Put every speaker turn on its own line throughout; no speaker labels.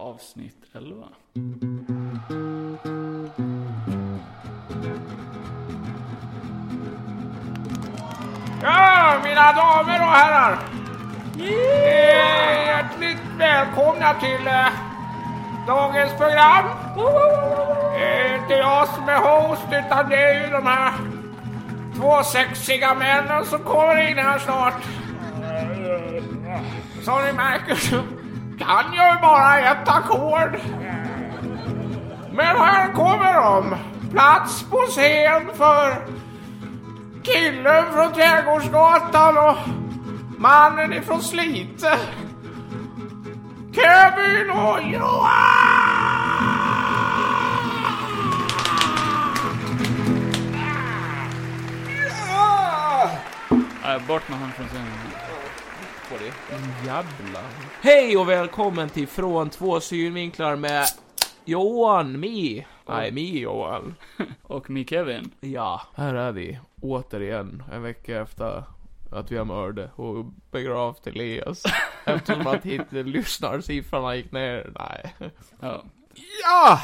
avsnitt 11.
Ja, mina damer och herrar! Eh, Hjärtligt välkomna till eh, dagens program! Eh, inte jag som är host, utan det är ju de här två sexiga männen som kommer in här snart. Som ni märker så kan jag ju bara ett ackord. Men här kommer de! Plats på scen för killen från Trädgårdsgatan och mannen ifrån Slite. Kevin och Johan! Ja!
Äh, bort med honom från scenen. Jävlar.
Hej och välkommen till Från två synvinklar med Johan, Mi. Nej, Mi Johan.
Och mig Kevin.
Ja, här är vi. Återigen, en vecka efter att vi har mördat och begravt Elias. Eftersom att inte lyssnarsiffrorna gick ner. Nej.
Ja.
Ja!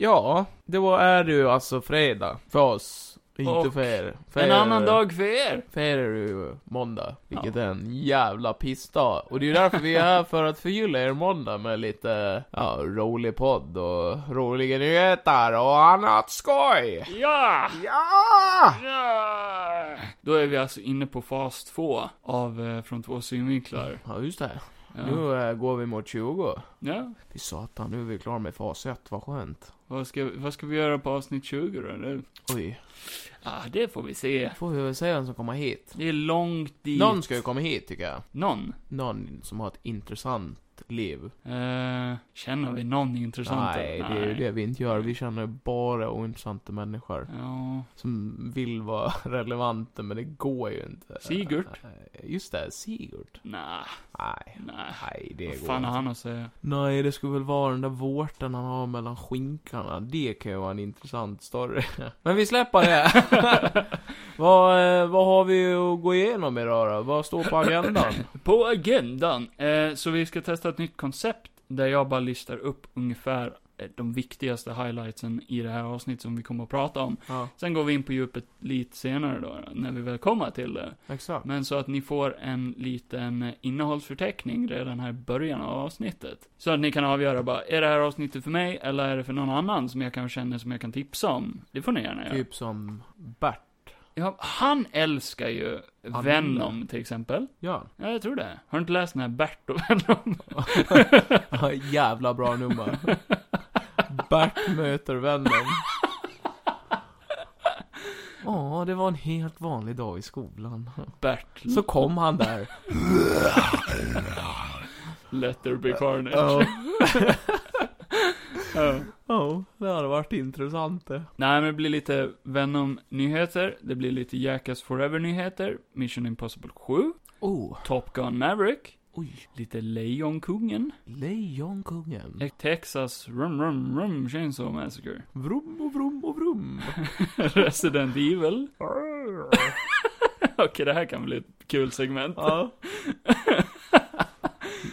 Ja, det var, är det ju alltså fredag för oss. Inte
Och
för er. För
En
er-
annan dag för er.
För er är det ju måndag, vilket är en jävla pissdag. Och det är ju därför vi är här, för att förgylla er måndag med lite, ja, rolig podd och roliga nyheter och annat skoj!
Ja!
Ja!
ja! Då är vi alltså inne på fas 2 av eh, Från två synvinklar.
Ja, just det.
Ja.
Nu eh, går vi mot 20.
ja.
Fy satan, nu är vi klara med fas 1, vad skönt.
Vad, ska, vad ska vi göra på avsnitt 20 då? Det,
Oj,
ah, det får vi se.
får vi väl se vem som kommer hit.
Det är långt dit.
Någon ska ju komma hit, tycker jag.
Någon?
Någon som har ett intressant liv.
Eh, känner vi någon intressant?
Nej, det är ju det vi inte gör. Vi känner bara ointressanta människor.
Ja.
som vill vara relevanta men det går ju inte.
Sigurd?
Just det, Sigurd.
Nej,
Nej,
nej.
nej det
Vad
går
fan
inte.
har han att säga?
Nej, det skulle väl vara den där vårtan han har mellan skinkarna. Det kan ju vara en intressant story. Men vi släpper det. vad, eh, vad har vi att gå igenom idag då? Vad står på agendan?
På agendan, eh, så vi ska testa ett nytt koncept där jag bara listar upp ungefär eh, de viktigaste highlightsen i det här avsnittet som vi kommer att prata om.
ja,
Sen går vi in på djupet lite senare då, när vi väl kommer till det.
exakt.
Men så att ni får en liten eh, innehållsförteckning redan här i början av avsnittet. Så att ni kan avgöra bara, är det här avsnittet för mig eller är det för någon annan som jag kan känna som jag kan tipsa om? Det får ni gärna göra.
Typ som Bert.
Ja, han älskar ju
Han
Venom till exempel.
Ja.
Ja, jag tror det. Har du inte läst den här Bert och Venom?
Ja, Jävla bra nummer. Bert möter vännen. Ja, det var en helt vanlig dag i skolan.
Bert
Så kom han där.
Let there be carnage.
Ja,
Ja.
ja, det hade varit intressant det.
Nej, men det blir lite Venom-nyheter, det blir lite Jackass Forever-nyheter, Mission Impossible 7,
Oh,
Top Gun Maverick,
oj.
lite Lejonkungen,
Lejonkungen.
ett Texas Rum Rum Rum Chainsaw Massacre,
Vrum och vrum och vrum.
Resident Evil. Okej, det här kan bli ett kul segment.
Ja.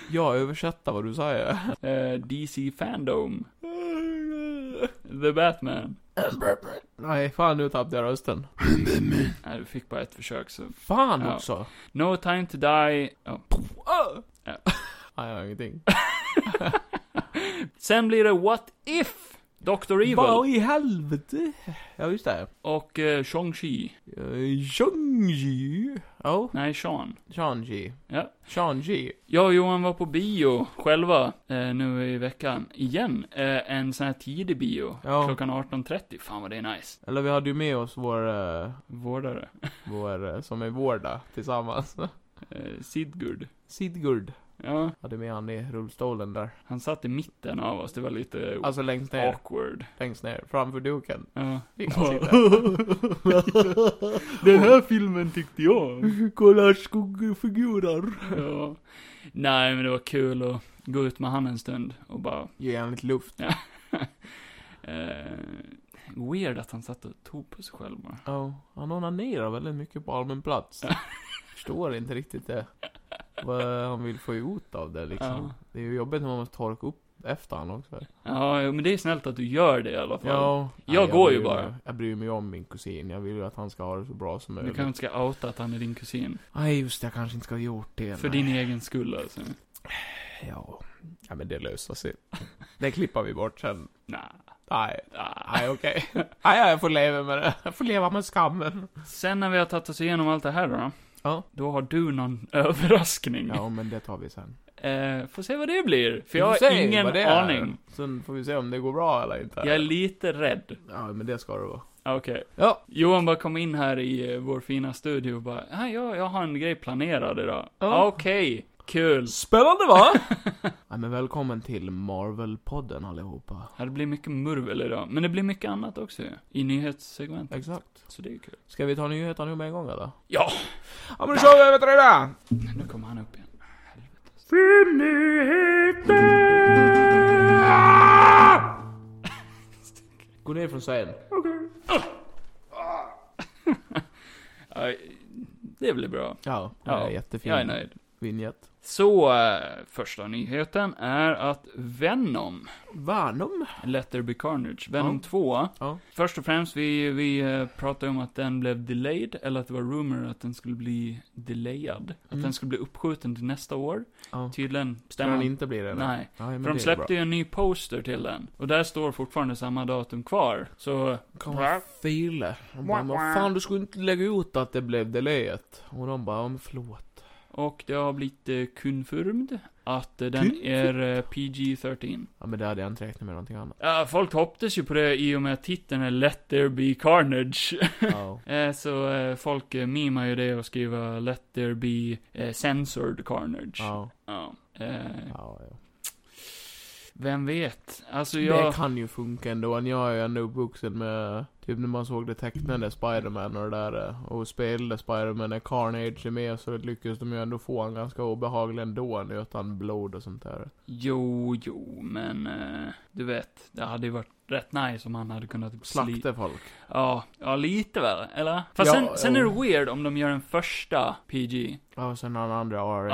Jag översätter vad du säger.
Eh, DC Fandom, The Batman.
Nej, fan nu tappade jag rösten.
Nej, du fick bara ett försök så.
Fan
Ja.
också.
No Time To Die. Ja. Ja.
Nej, jag har ingenting.
Sen blir det What If? Dr. Evil.
Vad i helvete? Ja, just det.
Och eh, Shang-Chi.
Uh, Shang-Chi. Ja,
Nej, Sean.
Shang-Chi.
Ja.
Shang-Chi.
Jag och Johan var på bio själva eh, nu i veckan. Igen. Eh, en sån här tidig bio.
Ja.
Klockan 18.30. Fan vad det är nice.
Eller vi hade ju med oss vår, eh,
Vårdare.
vår eh, som är vårda tillsammans.
Eh, Sidgurd.
Sidgurd
Ja.
hade med han i rullstolen där.
Han satt i mitten av oss. Det var lite
Alltså längst ner,
awkward.
längst ner, framför duken.
Ja.
Fick han sitta.
Den här filmen tyckte jag om.
Kolla skuggfigurer.
Ja. Nej, men det var kul att gå ut med han en stund och bara...
Ge han lite luft.
Eh, weird att han satt och tog på sig själv bara.
Ja, han onanerar väldigt mycket på allmän plats. Förstår inte riktigt det. Vad han vill få ut av det liksom.
Ja.
Det är ju jobbigt när man måste torka upp efter han också.
Ja, jo, men det är snällt att du gör det i alla fall.
Ja,
Jag går
bryr
ju bara.
mig- Jag bryr mig om min kusin. Jag vill ju att han ska ha det så bra som
Du
möjligt.
kanske inte ska outa att han är din kusin.
Nej, just det. Jag kanske inte ska ha gjort det.
För
nej.
din egen skull alltså.
Ja. ja, men det löser sig. Det klippar vi bort sen.
Nah.
Nej,
Ah.
nej okej. Nej, jag får leva med det. Jag får leva med skammen.
Sen när vi har tagit oss igenom allt det här då.
Ja.
Då har du någon överraskning.
Ja, men det tar vi sen.
Eh, får se vad det blir. För
Vi
jag
får
har
se
ingen
vad det är.
aning.
Sen får vi se om det går bra eller inte.
Jag är lite rädd.
Ja, men det ska det vara.
Okej.
Ja,
Johan bara kom in här i eh, vår fina studio och bara, ah, jag, jag har en grej planerad idag. Ah,
Ja.
Okej, kul.
Spännande va? ja, men välkommen till Marvel-podden allihopa.
Ja, Det blir mycket murvel idag, men det blir mycket annat också ju, I nyhetssegmentet.
Exakt.
Så det är ju kul.
Ska vi ta nyheterna nu med en gång eller?
Ja!
Ja men då kör vi över till det där!
Nu kommer han upp igen.
Gå ner från scenen.
Ja, det blir bra.
Ja,
Ja,
ja jättefin
Jag är nöjd.
vignett.
Så, eh, första nyheten är att Venom,
Värnum?
Let there be Carnage, Venom
Ja.
2.
Ja.
Först och främst, vi, vi eh, pratade om att den blev delayed, eller att det var rumor att den skulle bli delayad. Att
Mm.
den skulle bli uppskjuten till nästa år.
Ja.
Tydligen
Ska
stämmer
den inte bli det eller?
Nej.
Ja, men
För de
det är
släppte
bra.
ju en ny poster till den. Och där står fortfarande samma datum kvar. Så,
Kommer File. De bara, men fan du skulle inte lägga ut att det blev delayet. Och de bara, ja men förlåt.
och det har blivit eh, confirmed att eh, den är eh, PG-13.
Ja men det hade jag inte räknat med någonting annat.
Ja, folk hoppades ju på det i och med att titeln är Let there be carnage.
Ja.
Eh, Så eh, folk eh, memar ju det och skriver Let there be eh, censored carnage.
Ja.
Ja. Eh,
ja, ja.
Vem vet? Alltså
Det
jag...
kan ju funka ändå. Jag är ju ändå uppvuxen med, typ när man såg det tecknade Spiderman och det där. eh, Och spelade Spiderman när Carnage är med så lyckades de ju ändå få en ganska obehaglig ändå nu, utan blod och sånt där.
Jo, jo, men eh, du vet, det hade ju varit rätt nice om han hade kunnat typ sli-
Slakta folk.
Ja, ja lite väl, eller? Fast
Ja,
sen, sen är det
jo.
weird om de gör en första PG.
Ja, och sen den andra R-rated.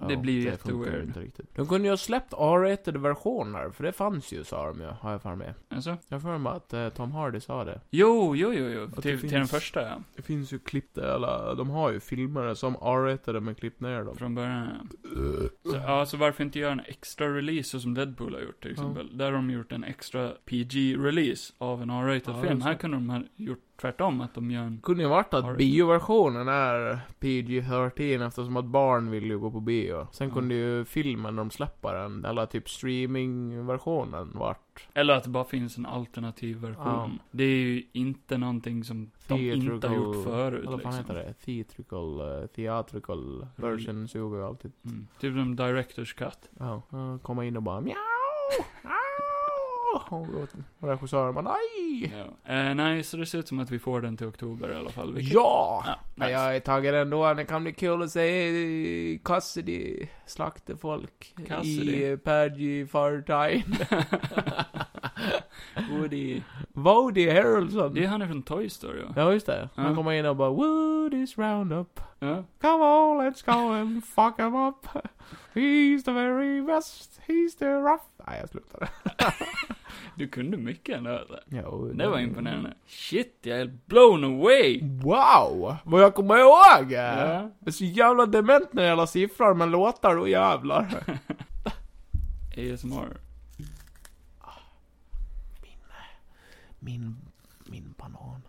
Ja, det blir ju
funkar ju
jätteweird.
inte riktigt. De kunde ju ha släppt R-rated versioner, för det fanns ju sa de ju, har jag för mig.
Alltså?
Jag har för mig att eh, Tom Hardy sa det.
Jo, jo, jo, jo.
det
Till, till den
finns-
första, ja.
Det finns ju klipp där, eller de har ju filmer som R-rated men klippt ner dem.
Från början, ja. Så, ja, så varför inte göra en extra release så som Deadpool har gjort till
Mm. Ja.
exempel? Där har de gjort en extra PG-release av en R-rated
Ja,
film.
just
Här
det.
kunde de ha gjort tvärtom, att de gör en...
kunde ju varit
Har-
att bioversionen är PG-13 eftersom att barn vill ju gå på bio. Sen
Ja.
kunde ju filmen de släpper den, eller typ streamingversionen vart.
Eller att det bara finns en alternativ version. Det är ju inte någonting som de inte har gjort förut. liksom.
Eller vad fan heter det? Theatrical, eh, theatrical version suger ju alltid.
Mm. Typ som Directors Cut.
Ja. Eh, Komma in och bara mjau, au. Och då- och regissören bara nej.
Ja. Eh, nej, så det ser ut som att vi får den till oktober i alla fall. vilket-
Ja!
Ja,
Nej,
nice.
Jag är taggad ändå. Det kan bli kul att se eh, Cassidy slakta folk
Cassidy.
i Padgy Fartine.
Woody.
Woody Harrelson.
Det är han från Toy Story va?
Ja, just det. Han
Ja.
kommer in och bara Woody's roundup.
Ja.
Come on, let's go and fuck him up. He's the very best. He's the rough. Nej, jag slutar.
Du kunde mycket ändå. eller?
Jo,
Det var imponerande. Shit, jag är helt blown away!
Wow! Vad jag kommer ihåg!
Ja.
Jag är så jävla dement när det gäller siffror, men låtar, då jävlar.
ASMR.
Min, min banan.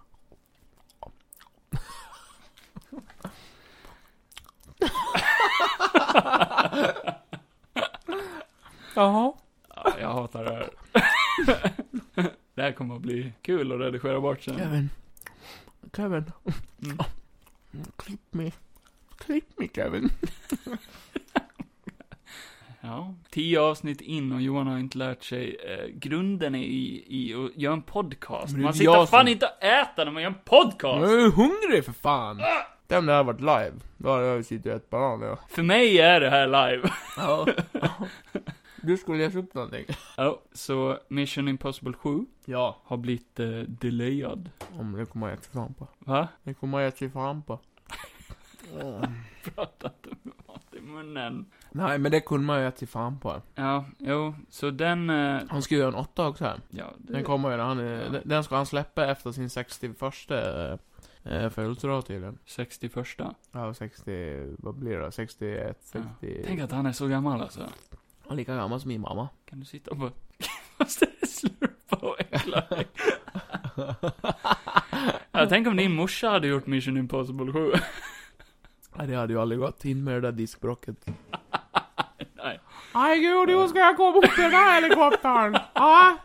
Jaha.
Ja, jag hatar det här. det här kommer att bli kul att redigera bort sen.
Kevin. Kevin.
Mm.
Klipp mig. Klipp mig Kevin.
Ja. Tio avsnitt in och Johan har inte lärt sig eh, grunden i, i att göra en podcast.
Men det är
Man
inte
sitter
jag
fan
som-
inte och äter när man gör en
Jag
podcast!
är ju hungrig för fan. Det om det här varit live, då hade jag ju suttit och ätit banan ja.
För mig är det här live.
ja. Du skulle läsa upp någonting.
ja, så Mission Impossible 7
Ja.
har blivit eh, delayad.
Om det kommer jag ge sig fan på.
Va?
Det kommer jag ge sig fan på.
Prata inte med mat i munnen.
Nej, men det kunde man ju till fan på.
Ja, jo, så den... eh,
Han ska ju göra en åtta också här.
Ja,
Den
det,
kommer ju när han är, den- Den ska han släppa efter sin 61 eh, födelsedag tydligen.
61.
Ja, 60... Vad blir det? 61, 60...
Tänk att han är så gammal alltså.
Han är lika gammal som min mamma.
Kan du sitta och bara... Måste slurpa och äckla dig? ja, tänk om din morsa hade gjort Mission Impossible 7.
Nej, det hade ju aldrig gått in med det där diskbråcket.
Nej.
Nej gud, hur ska jag komma upp i den här helikoptern? Ja?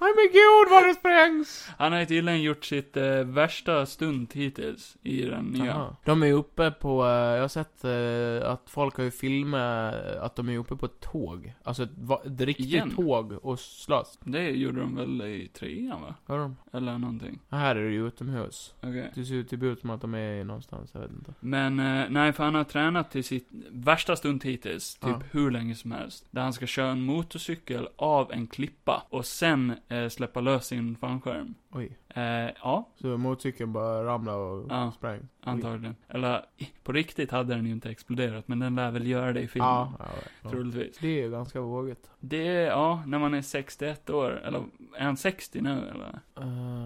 Nej men gud vad det sprängs!
Han har ju tydligen gjort sitt eh, värsta stunt hittills i den nya.
Aha. De är ju uppe på, eh, jag har sett eh, att folk har ju filmat eh, att de är uppe på ett tåg. Alltså ett, va- ett riktigt
Igen?
tåg och slåss.
Det gjorde de väl i trean va?
Hör de?
Eller någonting.
Här är det ju utomhus.
Okej.
Det ser ju typ ut som att de är någonstans, jag vet inte.
Men eh, nej, för han har tränat till sitt värsta stund hittills, typ
Ja.
hur länge som helst. Där han ska köra en motorcykel av en klippa och sen eh, släppa lös sin fallskärm.
Oj.
Eh, ja,
Så motorcykeln bara ramlar och
Ja.
sprang?
antagligen. Eller i- på riktigt hade den ju inte exploderat, men den lär väl göra det i filmen.
Ja, ja, ja.
Troligtvis.
Det är ju ganska vågat.
Det är, ja, när man är 61 år, eller är han 60 nu eller?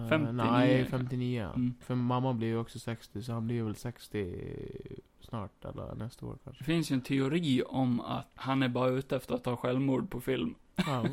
Eh,
59.
Nej, 59.
Mm.
För mamma blir ju också 60, så han blir väl 60 snart, eller nästa år kanske.
Det finns ju en teori om att han är bara ute efter att ta självmord på film.
Ja.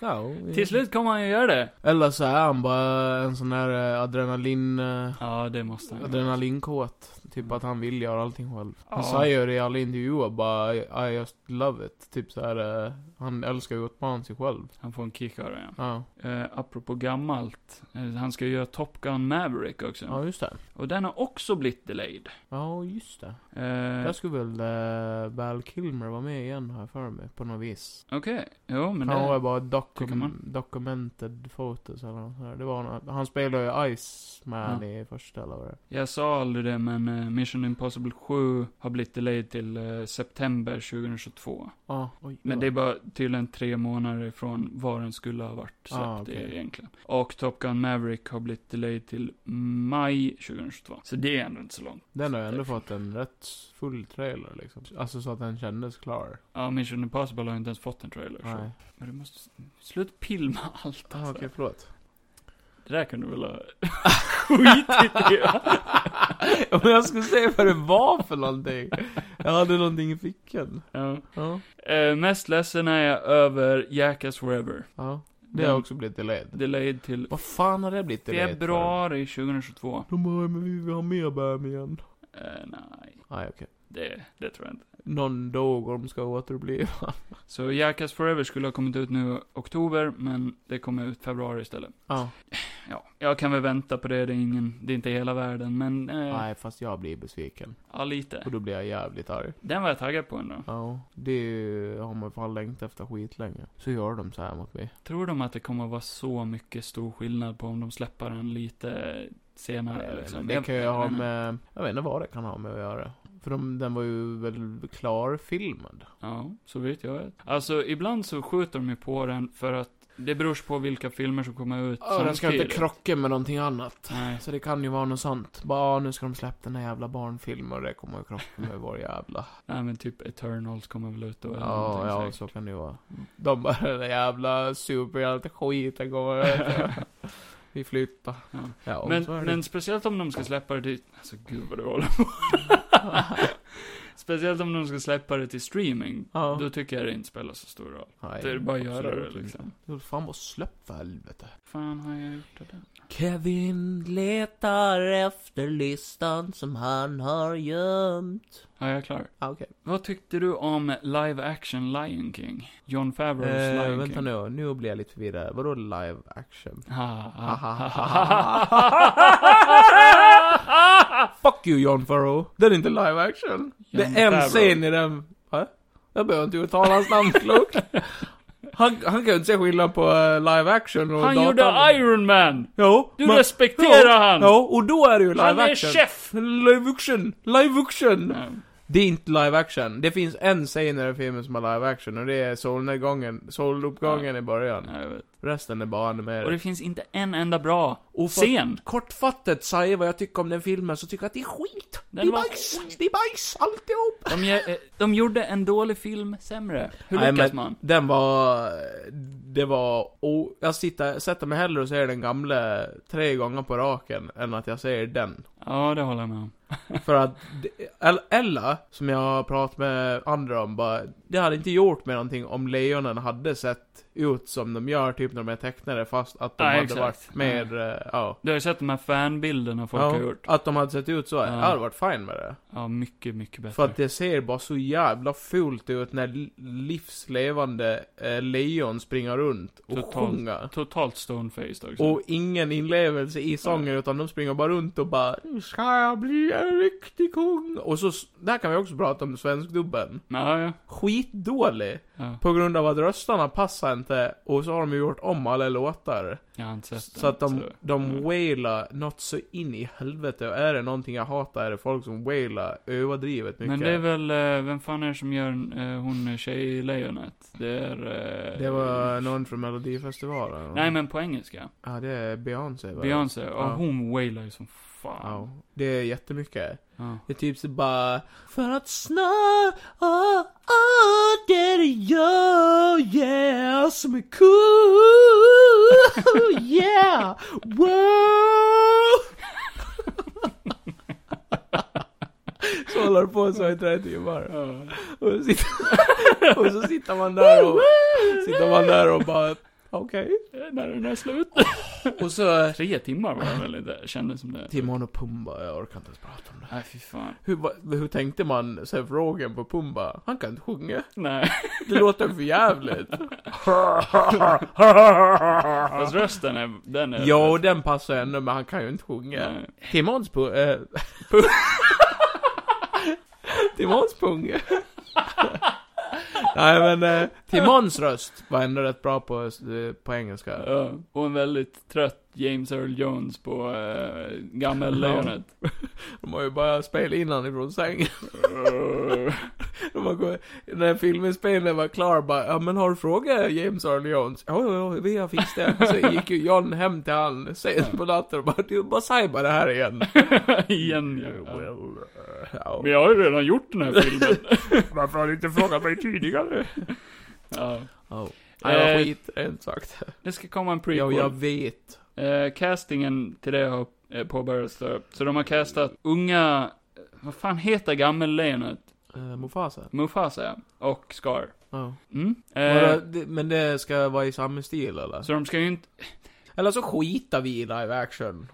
ja.
Till slut kommer han ju göra det.
Eller så är han bara en sån där eh, adrenalin... eh,
Ja, det måste han ju.
Adrenalinkåt. Typ att han vill göra allting själv. Alltså, Han
Ja.
säger ju det i alla intervjuer bara, I, I just love it. Typ så här, eh, han älskar ju att utmana sig själv.
Han får en kick av det. ja.
Ja,
Eh, apropå gammalt, eh, han ska ju göra Top Gun Maverick också.
ja just det.
Och den har också blivit delayed.
Ja, just det.
Eh,
Där skulle väl eh, Val Kilmer vara med igen, har jag för mig. På något vis.
Okej, jo men
han var
det...
ju bara
tycker
docu-
man.
documented photos eller något sånt där. det var något, Han spelade ju Iceman
Ja.
i första eller vad det är.
Jag sa aldrig det, men eh, Mission Impossible 7 har blivit delayed till eh, september 2022.
Ah, oj,
Men
oj.
det är bara tydligen tre månader ifrån var den skulle ha varit släppt
Ah, okej.
egentligen. Och Top Gun Maverick har blivit delayed till maj 2022. Så det är ändå inte så långt.
Den har ju ändå fått en rätt full trailer liksom. Alltså så att den kändes klar.
Ja, Mission Impossible har ju inte ens fått en trailer. Så.
Nej.
Men du måste sluta pilma allt
Ah,
alltså.
Okej, förlåt.
Det där kan du väl ha skitit i? va?
Om jag skulle säga vad det var för någonting. Jag hade någonting i fickan.
ja.
Ja.
Eh, mest ledsen är jag över Jackass Forever.
ja. Det
Den-
har också blivit delayed.
Delayed till
Vad fan har det blivit delayed för?
februari 2022.
De bara, men vi vill ha mer Bam igen.
Eh, nej,
Nej, okej.
det, det tror jag inte.
Någon dog och de ska återuppliva.
Så Jackass Forever skulle ha kommit ut nu i oktober, men det kommer ut februari istället.
Ja.
Ja, jag kan väl vänta på det, det är, ingen, det är inte hela världen, men... Eh,
Nej, fast jag blir besviken.
ja, lite.
Och då blir jag jävligt arg.
Den var jag taggad på ändå.
Ja, det är ju- har man fan längtat efter skitlänge. Så gör de så här mot mig.
Tror de att det kommer att vara så mycket stor skillnad på om de släpper den lite senare?
Jag vet
liksom?
inte, Eh, det kan ju ha med, jag vet inte vad det kan ha med att göra. För de, den var ju väl klarfilmad.
Ja, så vet jag vet. Alltså, ibland så skjuter de ju på den för att det beror på vilka filmer som kommer ut
Ja, den ska inte
samtidigt.
krocka med någonting annat.
Nej.
Så det kan ju vara något sånt. Bara, ja, nu ska de släppa den här jävla barnfilmen och det kommer ju krocka med vår jävla...
Nej, men typ Eternals kommer väl ut då eller
Ja, ja,
någonting
så kan det ju vara. De bara, den där jävla superhjälte-skiten kommer ut. Vi flyttar.
Ja.
Ja,
men,
så är det.
men speciellt om de ska släppa det till... Alltså gud vad du håller på. speciellt om de ska släppa det till streaming.
Ja.
Då tycker jag det inte spelar så stor roll.
Nej,
det är bara att
absolut
göra det
inte.
liksom.
Jo, fan vad släpp för helvete.
Fan har jag gjort det där?
Kevin letar efter listan som han har gömt.
Ja, jag är klar.
Ah, okej.
Vad tyckte du om live action Lion King? John Favreaus
Eh,
Lion
vänta
King?
nu, nu blir jag lite förvirrad. Vadå live action?
Ha, ha, ha, ha,
Fuck you John Farrow! Det är inte live action. det
Jon
är en
Favreau.
scen i den... Va? Jag behöver inte uttala hans namn klokt. Han, han kan ju inte se skillnad på eh, live action och
Han
datan.
gjorde Iron Man!
Jo,
Du
men-
respekterar han!
Ja, och då är det ju live
Han är
action. Mm.
chef!
Live action! Live action!
Ja,
Det är inte live action. Det finns en scener i filmen som är live action och det är solnedgången, soluppgången i början.
Ja, jag vet.
Resten är bara
Och det
animerat.
finns inte en enda bra
Och för-
scen.
Kortfattat säger vad jag tycker om den filmen så tycker jag att det är skit. Det
Den
är
var
bajs. Det är bajs alltihop.
De, ge- eh, de gjorde en dålig film sämre. Hur
Nej,
lyckas
men
man?
Den var... Det var... Oh, jag sitter, sätter mig hellre och ser den gamla tre gånger på raken än att jag ser den.
Ja, det håller jag med om.
För att, eller- eller, som jag har pratat med andra om, bara, det hade inte gjort med någonting om lejonen hade sett ut som de gör typ när de är tecknade, fast att de
Ja,
hade
exakt.
varit mer, eh, ja.
Du har ju sett de här fanbilderna folk
ja,
har gjort.
Att de hade sett ut så,
Ja.
jag hade varit fine med det.
Ja, mycket, mycket bättre.
För att det ser bara så jävla fult ut när li- livslevande eh, lejon springer runt och
Totalt.
sjunger.
Totalt stonefaced också.
Och ingen inlevelse i sången utan de springer bara runt och bara Nu ska jag bli en riktig kung. Och så, där kan vi också prata om svenskdubben.
Ja, ja.
Skitdålig.
ja.
På grund av att röstarna passar inte och så har de ju gjort om alla låtar.
Jag har inte sett den,
Så att de,
så-
de
Mm.
wailar något så in i helvete. Och är det någonting jag hatar är det folk som wailar överdrivet mycket.
Men det är väl, eh, vem fan är det som gör eh, hon tjejlejonet? Det är... eh,
Det var någon från melodifestivalen.
Nej men på engelska.
Ja, det är Beyoncé va?
Beyoncé, och
Ja.
hon wailar ju som fan.
Ja. Det är jättemycket.
Ja.
Det är typ så bara För att snart, oh, oh, det är jag, yeah, som är cool, yeah, wow Så håller det på så i tre timmar. Och så sitter, och så sitter man där och, sitter man där och bara Okej.
Eh, När den är slut.
Och så
Tre timmar var det väl, det kändes som det.
Timon och Pumba, jag orkar inte ens prata om det.
Nej fy fan.
Hur, va- hur tänkte man Seth Rogen på Pumba? Han kan inte sjunga.
Nej.
Det låter för jävligt.
Fast rösten är, den är...
ja, och den passar ändå, men han kan ju inte sjunga.
Nej.
Timons på... Äh, Timons punge. Nej men, eh, Timons röst var ändå rätt bra på, eh, på engelska.
Ja, och en väldigt trött James Earl Jones på äh, gammellejonet.
De har ju bara spelat in han ifrån sängen. De har gått, när filminspelningen var klar bara, ja men har du frågat James Earl Jones? Ja, ja, ja, vi har fixat det. Så gick ju John hem till han sent på natten och bara, du bara säg bara det här igen. Mm,
Igen ja.
Well, ja.
Men jag har ju redan gjort den här filmen.
Varför har du inte frågat mig tidigare?
ja.
Ja, jag
Eh,
skit, rent sagt.
Det ska komma en
Ja,
prequel.
jag vet.
Eh, castingen till det har eh, påbörjats då. Så de har castat unga, eh, vad fan heter gammellejonet?
Uh, Mufasa?
Mufasa och Scar.
Ja.
Mm.
Vadå,
Eh,
det- Men det ska vara i samma stil eller?
så de ska ju inte,
Eller så skitar vi i live action.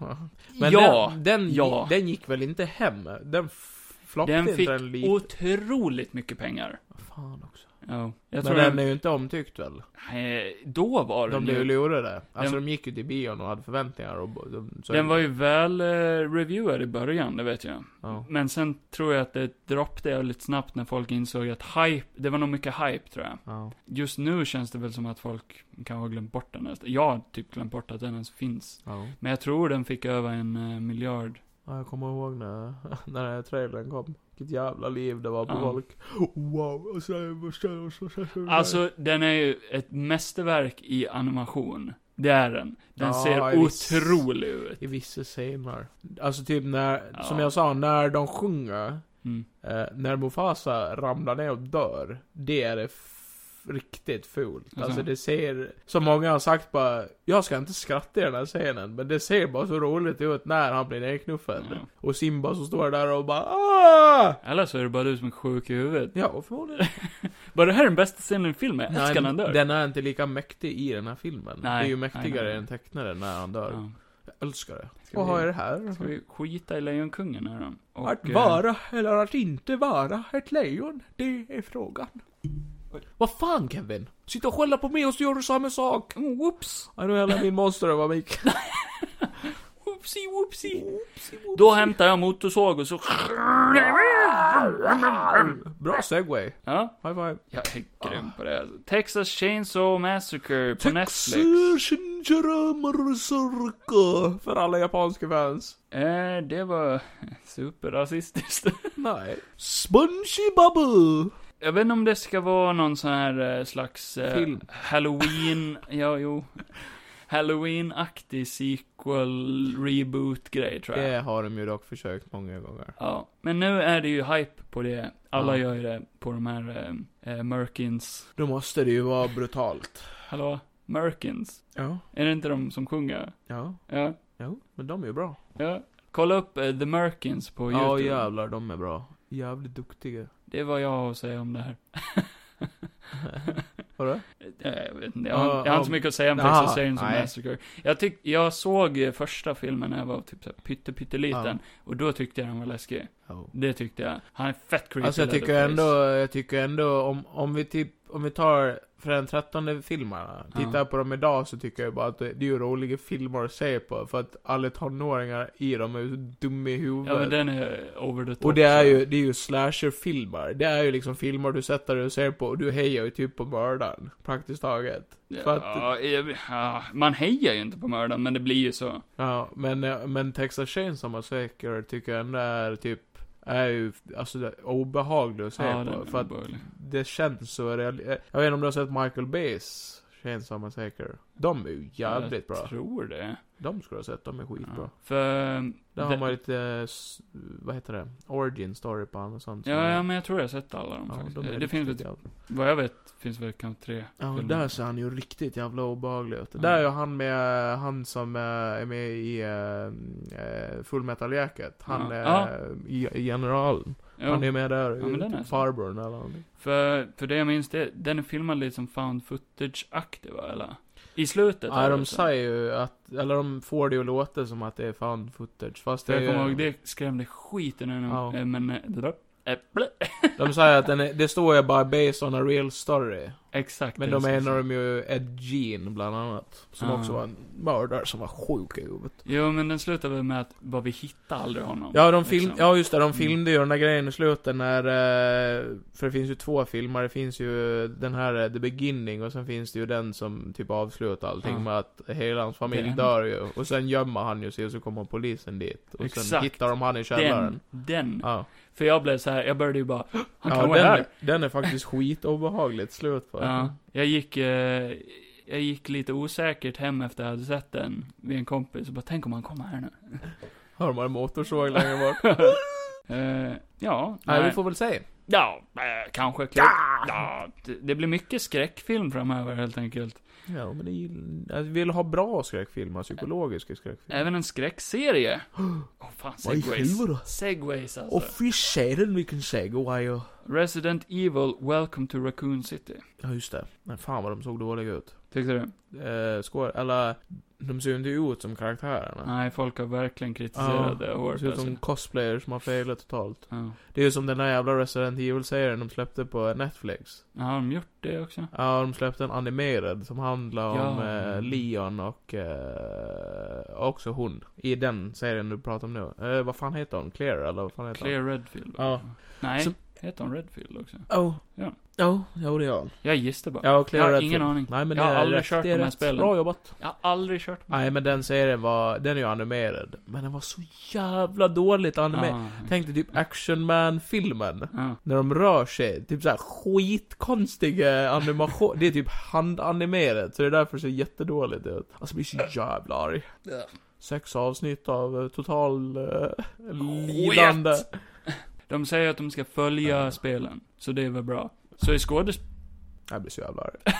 Men
Ja,
den, den,
ja.
gick- den gick väl inte hem? Den f- floppade
den
inte
fick
den lite?
otroligt mycket pengar.
Fan också.
Ja, jag
Men
tror
den
den,
är ju inte omtyckt väl?
eh, då var
De
den
blev ju
ju,
lurade. Alltså
Den-
de gick ju till bion och hade förväntningar och bo- de, så-
den var ju väl eh, reviewad i början, det vet jag.
Ja.
Men sen tror jag att det droppade väldigt snabbt när folk insåg att hype, det var nog mycket hype tror jag.
Ja.
Just nu känns det väl som att folk kanske har glömt bort den nästan. Jag har typ glömt bort att den ens finns.
Ja.
Men jag tror den fick över en eh, miljard.
ja, jag kommer ihåg när, när den här trailern kom. Vilket jävla liv det var på
Ja.
folk. Wow, och så- och så- och så- och så-
Alltså, den är ju ett mästerverk i animation. Det är den. Den
Ja,
ser
visst.
otrolig ut.
I vissa scener. Alltså typ när, som
Ja.
jag sa, när de sjunger.
Mm.
Eh, när Mufasa ramlar ner och dör, det är det f- riktigt fult. Alltså,
Alltså.
det ser, som många har sagt bara, jag ska inte skratta i den här scenen, men det ser bara så roligt ut när han blir nerknuffad.
Ja.
Och Simba som står där och bara Aah!
Eller så är det bara du som är sjuk i huvudet.
Ja, förmodligen.
Bara det här är den bästa scenen i filmen. Jag älskar när han dör.
den är inte lika mäktig i den här filmen.
Nej,
det är ju
nej,
mäktigare
nej.
än tecknaren när han dör.
Ja.
Jag älskar det.
Ska
och
vi-
har är det här?
Ska vi skita i Lejonkungen här då? Och,
Att
eh,
vara eller att inte vara ett lejon, det är frågan. Vad fan Kevin? Sitta och skälla på mig och så gör du samma sak.
Oh, whoops!
Ja, nu hela min monster över mig.
Whoopsie, whoopsie! Då hämtar jag motorsåg och så...
Bra segway.
Ja,
High five.
jag är grym på det. alltså. Texas Chainsaw Massacre på Netflix.
Shinjiramarusurka. För alla japanska fans.
Eh, det var superrasistiskt.
Nej. SpongeBob.
Jag vet inte om det ska vara någon sån här eh, slags eh,
Film.
Halloween, ja jo. Halloween-aktig sequel reboot-grej tror jag.
Det har de ju dock försökt många gånger.
Ja, men nu är det ju hype på det. Alla
Ja.
gör ju det på de här eh, eh, Merkins.
Då måste det ju vara brutalt.
Hallå? Merkins?
Ja.
Är det inte de som sjunger?
Ja.
Ja,
Jo, men de är ju bra.
ja. Kolla upp eh, The Merkins på
Ja
YouTube.
jävlar, de är bra. Jävligt duktiga.
Det är vad jag har att säga om det här.
Vadå?
Ja, Eh, Jag vet inte, jag har,
Ja,
jag har
ja.
inte så mycket att säga om
Jaha,
Texas Chainsaw
nej.
Massacre. Jag, tyck, jag såg eh, första filmen när jag var typ såhär pytte, pytteliten, och då tyckte jag den var läskig.
Ja.
Det tyckte jag. Han är fett creepy
Alltså jag tycker
Leatherface.
ändå, jag tycker ändå om, om vi typ, om vi tar för den trettonde filmerna,
Ja.
tittar på dem idag så tycker jag bara att det det är ju roliga filmer att se på, för att alla tonåringar i dem är ju så dumma i huvudet.
Ja men den är over the top.
och det är
så.
ju, det är ju slasher-filmer. Det är ju liksom filmer du sätter dig och ser på, och du hejar ju typ på mördaren, praktiskt taget. för att-
Ja, jag- ja, man hejar ju inte på mördaren, men det blir ju så.
Ja, men, eh, men Texas Chainsaw Massacre tycker jag ändå är typ, är ju, alltså det är obehaglig att se
Ja, den
på.
är
För att
obehaglig.
det känns så real... eh, Jag vet inte om du har sett Michael Bays Chainsaw Massacre? De är ju jävligt
jag
bra.
tror det.
De skulle du ha sett, de är skitbra.
Ja. För...
Där har
det-
man lite, eh, s- vad heter det? Origin story på honom och sånt. som
Ja,
är-
ja, men jag tror jag har sett alla dem
ja,
faktiskt.
de är
det
riktigt
finns väl typ,
jävla-
vad jag vet, finns väl kanske tre.
Ja, och
filmer.
där ser han ju riktigt jävla obehaglig ut.
Ja.
Där är ju han med, han som eh, är med i uh, Full Metal Jacket. Han
Ja.
är
Ja.
i, generalen.
Jo.
Han är med där.
Ja, men den är
typ
så.
farbrorn eller någonting.
För, för det jag minns, det, den är filmad lite som found footage-aktig va, eller? I slutet?
Ja,
är
de
det så.
säger ju att, eller de får det att låta som att det är found footage, fast det
För
är
jag kommer
ju,
ihåg, det skrämde skiten ur
Ja.
ja. men... eh, det där- eh, blä.
De säger att den är, det står ju bara 'based on a real story'
Exakt.
Men
det
då
är så-
menar de ju Ed Gein bland annat, som
Ah.
också var en mördare som var sjuk i huvudet.
Jo, men den slutar väl med att, vad vi hittar aldrig honom.
Ja, de film,
liksom.
ja just det, de filmade ju den där grejen i slutet när, eh, för det finns ju två filmer, det finns ju den här eh, The Beginning och sen finns det ju den som typ avslutar allting
Ja.
med att hela hans familj
Den.
dör ju. Och sen gömmer han ju sig och så kommer polisen dit. Och sen
Exakt.
hittar de han i källaren.
Den, den.
Ja.
För jag blev så här, jag började ju bara, han
Ja,
kan vara här.
den, den är faktiskt skitobehagligt slut på.
Ja, jag gick, eh, jag gick lite osäkert hem efter jag hade sett den vid en kompis och bara, tänk om han kommer här nu.
Hör man en motorsåg längre bort?
Eh, ja,
Nej, vi får väl se.
ja, eh, kanske. Ja! Ja, det- det blir mycket skräckfilm framöver helt enkelt.
Ja, men det gill- alltså, vi vill ha bra skräckfilmer, psykologiska skräckfilmer.
Även en skräckserie. Åh fan,
Vad i helvete?
segways. Segways alltså.
Och fy satan vilken segway och...
Resident Evil, Welcome to Raccoon City.
Ja, just det. Men fan vad de såg dåliga ut.
Tyckte du?
Eh, skår, eller, de ser ju inte ut som karaktärerna.
Nej, folk har verkligen kritiserat det
De
hårt
ser ut som
alltså.
cosplayers som har failat totalt.
Ja.
Det är ju som den där jävla Resident Evil-serien de släppte på Netflix.
Ja, Har de gjort det också?
Ja, de släppte en animerad som handlar
Ja.
om eh, Leon och eh, också hon. I den serien du pratar om nu. Eh, vad fan heter hon? Claire eller vad fan heter
Claire Redfield? va?
Ja.
Nej,
Så-
heter hon Redfield också?
hon? Oh.
Ja.
Oh, jo det gör hon.
Jag gissar bara.
Ja, och Claire
Jag har
Redfield.
ingen aning.
Nej, men
Jag
det
har
är
aldrig
rätt,
kört
det är
de här
rätt.
spelen.
Bra jobbat.
Jag har aldrig kört med
Nej men den serien var, den är ju animerad. Men den var så jävla dåligt animerad. Tänk dig typ Action Man-filmen.
Ja.
När de rör sig, typ såhär skitkonstiga animation. Det är typ handanimerat, så det är därför det ser jättedåligt ut. Alltså jag blir så jävla arg. Sex avsnitt av eh, total eh, lidande.
De säger att de ska följa spelen, så det är väl bra. Så är, skådes
Jag blir så jävla arg.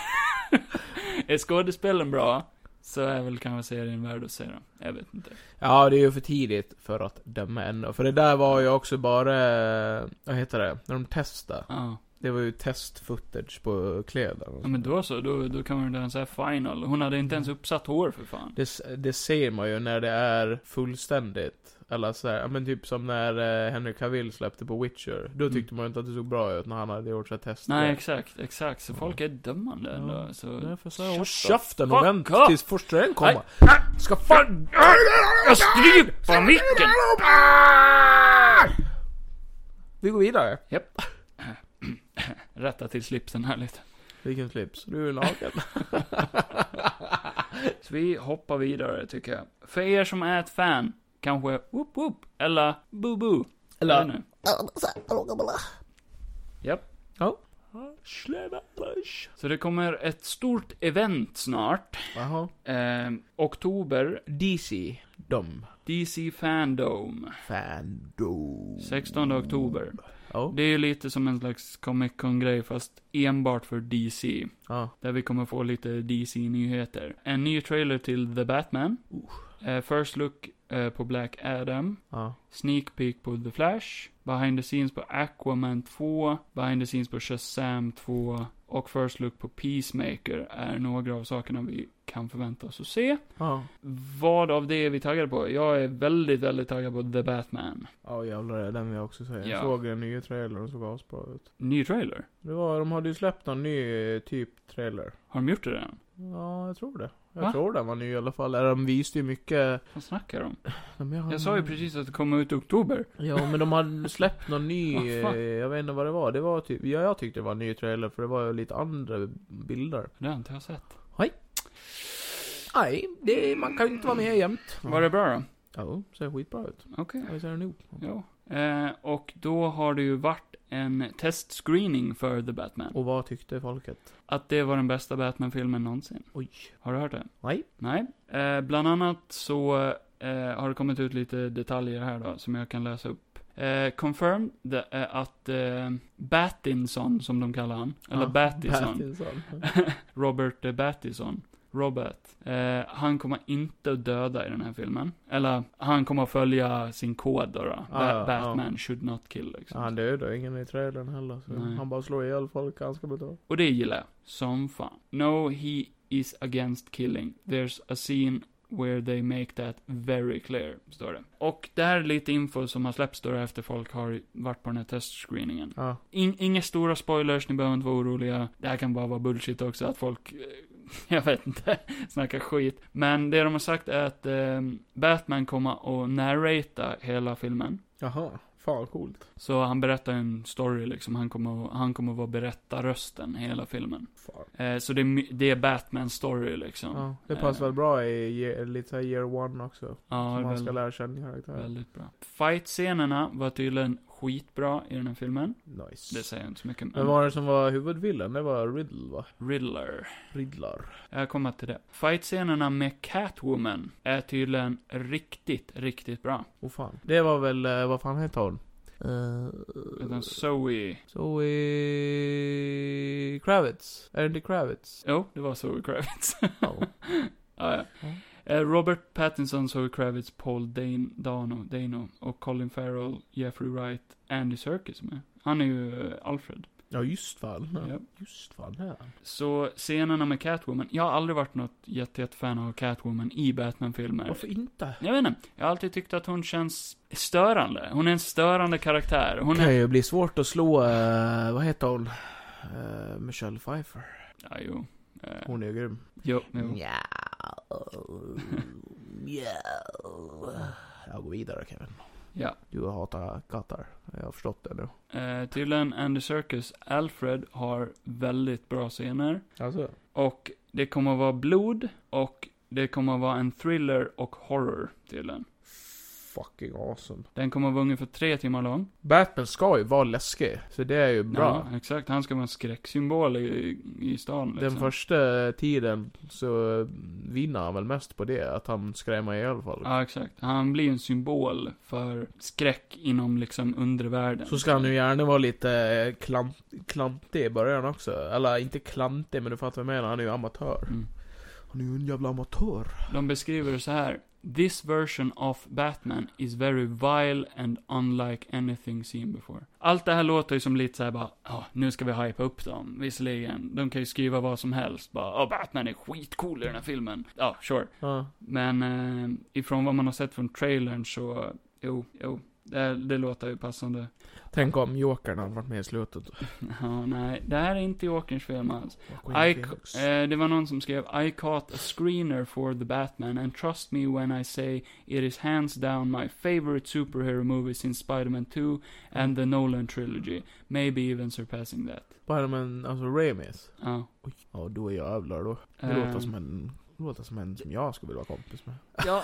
är skådespelen bra, så är väl kanske serien värd att se dem. Jag vet inte.
Ja, det är ju för tidigt för att döma ännu. För det där var ju också bara, eh, vad heter det, när de testade.
Ja.
Det var ju test-footage på kläderna.
Ah. ja men då så, då, då kan man ju inte ens säga final. Hon hade inte ens uppsatt hår för fan.
Det, s- det ser man ju när det är fullständigt. Eller så här, ja, men typ som när eh, Henry Cavill släppte på Witcher. Då tyckte man ju inte att det såg bra ut när han hade gjort så här tester.
Mm. Nej, exakt, exakt. Så folk är dömande ändå, så...
Därför sa jag håll
Shut the
käften
fuck
ordentligt
up! Ah!
tills förstaren kommer. Ska fan...
Jag stryper micken!
Vi går vidare.
Rätta till slipsen här lite.
Vilken slips? Du är naken.
Så vi hoppar vidare tycker jag. För er som är ett fan, kanske whoop whoop, eller boo boo. Jag vet inte. Japp.
Ja.
Så det kommer ett stort event snart.
Jaha.
Eh, oktober,
DC. Dom.
DC Fandom.
Fandom.
16 oktober.
Ja.
Det är ju lite som en slags Comic Con-grej, fast enbart för DC.
Ja.
Där vi kommer få lite DC-nyheter. En ny trailer till The Batman. Eh, first look eh, på Black Adam.
Ja.
Sneak peek på The Flash. Behind the scenes på Aquaman 2. Behind the scenes på Shazam 2. Och First look på Peacemaker är några av sakerna vi kan förvänta oss att se.
Ja.
Vad av det är vi taggade på? Jag är väldigt, väldigt taggad på The Batman.
Ja jävlar det är den vill jag också säga.
Ja.
Jag såg den nya trailern och såg asbra ut.
Ny trailer?
Det var, de hade ju släppt en ny eh, typ trailer.
Har de gjort det redan?
Ja, jag tror det. Jag
Va?
tror den var ny i alla fall. Eller De visste ju mycket.
Vad snackar de?
De har-
Jag sa ju precis att det kommer ut i oktober.
Ja, men de hade släppt någon ny,
Vad fan?
eh, jag vet inte vad det var. Det var typ, ja, jag tyckte det var en ny trailer för det var ju lite andra bilder.
Det har inte jag sett.
Nej, det, man kan ju inte vara med jämt.
Var det bra då?
Ja, ser skitbra ut.
Okej.
Jag säger nu.
Ja. Eh, och då har det ju varit en testscreening för The Batman.
Och vad tyckte folket?
Att det var den bästa Batman-filmen någonsin.
Oj.
Har du hört det?
Nej.
Nej. Eh, bland annat så eh, har det kommit ut lite detaljer här då, som jag kan läsa upp. Eh, confirmed det är att eh, Batinson, som de kallar han, eller
Ja,
Battison,
Pattinson.
Robert eh, Battison, Robert, eh, han kommer inte att döda i den här filmen. Eller, han kommer att följa sin kod då. då. Ba-
Ah, ja, Ah, ja.
Batman should not kill,
Ja,
liksom.
han dödar ingen i trailern heller. Så
Nej.
han bara slår ihjäl folk ganska brutalt.
Och det gillar jag. Som fan. No, he is against killing. There's a scene where they make that very clear, står det. Och det här är lite info som har släppts då efter folk har varit på den här testscreeningen.
Ja.
In, inga stora spoilers, ni behöver inte vara oroliga. Det här kan bara vara bullshit också, att folk, eh, jag vet inte, snackar skit. Men det de har sagt är att eh, Batman kommer att narrata hela filmen.
Jaha. Fan coolt.
Så han berättar en story liksom, han kommer, att- han kommer att vara berättarrösten hela filmen.
Fan.
Eh, så det, är my- det är Batmans story liksom.
Ja, det passar
Eh,
väl bra i year, lite såhär year one också.
Ja,
så man
väldigt,
ska lära känna karaktären.
väldigt bra. Fight-scenerna var tydligen skitbra i den här filmen.
Nice.
Det säger jag inte så mycket om.
Vem var det som var huvudvillen? Det var Riddle va?
Riddler.
Riddlar.
Jag kommer till det. Fight-scenerna med Catwoman är tydligen riktigt, riktigt bra.
Åh fan. Det var väl, eh, vad fan heter hon?
Eh,
Uh. Eh,
Utan Zoe...
Så eh, Kravitz. Är det inte Kravitz?
Jo, det var Zoe Kravitz.
Ja.
ja, ja.
Ja.
Eh, Robert Pattinson, Zoe Kravitz, Paul Dan- Dano, Dano och Colin Farrell, Jeffrey Wright, Andy Serkis med. Han är ju eh, Alfred.
ja, just fan. Ja.
Ja.
Just fan, här.
Så scenerna med Catwoman, jag har aldrig varit något jätte, jätte fan av Catwoman i Batman-filmer.
Varför inte?
Jag vet inte, jag har alltid tyckt att hon känns störande. Hon är en störande karaktär. Hon är...
kan ju bli svårt att slå, eh, vad heter hon? Eh, Michelle Pfeiffer.
Ja, jo. Eh,
Hon Mm, är ju grym.
jo, jo.
Nja. Nja. Jag går vidare Kevin.
Ja.
Du hatar katter. Jag har förstått det nu.
Eh, tydligen Andy Serkis Alfred har väldigt bra scener.
Alltså?
Och det kommer att vara blod och det kommer att vara en thriller och horror tydligen.
Fucking awesome.
Den kommer att vara ungefär tre timmar lång.
Batman ska ju vara läskig. Så det är ju bra.
Ja, exakt. Han ska vara en skräcksymbol i, i stan liksom.
Den första tiden så vinner han väl mest på det. Att han skrämmer ihjäl folk.
Ja, exakt. Han blir en symbol för skräck inom liksom undervärlden.
Så ska han ju gärna vara lite eh, klant, klantig i början också. Eller inte klantig, men du fattar vad jag menar. Han är ju amatör.
Mm.
Han är ju en jävla amatör.
De beskriver det så här. This version of Batman is very vile and unlike anything seen before. Allt det här låter ju som lite såhär bara, "Ja, nu ska vi hypa upp dem. Visserligen, de kan ju skriva vad som helst. Bara, ja, Batman är skitcool i den här filmen. Ja, sure.
Ja.
Men eh, ifrån vad man har sett från trailern så, jo, jo. Det, det låter ju passande.
Tänk om Jokern hade varit med i slutet.
Ja, nej. Det här är inte Jokerns fel Mans. I,
Joaquin Phoenix.
eh, det var någon som skrev I caught a screener for the Batman and trust me when I say it is hands down my favorite superhero movie since Spider-Man 2 and the Nolan trilogy. Maybe even surpassing that. Ah,
Spiderman, alltså Remis.
Ja.
Ja, då är jag jävlar då. Det
Eh,
låter som en... Det låter som en som jag skulle vilja vara kompis med.
Ja,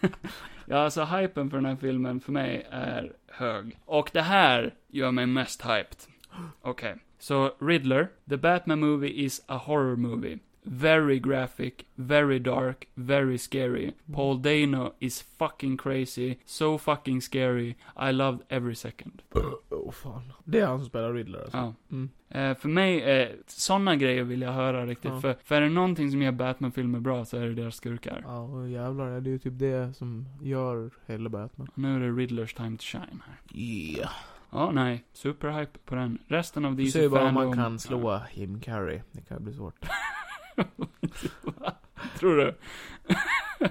eh, ja, alltså hypen för den här filmen för mig är hög. Och det här gör mig mest hyped. Okej. Så Riddler, The Batman Movie is a horror movie. Very graphic, very dark, very scary. Paul Dano is fucking crazy, so fucking scary. I loved every second.
Åh fan. Det är han som spelar Riddler alltså.
Ja.
Mm.
Eh, för mig, eh, sådana grejer vill jag höra riktigt.
Ja.
För, för är det någonting som gör Batman-filmer bra så är det deras skurkar.
Ja, och jävlar. Det är ju typ det som gör hela Batman.
Och nu är det Riddlers time to shine här.
Yeah.
Ja, nej. Superhype på den. Resten av
Du
DC
ser ju bara om man
typ fandom-
kan slå Jim Carrey. Det kan ju bli svårt.
Tror du?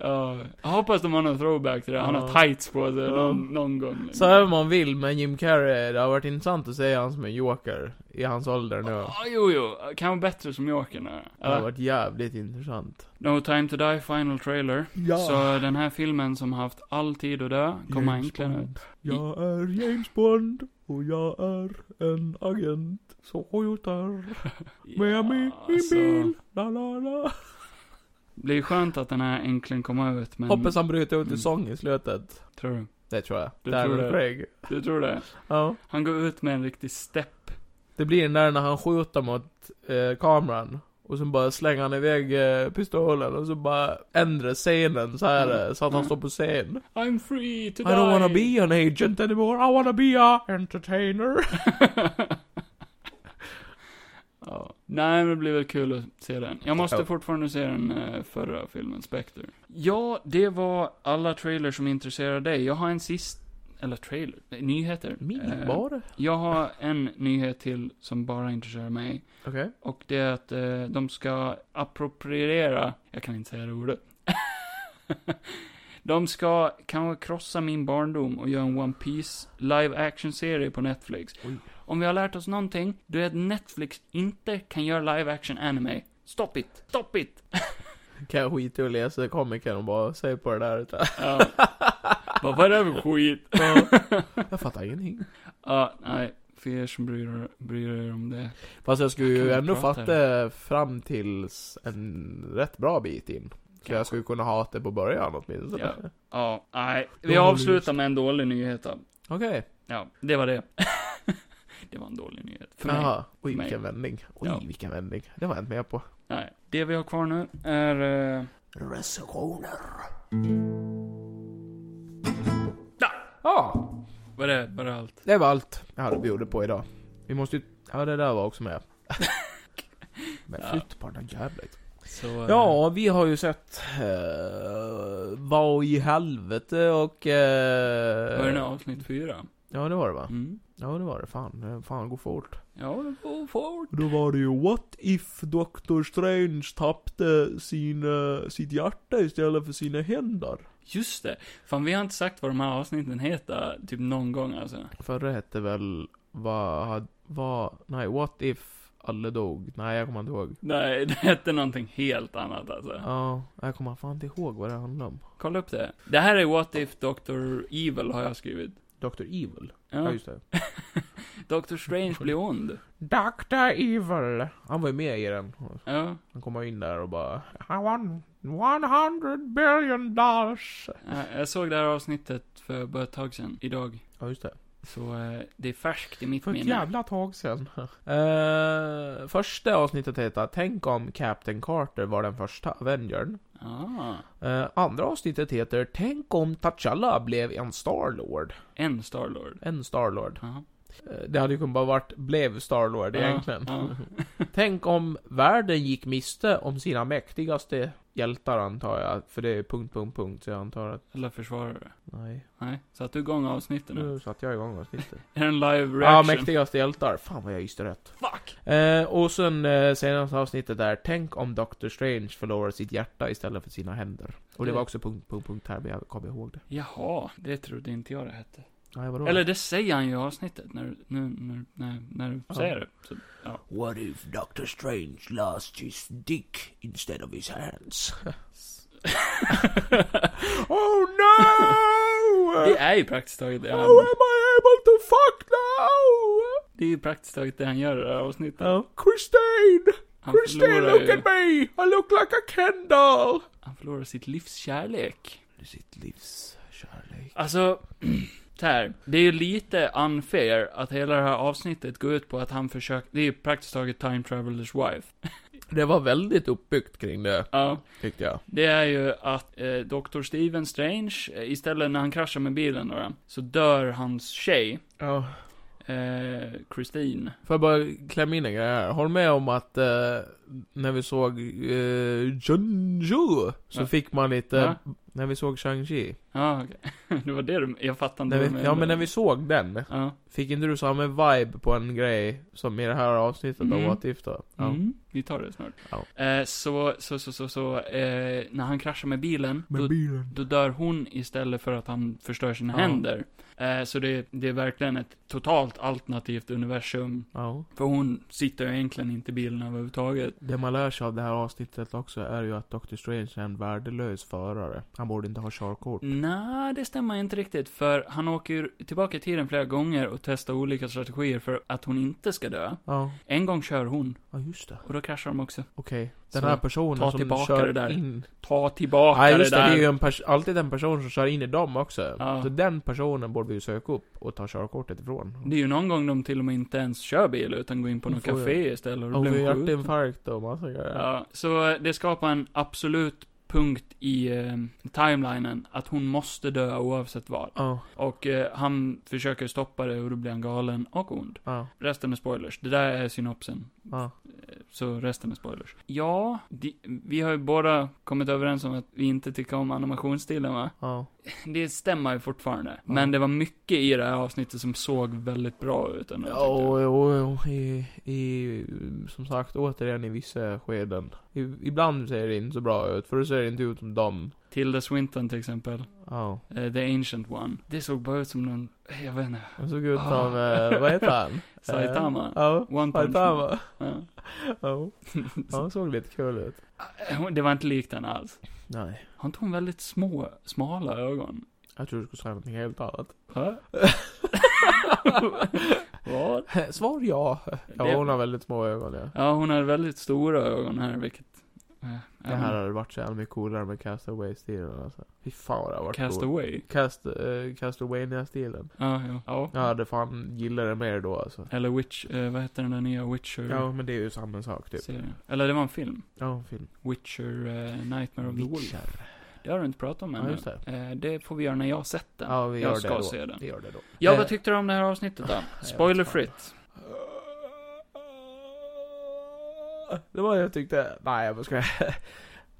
ja, jag hoppas de har någon throwback till det. Han har
Ja.
tights på sig någon,
Ja.
någon gång. liksom.
Så även om man vill med Jim Carrey, det har varit intressant att se han som en joker. I hans ålder nu.
Ja, jo, jo. Kan vara bättre som Jokern är.
Det har
Ja.
varit jävligt intressant.
No Time To Die Final Trailer.
Ja.
Så den här filmen som haft all tid att dö kommer äntligen ut.
Jag är James Bond och jag är en agent. Så jag tar med mig min
alltså,
bil. La, la, la.
Det är skönt att den här äntligen kommer ut, men...
Hoppas han bryter ut i
Mm.
sång i slutet.
Tror du?
Det tror jag.
Du
Där
tror
är
det?
Craig.
Du tror det?
Ja.
Han går ut med en riktig stepp.
Det blir den där när han skjuter mot eh, kameran. Och sen bara slänger han iväg eh, pistolen och så bara ändrar scenen så här
Mm.
eh, så att han
Mm.
står på scen.
I'm free to
I
die!
don't wanna be an agent anymore, I wanna be a entertainer.
ja. Nej, men det blir väl kul att se den. Jag måste
Ja.
fortfarande se den eh, förra filmen, Spectre. Ja, det var alla trailers som intresserar dig. Jag har en sist... Eller trailer? Nej, Nyheter.
Min
Eh,
bara?
Jag har en nyhet till som bara intresserar mig.
Okej.
Och det är att eh, de ska appropriera... Jag kan inte säga det ordet. de ska kanske krossa min barndom och göra en One Piece live action-serie på Netflix.
Oj.
Om vi har lärt oss någonting, då är att Netflix inte kan göra live action anime. Stop it! Stop it!
Kan jag skita i att läsa komikern och bara säga på det där utan...
Ja. Vad var det för skit?
Jag fattar ingenting.
Ja, nej. För er som bryr, bryr er om det.
Fast jag skulle ju
Kan vi
ändå
prata
fatta fram tills en rätt bra bit in. Så jag skulle kunna hata det på början åtminstone.
Ja. Ja, nej. Vi
Dålig
avslutar med en dålig nyhet då.
Okej.
Ja, det var det. det var en dålig nyhet. För mig.
Jaha. Oj,
För mig.
vilken vändning. Oj,
Ja.
vilken vändning. Det var jag inte med på.
Nej. Det vi har kvar nu är... eh,
Recensioner. Ja,
Vad är det? Var det allt?
det var allt jag hade bjudit på idag. Vi måste ju... Ja, det där var också med. Men
Ja.
flytt på den jävligt.
Så, eh,
Ja, vi har ju sett... eh, vad i helvete och... eh,
Var det nu avsnitt fyra?
Ja, det var det va?
Mm.
Ja, det var det. Fan, eh, fan går fort.
Ja, det går fort.
Då var det ju What If Doctor Strange tappade sina, sitt hjärta istället för sina händer?
Just det. Fan, vi har inte sagt vad de här avsnitten heter, typ någon gång alltså.
Förra hette väl vad, vad, nej, What If alla dog? Nej, jag kommer inte ihåg.
Nej, det hette någonting helt annat alltså.
Ja, jag kommer fan inte ihåg vad det handlade om.
Kolla upp det. Det här är What If Dr. Evil har jag skrivit.
Dr. Evil? Ja,
Ja.
just det.
Dr. Strange blir ond.
Dr. Evil! Han var ju med i den.
Ja.
Han kommer in där och bara I want 100 billion dollars!
Ja, Jag såg det här avsnittet för bara ett tag sedan, idag.
Ja, just det.
Så eh, det är färskt i mitt
För ett
minne.
jävla tag sedan. Eh, första avsnittet heter Tänk om Captain Carter var den första Avengern.
Ah,
Eh, andra avsnittet heter Tänk om T'Challa blev en Starlord.
en Starlord.
En Starlord.
Ja.
Eh, Det hade ju kunnat bara varit blev Starlord egentligen.
Ja,
Tänk om världen gick miste om sina mäktigaste hjältar antar jag. För det är punkt, punkt, punkt. Så jag antar att...
Eller försvarar du det?
Nej.
Nej, satte du igång avsnitten nu?
Nu satte jag igång avsnittet.
Är det en live
Mm. Ja,
reaction?
mäktigaste hjältar. Fan vad jag gissade rätt.
Fuck!
Eh, och sen eh, senaste avsnittet där. Tänk om Doctor Strange förlorar sitt hjärta istället för sina händer. Och
Mm.
det var också punkt, punkt, punkt här. Men jag kommer ihåg det.
Jaha, det trodde inte jag det hette.
Nej, vadå?
Eller det säger han ju i avsnittet, när, du- nu, nu, när, när du
Ja.
säger det. Så, ja.
What if Doctor Strange lost his dick instead of his hands?
Oh no!
Det är ju praktiskt taget det han,
How am I able to fuck now?
det är ju praktiskt taget det han gör i det här avsnittet.
Christine!
Han
Christine,
förlorar
look
ju,
at me! I look like a candle!
han förlorar sitt livs kärlek.
Sitt livs kärlek.
Alltså, så här. Det är ju lite unfair att hela det här avsnittet går ut på att han försöker, det är ju praktiskt taget time travelers wife.
Det var väldigt uppbyggt kring det,
Ja.
tyckte jag.
Det är ju att eh, Dr. Steven Strange, eh, istället när han kraschar med bilen då, så dör hans tjej,
Ja.
eh, Christine.
Får jag bara klämma in en grej här? Håll med om att eh, när vi såg eh, Junju så
Ja.
fick man lite...
Ja.
När vi såg Shang-Chi.
Ja, okej. Det var det du, jag fattar inte
När
vad du
vi- Ja, men när vi såg den.
Ja.
Fick inte du samma vibe på en grej som i det här avsnittet av
Mm.
What If då? Ja.
Mm, vi tar det snart.
Ja.
Eh, så, så, så, så, så, eh, när han kraschar med bilen, då,
bilen.
då dör hon istället för att han förstör sina
Ja.
händer. Eh, så det, det är verkligen ett totalt alternativt universum.
Ja.
För hon sitter ju egentligen inte i bilen överhuvudtaget.
Det man lär sig av det här avsnittet också är ju att Dr. Strange är en värdelös förare. Han borde inte ha körkort.
Nej, det stämmer inte riktigt, för han åker ju tillbaka i tiden flera gånger och testar olika strategier för att hon inte ska dö.
Ja,
En gång kör hon,
ja just det.
och då kraschar de också.
Okej. Den
Så,
här personen
ta
som
tillbaka
kör
det där.
in...
Ta tillbaka
Nej just det,
det
det
där.
är ju en pers- alltid en person som kör in i dem också.
Ja.
Så den personen borde vi ju söka upp och ta körkortet ifrån.
Det är ju någon gång de till och med inte ens kör bil, utan går in på
De
något
får ju-
café istället och då
Om vi
blir
har
de skjutna.
hjärtinfarkt och massa grejer.
Ja, så eh, det skapar en absolut punkt i eh, timelinen, att hon måste dö oavsett vad.
Ja,
Och eh, han försöker stoppa det och då blir han galen och ond.
ja,
Resten är spoilers. Det där är synopsen.
ja.
Så resten är spoilers. Ja, di- vi har ju båda kommit överens om att vi inte tycker om animationsstilen va?
ja.
Det stämmer ju fortfarande. Men det var mycket i det här avsnittet som såg väldigt bra ut ändå, tyckte
Ja,
jag.
och, och, och i, i, som sagt, återigen i vissa skeden. I, ibland ser det inte så bra ut, för då ser det inte ut som dem.
Tilda Swinton till exempel.
Ja.
Eh, The Ancient One. Det såg bara ut som någon, eh, jag vet inte,
Han såg ut som,
Ah.
eh, vad heter han? Eh,
Saitama.
Ja,
One Punch Man.
Saitama.
Ja.
Ja, Ja, han såg lite kul ut.
Hon- Det var inte likt henne alls.
Nej.
Har inte hon väldigt små, smala ögon?
Jag tror du skulle säga någonting helt annat.
Va? Vad?
Svar ja. Ja,
Det-
hon har väldigt små ögon ja.
Ja, hon hade väldigt stora ögon här, vilket... eh,
Det här hade varit så jävla mycket coolare med Castaway-stilen alltså. Fy fan vad det hade varit
Cast
coolt.
away.
Cast, eh, Castaway-stilen.
Ja, ja. ja.
Jag hade fan gillat det mer då alltså.
Eller Witch, eh, vad heter den där nya Witcher-serien?
Ja, men det är ju samma sak typ.
Eller det var en film.
Ja, film.
Witcher, eh, Nightmare of the Wolf.
Witcher.
Det har du inte pratat om
Ja,
ännu.
just det.
Eh, det får vi göra när jag har sett den.
Ja, vi gör
jag
det
ska
då.
se den.
Det gör det då.
Ja,
Eh,
vad tyckte du om det här avsnittet då? Spoilerfritt.
Det var det jag tyckte. Nej, jag bara skojar.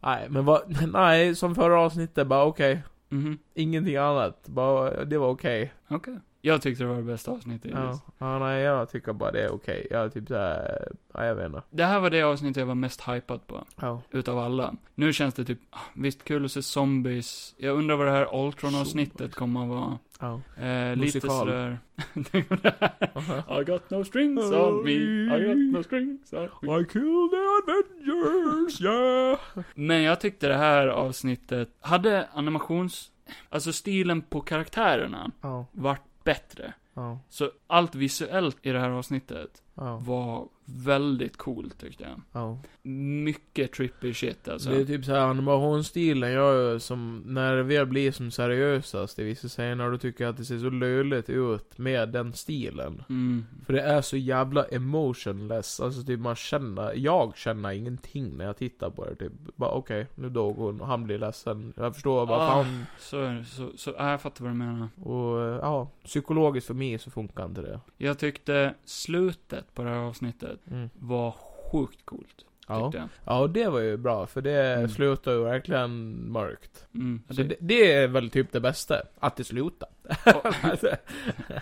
Nej, men vad, nej, som förra avsnittet, bara okej.
Mhm,
Ingenting annat. Bara, det var okej.
okej. Jag tyckte det var det bästa avsnittet
Ja.
hittills.
ja, nej, jag tycker bara det är okej. Jag är typ såhär, ja, jag vet inte.
Det här var det avsnittet jag var mest hypad på.
Ja.
Utav alla. Nu känns det typ, ah, visst kul att se zombies. Jag undrar vad det här Ultron-avsnittet kommer att vara.
Ja.
Eh, lite
Musikal.
sådär... I got no strings on me, I got no strings on me.
I killed the Avengers, yeah!
Men jag tyckte det här avsnittet hade animations... Alltså stilen på karaktärerna
Ja,
vart bättre.
ja,
Så allt visuellt i det här avsnittet
ja.
var väldigt coolt tyckte jag.
Ja.
Mycket trippy shit alltså.
Det är typ såhär animationsstilen gör ju som, när det väl blir som seriösast i vissa scener, då tycker jag att det ser så löjligt ut med den stilen.
Mm.
För det är så jävla emotionless, alltså typ man känner, jag känner ingenting när jag tittar på det typ. Bara okej, nu dog hon och han blir ledsen. Jag förstår bara
Ah.
fan.
Så är det. Så, så, ja, jag fattar vad du menar.
Och eh, ja, psykologiskt för mig så funkar inte det.
Jag tyckte slutet på det här avsnittet
Mm.
var sjukt coolt.
Ja.
Tyckte jag.
ja, och det var ju bra för det
Mm.
slutar ju verkligen mörkt.
Mm.
Så
det-
det, det är väl typ det bästa, att det slutar.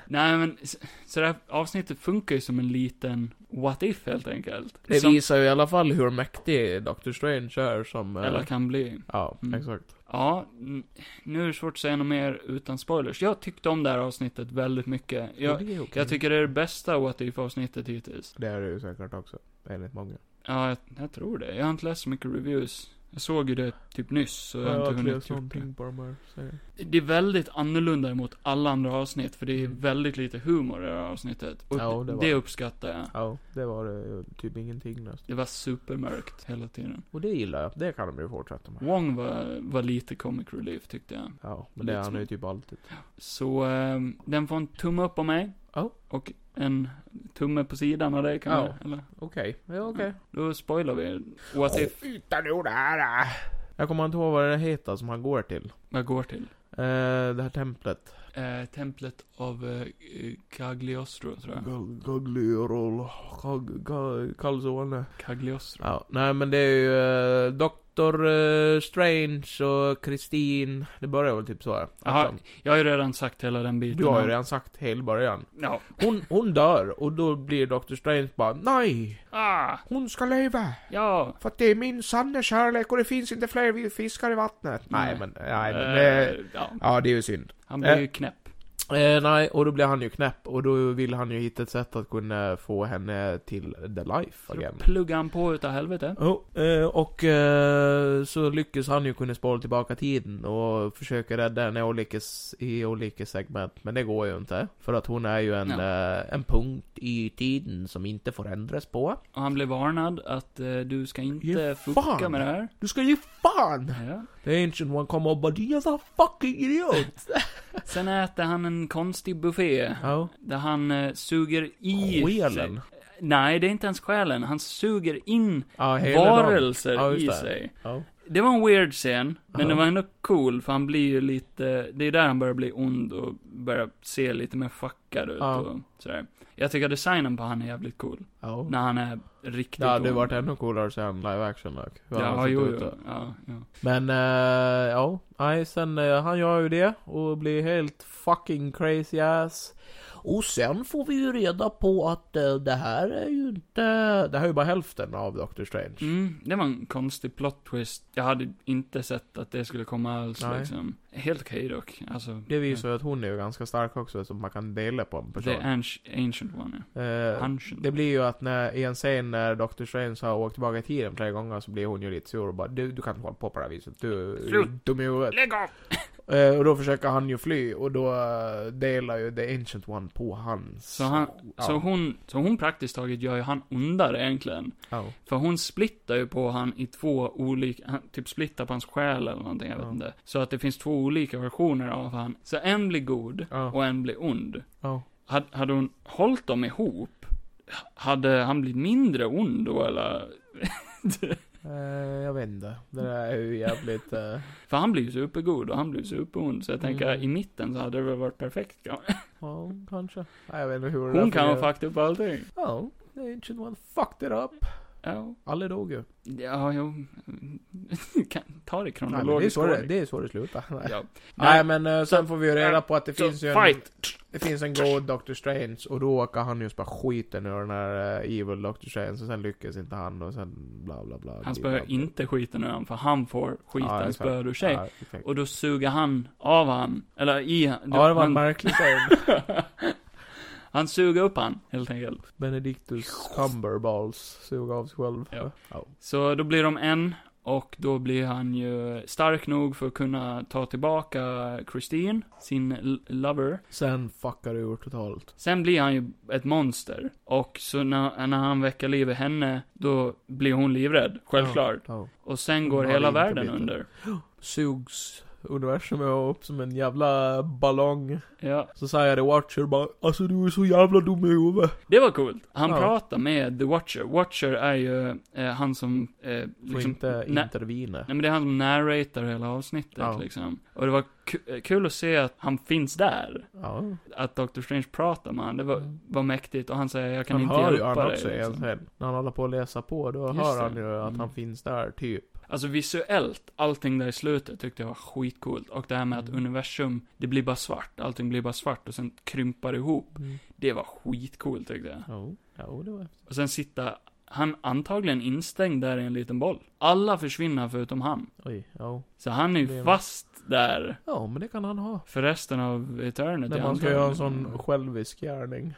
Nej men, s- så det här avsnittet funkar ju som en liten what if helt enkelt.
Det
som,
visar ju i alla fall hur mäktig Doctor Strange är som... eh,
Eller kan bli.
Ja,
Mm.
exakt.
Ja, n- nu är det svårt att säga något mer utan spoilers. Jag tyckte om det här avsnittet väldigt mycket.
Och
Jag,
det är okej.
jag tycker det är det bästa what if avsnittet hittills.
Det är det ju säkert också, enligt många.
Ja, jag, jag tror det. Jag har inte läst så mycket reviews. Jag såg ju det typ nyss, så jag har inte hunnit gjort det.
på de här serierna.
Det är väldigt annorlunda mot alla andra avsnitt, för det är väldigt lite humor i det här avsnittet. Och
Mm. Ja, det
det,
var
det
det.
uppskattar jag.
Ja, det var det ju typ ingenting nästan.
Det var supermörkt hela tiden.
Och det gillar jag, det kan de ju fortsätta med.
Wong var, var lite comic relief tyckte jag.
Ja, men det är
Lite
han
som-
ju typ alltid.
Så ehm, den får en tumme upp av mig.
Ja.
Och en tumme på sidan av dig kan
Ja.
man, eller?
Okej, ja okej.
Då spoilar vi. What if,
Utan ord här.
Jag kommer inte ihåg vad det heter som han går till.
vad går till?
Eh, det här templet.
Eh, templet av eh, Cagliostro, tror jag.
Gaglirol. Kalsone.
Cagliostro.
Ja, nej men det är ju eh, Dr. eh, Strange och Christine. Det börjar väl typ så här.
Jaha,
Att de-
jag har ju redan sagt hela den biten.
du har ju redan sagt hela början.
Ja.
Hon, hon dör och då blir Dr. Strange bara Nej!
Ah!
Hon ska leva!
Ja!
För att det är min sanna kärlek och det finns inte fler vi- fiskar i vattnet. Nej
Nej.
men, nej men. Mm. eh,
Eh, ja.
Ja, det är ju synd.
Han blir
eh.
ju knäpp.
Eh, nej, och då blir han ju knäpp och då vill han ju hitta ett sätt att kunna få henne till the life
Så då
again.
pluggar han på utav helvete.
Jo, eh, och eh, så lyckas han ju kunna spåra tillbaka tiden och försöka rädda henne i olika, s- i olika segment. Men det går ju inte. För att hon är ju en, eh, en punkt i tiden som inte får ändras på.
Och han blir varnad att eh, du ska
Ge
inte
fan.
fucka med det här.
Du ska ge fan!
Ja.
The ancient one kommer och bara 'Du är en fucking idiot!'
Sen äter han en konstig buffé.
Ja.
Där han eh, suger i...
Själen.
sig- Nej, det är inte ens själen. Han suger in
Ja, hela dagen.
varelser
Ja, just
i
det.
sig.
Ja.
Det var en weird scen, men
Ja.
den var ändå cool, för han blir ju lite... Det är där han börjar bli ond och börjar se lite mer fuckad ut
Ja.
och sådär. Jag tycker designen på han är jävligt cool.
Ja.
När han är riktigt
Det hade
ond.
varit ännu coolare sen live action dock. Hur han
Ja,
har sett
jo,
ut
jo.
då.
Ja, ja.
Men, eh, ja. Nej, sen eh, han gör ju det och blir helt fucking crazy ass. Och sen får vi ju reda på att eh, det här är ju inte... Det här är ju bara hälften av Doctor Strange.
Mm, det var en konstig plot twist. Jag hade inte sett att det skulle komma alls
Nej.
liksom. Helt okej dock. Alltså,
Det visar ju att hon är ju ganska stark också, så man kan dela på en person.
The Anci- Ancient One, ja.
Eh,
Ancient.
Det blir ju att när, i en scen när Dr. Strange har åkt tillbaka i tiden flera gånger så blir hon ju lite sur och bara du, du kan inte hålla på på det här viset. Du du är dum i huvudet.
Lägg av!
Eh, och då försöker han ju fly och då eh, delar ju The Ancient One på hans.
Så han,
ja.
så hon, så hon praktiskt taget gör ju han ondare egentligen.
Ja.
För hon splittar ju på han i två olika, han typ splittar på hans själ eller någonting, jag vet
Ja.
inte. Så att det finns två olika versioner av han. Så en blir god
Ja.
och en blir ond.
Ja.
Had, hade hon hållit dem ihop, hade han blivit mindre ond då eller?
Eh, jag vet inte. Det där är ju jävligt... eh,
För han blir ju supergod och han blir superond, så jag tänker
Mm.
i mitten så hade det väl varit perfekt. Ja.
Ja, kanske. Nej, jag vet inte hur det
Hon
där
kan ha
fungerar.
fuckat upp allting.
Ja, The Ancient One fucked it up.
Ja,
Alla dog ju.
ja jo. Kan- Ta det i
Nej, men det, är
kronologisk
så det,
ordning.
det är så det slutar. Nej.
Ja. Nej,
Nej men eh, sen får vi ju reda på att det
så
finns ju en...
fight!
Det finns en god Dr. Strange och då åker han just bara skiten ur den här eh, evil Dr. Strange och sen lyckas inte han och sen bla bla bla.
Han spöar inte skiten ur honom, för han får skiten spöad ur sig.
Ja, exakt.
Och då suger han av han, eller i han.
ja, det var en
han,
märklig scen.
han suger upp han, helt enkelt.
Benedictus Cumberballs suger av sig själv.
Ja.
Ja.
Så då blir de en, Och då blir han ju stark nog för att kunna ta tillbaka Christine, sin l- lover.
Sen fuckar du ur totalt.
Sen blir han ju ett monster. Och så när, när han väcker liv i henne, då blir hon livrädd, självklart.
Ja.
Och sen
Hon
går
har
hela
inte
världen
blivit
under.
Sugs universum upp som en jävla ballong.
Ja,
Så säger The Watcher bara Alltså du är så jävla dum i huvudet.
det var coolt. Han
Ja.
pratar med The Watcher. Watcher är ju eh, han som... Eh,
Får
liksom,
inte
nä-
intervina.
Nej men det är han som narratar hela avsnittet
Ja.
liksom. Och det var ku- kul att se att han finns där.
Ja.
Att Dr. Strange pratar med han. Det var, var mäktigt. Och han säger jag kan
Mm. han
inte
hör ju
hjälpa
han
dig.
också
liksom.
egentligen. När han håller på att läsa på, då
Just
hör
det.
han ju att
Mm.
han finns där, typ.
Alltså visuellt, allting där i slutet tyckte jag var skitcoolt. Och det här med att
Mm.
universum, det blir bara svart. Allting blir bara svart och sen krympar det ihop. Det var skitcoolt tyckte jag.
Jo, jo det var
Och sen sitta, han antagligen instängd där i en liten boll. Alla försvinner förutom han.
Oj, jo.
Så han är
Det är-
ju fast där
Ja, men det kan han ha.
för resten av eternity.
När man ska
antagligen.
göra en sån självisk gärning.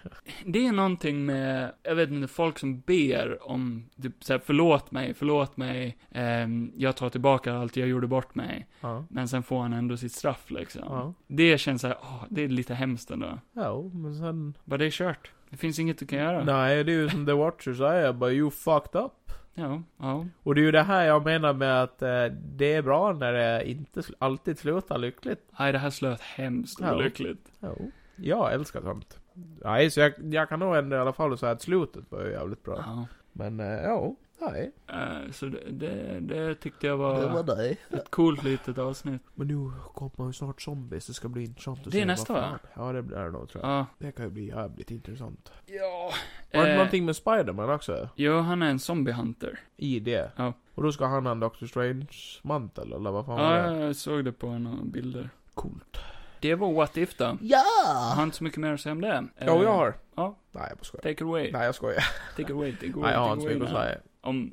Det är någonting med, jag vet inte, folk som ber om, typ såhär, förlåt mig, förlåt mig, ehm, jag tar tillbaka allt jag gjorde bort mig.
Ja.
Men sen får han ändå sitt straff liksom.
Ja.
Det känns såhär, åh, det är lite hemskt ändå.
Jo, men sen...
Bara det är kört. Det finns inget du kan göra.
Nej, det är ju som The Watcher säger, bara you fucked up.
Ja, ja.
Och det är ju det här jag menar med att eh, det är bra när det inte sl- alltid slutar lyckligt.
Nej, det här slöt hemskt
Ja.
olyckligt.
Jo. Jag älskar sånt. Nej, så jag, jag kan nog ändå i alla fall säga att slutet var ju jävligt bra.
Ja.
Men eh, ja, nej.
Eh, Så det, det, det tyckte jag var,
det.
ett coolt litet avsnitt.
Men nu kommer ju snart zombies, det ska bli intressant att
Det är
se vad
nästa, va?
fan- Ja, det blir det nog tror jag.
Ja.
Det kan ju bli jävligt intressant.
Ja.
Var det
Eh,
någonting med Spiderman också?
Jo, han är en zombie hunter.
I det?
Ja.
Och då ska han ha en Doctor Strange-mantel, eller vad fan var
Ja,
det?
jag såg det på några bilder.
Coolt.
Det var What If då.
Ja!
Jag har inte så mycket mer att säga om det. Eh,
Ah. Jo, jag har.
ja.
Nej, jag bara skojar.
Take it away.
Nej, jag skojar.
Take it away, take it away.
Nej, jag har
take
inte
it away
så mycket att
now.
säga.
Om,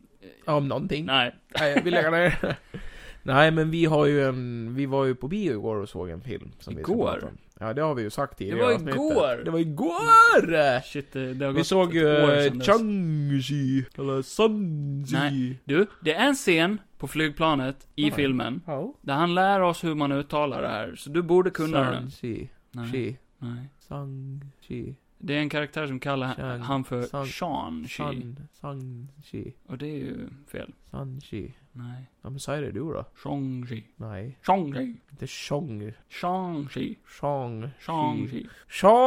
Om någonting.
nej.
Nej, vi lägger ner. Nej, men vi har ju en... Vi var ju på bio igår och såg en film. Som Vi
Igår?
ska prata om. ja, det har vi ju sagt tidigare
var
i avsnittet.
igår!
Det var igår!
Shit, eh, det, det har
Vi
gått
såg
ett
ju eh,
år sedan dess.
Chang-Chi, eller Sun-Chi.
Du, det är en scen på flygplanet i
Nej.
filmen.
Ja.
Där han lär oss hur man uttalar det här. Så du borde kunna den. Mm.
Sun-Chi.
Nej.
Chi.
nej.
Sang-Chi.
Det är en karaktär som kallar
Shang-
han, han för
Shang-
Sean Shi.
Sun. Sang-Chi.
Och det är ju fel.
Sun-Chi.
Nej.
Ja, men säg det du då.
Shang-Chi.
Nej.
Shang-Chi.
Inte Chong.
Shang-Chi.
Chang.
Shang-Chi.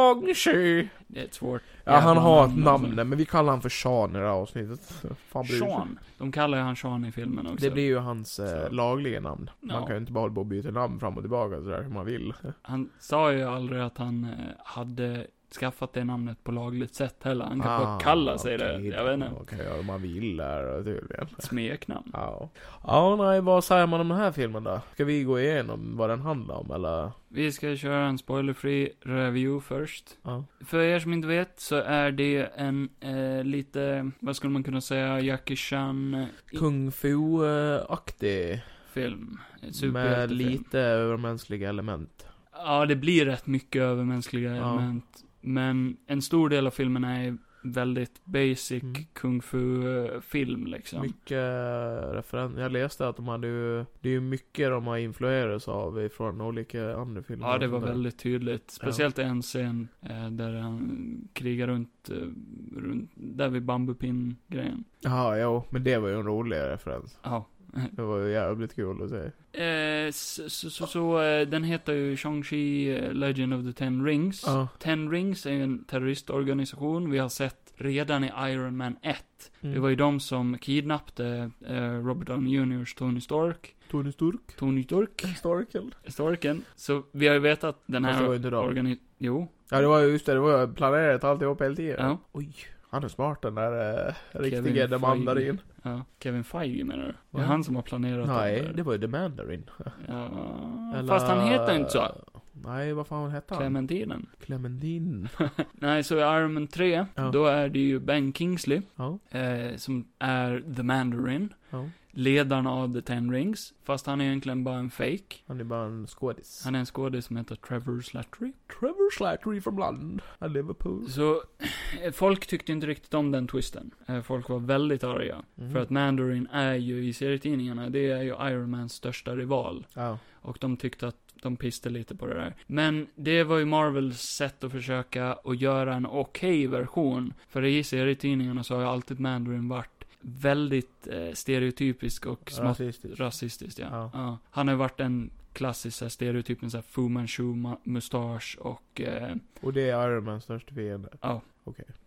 Chang-Chi.
Det är ett svårt
Ja, han
jävla
har ett
alltså.
namn, men vi kallar han för Sean i det här avsnittet. Fan bryr sig.
Sean. De kallar ju han Sean i filmen också.
Det blir ju hans eh,
Så.
lagliga namn. Man
Ja.
kan ju inte bara hålla på och byta namn fram och tillbaka sådär hur man vill.
Han sa ju aldrig att han eh, hade skaffat det namnet på lagligt sätt heller. Han kan
Ah,
bara kalla sig det. Jag vet inte.
Man kan göra vad man vill där tydligen.
Ett smeknamn.
Ja. Ja, nej, vad säger man om den här filmen då? Ska vi gå igenom vad den handlar om eller?
Vi ska köra en spoilerfri review först.
Ja.
För er som inte vet så är det en eh, lite, vad skulle man kunna säga, Jackie eh, Chan-film.
Kung Fu-aktig.
Ett
Med
superhjältefilm.
lite övermänskliga element.
Ja, det blir rätt mycket övermänskliga
Ja.
element. Men en stor del av filmen är väldigt basic
Mm.
kung fu-film liksom.
Mycket referenser. Jag läste att de hade ju, det är ju mycket de har influerats av ifrån olika andra filmer.
Ja, det
och
var
sånt där.
väldigt tydligt. Speciellt en scen eh, där han krigar runt, eh, runt där vid bambupin-grejen.
Ja, jo, men det var ju en rolig referens.
Ja.
Det var ju jävligt kul att se.
Eh, så, så, så, så eh, den heter ju Shang-Chi eh, Legend of the Ten Rings.
Ja.
Ten Rings är ju en terroristorganisation vi har sett redan i Iron Man 1.
Mm.
Det var ju de som kidnappade eh, Robert Downey Jr.'s Tony Stark.
Tony Sturk.
Tony Stark?
Starkel.
Starken. Så vi har ju vetat den
Fast
här
det var ju inte de.
organi- Jo.
Ja, det var ju just det. Det var ju planerat alltihop hela tiden.
Ja.
Oj. Han är smart den där eh, riktige
Feige.
The Mandarin.
ja. Kevin Feige menar du? Det
Va?
är han som har planerat allt
Nej,
där.
det var ju The Mandarin.
Ja.
Eller-
Fast han heter inte så.
Nej, vad fan hette han?
Clementinen.
Clementine.
Nej, så i Iron Man 3,
Ja.
då är det ju Ben Kingsley.
Ja.
eh, som är The Mandarin.
Ja.
ledarna av The Ten Rings. Fast han är egentligen bara en fake.
Han är bara en skådis.
Han är en skådis som heter Trevor Slattery.
Trevor Slattery från London. I Liverpool.
Så eh, folk tyckte inte riktigt om den twisten. Eh, Folk var väldigt arga.
Mhm.
För att Mandarin är ju i serietidningarna, det är ju Iron Mans största rival.
Ja.
Och de tyckte att de piste lite på det där. Men det var ju Marvels sätt att försöka att göra en okej version. För i serietidningarna så har ju alltid Mandarin varit väldigt eh, stereotypisk och smått
Rasistiskt.
rasistisk. Ja.
Ja.
Ja. Han har ju varit en klassisk så här, stereotypen så här, Fu Manchu, ma- mustasch och... Eh,
Och det är Iron Mans största fiende.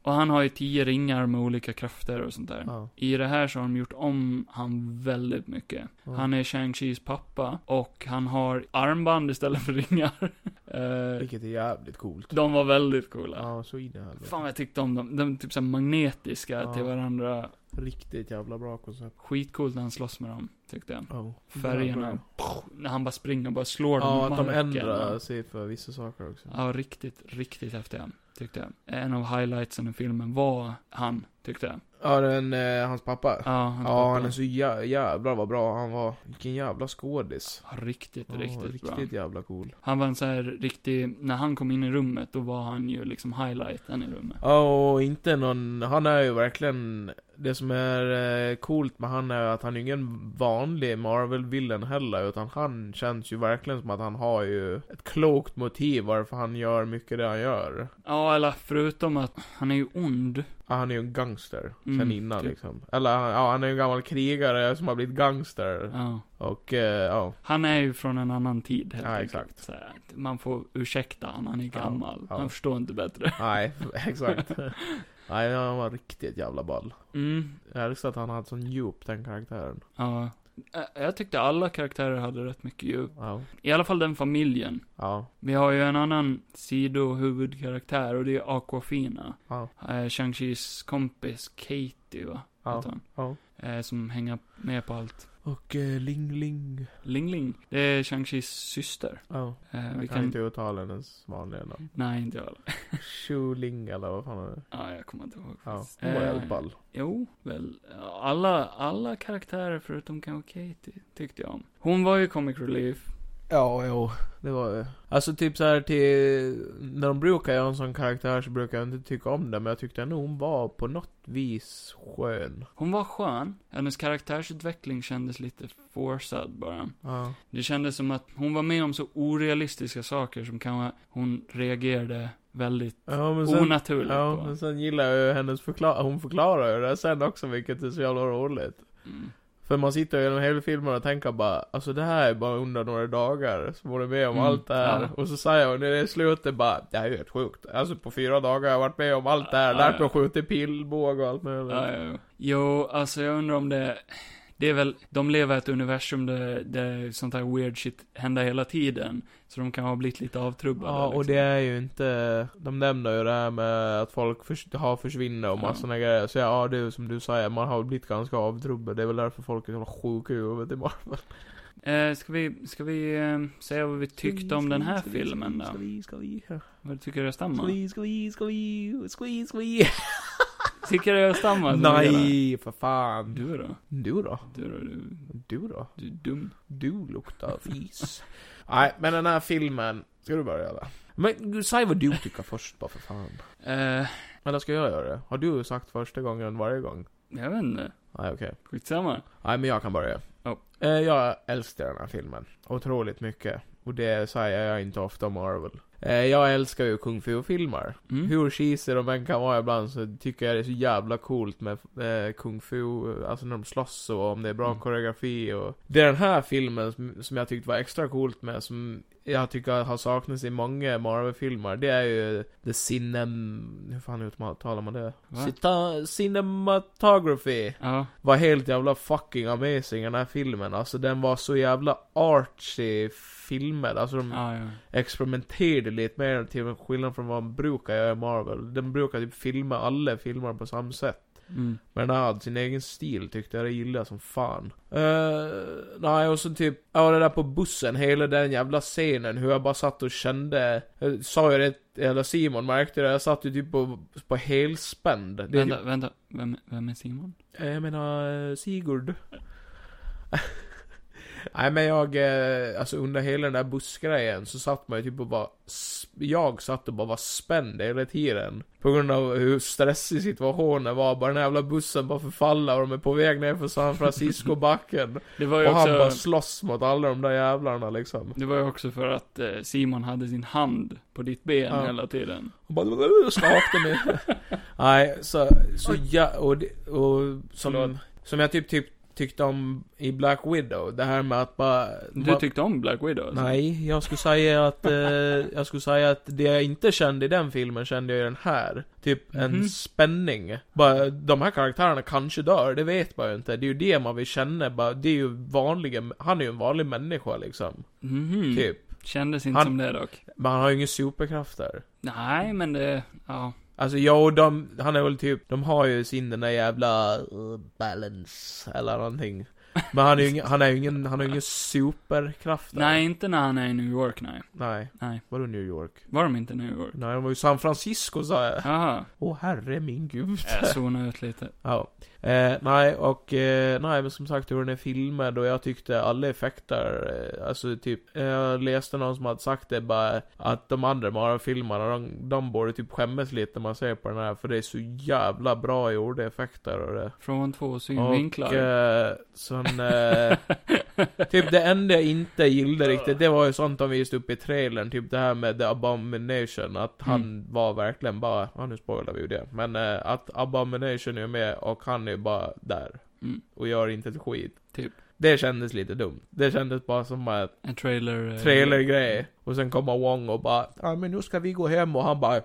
och han har ju tio ringar med olika krafter och sånt där.
Ja.
I det här så har de gjort om han väldigt mycket.
Ja.
Han är Shang-Chis pappa och han har armband istället för ringar. Eh,
Vilket är jävligt coolt.
de var väldigt coola.
Ja, så in i helvete.
Fan vad jag tyckte om dem. De är typ så här magnetiska
Ja.
till varandra.
Riktigt jävla bra koncept.
Skitcoolt när han slåss med dem, tyckte jag.
Oh.
Färgerna, när han bara springer och bara slår
Ja,
dem i
att de
marken.
ändrar sig för vissa saker också.
Ja, riktigt, riktigt häftiga, tyckte jag. En av highlightsen i filmen var han, tyckte jag.
Ja, den, eh, hans pappa.
Ja, hans
Ja, han
pappa.
är så jä jävlar vad bra han var. Vilken jävla skådis.
Ja, Riktigt,
Ja,
riktigt, bra.
riktigt jävla cool.
Han var en så här riktig, när han kom in i rummet, då var han ju liksom highlighten i rummet.
Ja, och inte någon, han är ju verkligen, det som är eh, coolt med han är att han är ju ingen vanlig Marvel-villen heller, utan han känns ju verkligen som att han har ju ett klokt motiv varför han gör mycket det han gör.
Ja, eller förutom att han är ju ond.
Ja, han är ju en gangster
Mm,
sen innan
typ.
liksom. Eller han- ja, han är ju en gammal krigare som har blivit gangster.
Ja.
Och eh, ja,
Han är ju från en annan tid helt
Ja,
enkelt.
exakt.
Så här, man får ursäkta han, han är
Ja,
gammal.
ja.
Han förstår inte bättre.
nej, exakt. Nej, han var riktigt jävla ball.
Mm,
Jag älskar att han hade sån djup, den karaktären.
ja. Ä- Jag tyckte alla karaktärer hade rätt mycket djup.
Ja.
I alla fall den familjen.
Ja.
Vi har ju en annan sidohuvudkaraktär och det är Aquafina.
Ja.
Eh, Shang-Chis kompis Katie va?
Ja.
Heter hon.
ja.
Eh, som hänger med på allt.
Och eh, Ling Ling.
Ling Ling. Det är Shang-Chis syster.
Ja.
Eh, vi
Jag
kan...
kan inte uttala hennes vanliga namn.
Nej, inte jag heller.
Shu Ling eller vad fan är det?
Ja, jag kommer inte ihåg.
Ja.
faktiskt.
Hon var
Eh,
helt ball.
Jo, väl. Alla, alla karaktärer förutom kanske Katie tyckte jag om. Hon var ju comic relief.
Ja, jo. Det var ju. Alltså typ så här till, när de brukar göra en sån karaktär så brukar jag inte tycka om det, men jag tyckte ändå hon var på något vis skön.
Hon var skön. Hennes karaktärsutveckling kändes lite forcead bara.
Ja.
Det kändes som att hon var med om så orealistiska saker som kanske hon reagerade väldigt
Ja men sen,
onaturligt
ja,
på.
men sen gillar jag ju hennes förklaring, hon förklarar ju det sen också vilket är så jävla roligt.
Mm.
För man sitter ju genom hela filmen och tänker bara, alltså det här är bara under några dagar, så var du med om
Mm,
allt det här.
ja.
Och så säger hon i slutet bara, det här är ju helt sjukt. Alltså på fyra dagar har jag varit med om allt det här,
Ja,
lärt mig
ja.
att skjuta pilbåge och allt möjligt.
Ja, ja, ja. Jo, alltså jag undrar om det... Det är väl, de lever i ett universum där, där sånt här weird shit händer hela tiden. Så de kan ha blivit lite avtrubbade.
Ja, och
liksom.
det är ju inte, de nämner ju det här med att folk förs- har försvinner och
Ja.
massor av grejer. Så ja, det är ju som du säger, man har blivit ganska avtrubbad. Det är väl därför folk är så jävla sjuka i huvudet i Marvel.
Eh, ska vi, ska vi eh, säga vad vi tyckte om den här filmen då?
Ska vi, ska vi, ska
Vad tycker du stammar?
vi, ska vi, ska vi, ska vi, ska vi.
Tycker du stammar?
Nej, för fan.
Du då?
Du då?
Du då? Du,
Du då?
du är dum.
Du luktar fis. Nej, men den här filmen. Ska du börja eller? Men gud, säg vad du tycker först bara för fan.
Eh,
Eller ska jag göra det? Har du sagt första gången varje gång?
jag vet inte.
Nej, okej.
Skitsamma.
Nej, men jag kan börja.
Ja.
Eh, jag älskar den här filmen. Otroligt mycket. Och det säger jag inte ofta om Marvel. Eh, jag älskar ju Kung Fu-filmer.
Mm.
Hur cheesy de än kan vara ibland så tycker jag det är så jävla coolt med eh, Kung Fu, alltså när de slåss och om det är bra
Mm.
koreografi och... Det är den här filmen som, som jag tyckte var extra coolt med, som jag tycker har saknats i många Marvel-filmer, det är ju The Cinem... Hur fan uttalar man det?
Va?
Cita- cinematography
Ja.
var helt jävla fucking amazing den här filmen. Alltså den var så jävla artsy filmer. Alltså de
Ja, ja.
experimenterade lite mer till skillnad från vad man brukar göra i Marvel. De brukar typ filma alla filmer på samma sätt.
Mm.
Men den hade sin egen stil tyckte jag, det gillade jag som fan. Eh, nej, och så typ, ja det där på bussen, hela den jävla scenen, hur jag bara satt och kände, jag sa ju det, eller Simon märkte det, jag satt ju typ på, på helspänn. Det är
Vänta, vänta. Vem, vem är Simon?
Eh, Jag menar eh, Sigurd. Nej men jag, eh, alltså under hela den där bussgrejen så satt man ju typ och bara, s- jag satt och bara var spänd hela tiden. På grund av hur stressig situationen var, bara den här jävla bussen bara förfalla och de är på väg ner för San Francisco-backen.
Det var ju
och han bara
också,
slåss mot alla de där jävlarna liksom.
det var ju också för att eh, Simon hade sin hand på ditt ben
Ja.
hela tiden.
Och bara skakade mig. Nej, så, så ja, och, det- och
Förlåt.
som, som jag typ, typ tyckte om i Black Widow, det här med att bara...
Du
bara-
tyckte om Black Widow? alltså?
Nej, jag skulle säga att, eh, jag skulle säga att det jag inte kände i den filmen kände jag i den här. Typ en
Mhm.
spänning. Bara, de här karaktärerna kanske dör, det vet man ju inte. Det är ju det man vill känna, bara, det är ju vanliga, han är ju en vanlig människa liksom.
Mhm.
Typ.
Kändes inte
Han-
som det dock.
Men han har ju inga superkrafter.
Nej, men det, ja.
Alltså jag och de, han är väl typ, de har ju sin den där jävla eh, balance eller någonting. Men han är ju ingen, han är ju ingen, han har ju ingen superkraft.
Nej, inte när han är i New York, nej.
Nej.
Nej.
Vadå New York?
Var de inte i New York?
Nej, de var ju San Francisco sa jag.
Jaha.
Åh herre min gud.
Jag zonade ut lite.
Ja. Eh, nej, och eh, nej, men som sagt hur den är filmad och jag tyckte alla effekter, eh, alltså typ, eh, jag läste någon som hade sagt det bara att de andra Mara-filmerna, de, de borde typ skämmas lite när man ser på den här för det är så jävla bra gjorda effekter och det.
Från två
Och
synvinklar.
eh, sen, eh, typ det enda jag inte gillade riktigt, det var ju sånt de visade upp i trailern, typ det här med The Abomination, att
Mm.
han var verkligen bara, ja nu spoilar vi ju det, men eh, att Abomination är med och han är bara där.
Mm.
Och gör inte ett skit.
Typ.
Det kändes lite dumt. Det kändes bara som att
En trailer. eh,
trailergrej. Och sen kommer Wong och bara, ja men nu ska vi gå hem och han bara,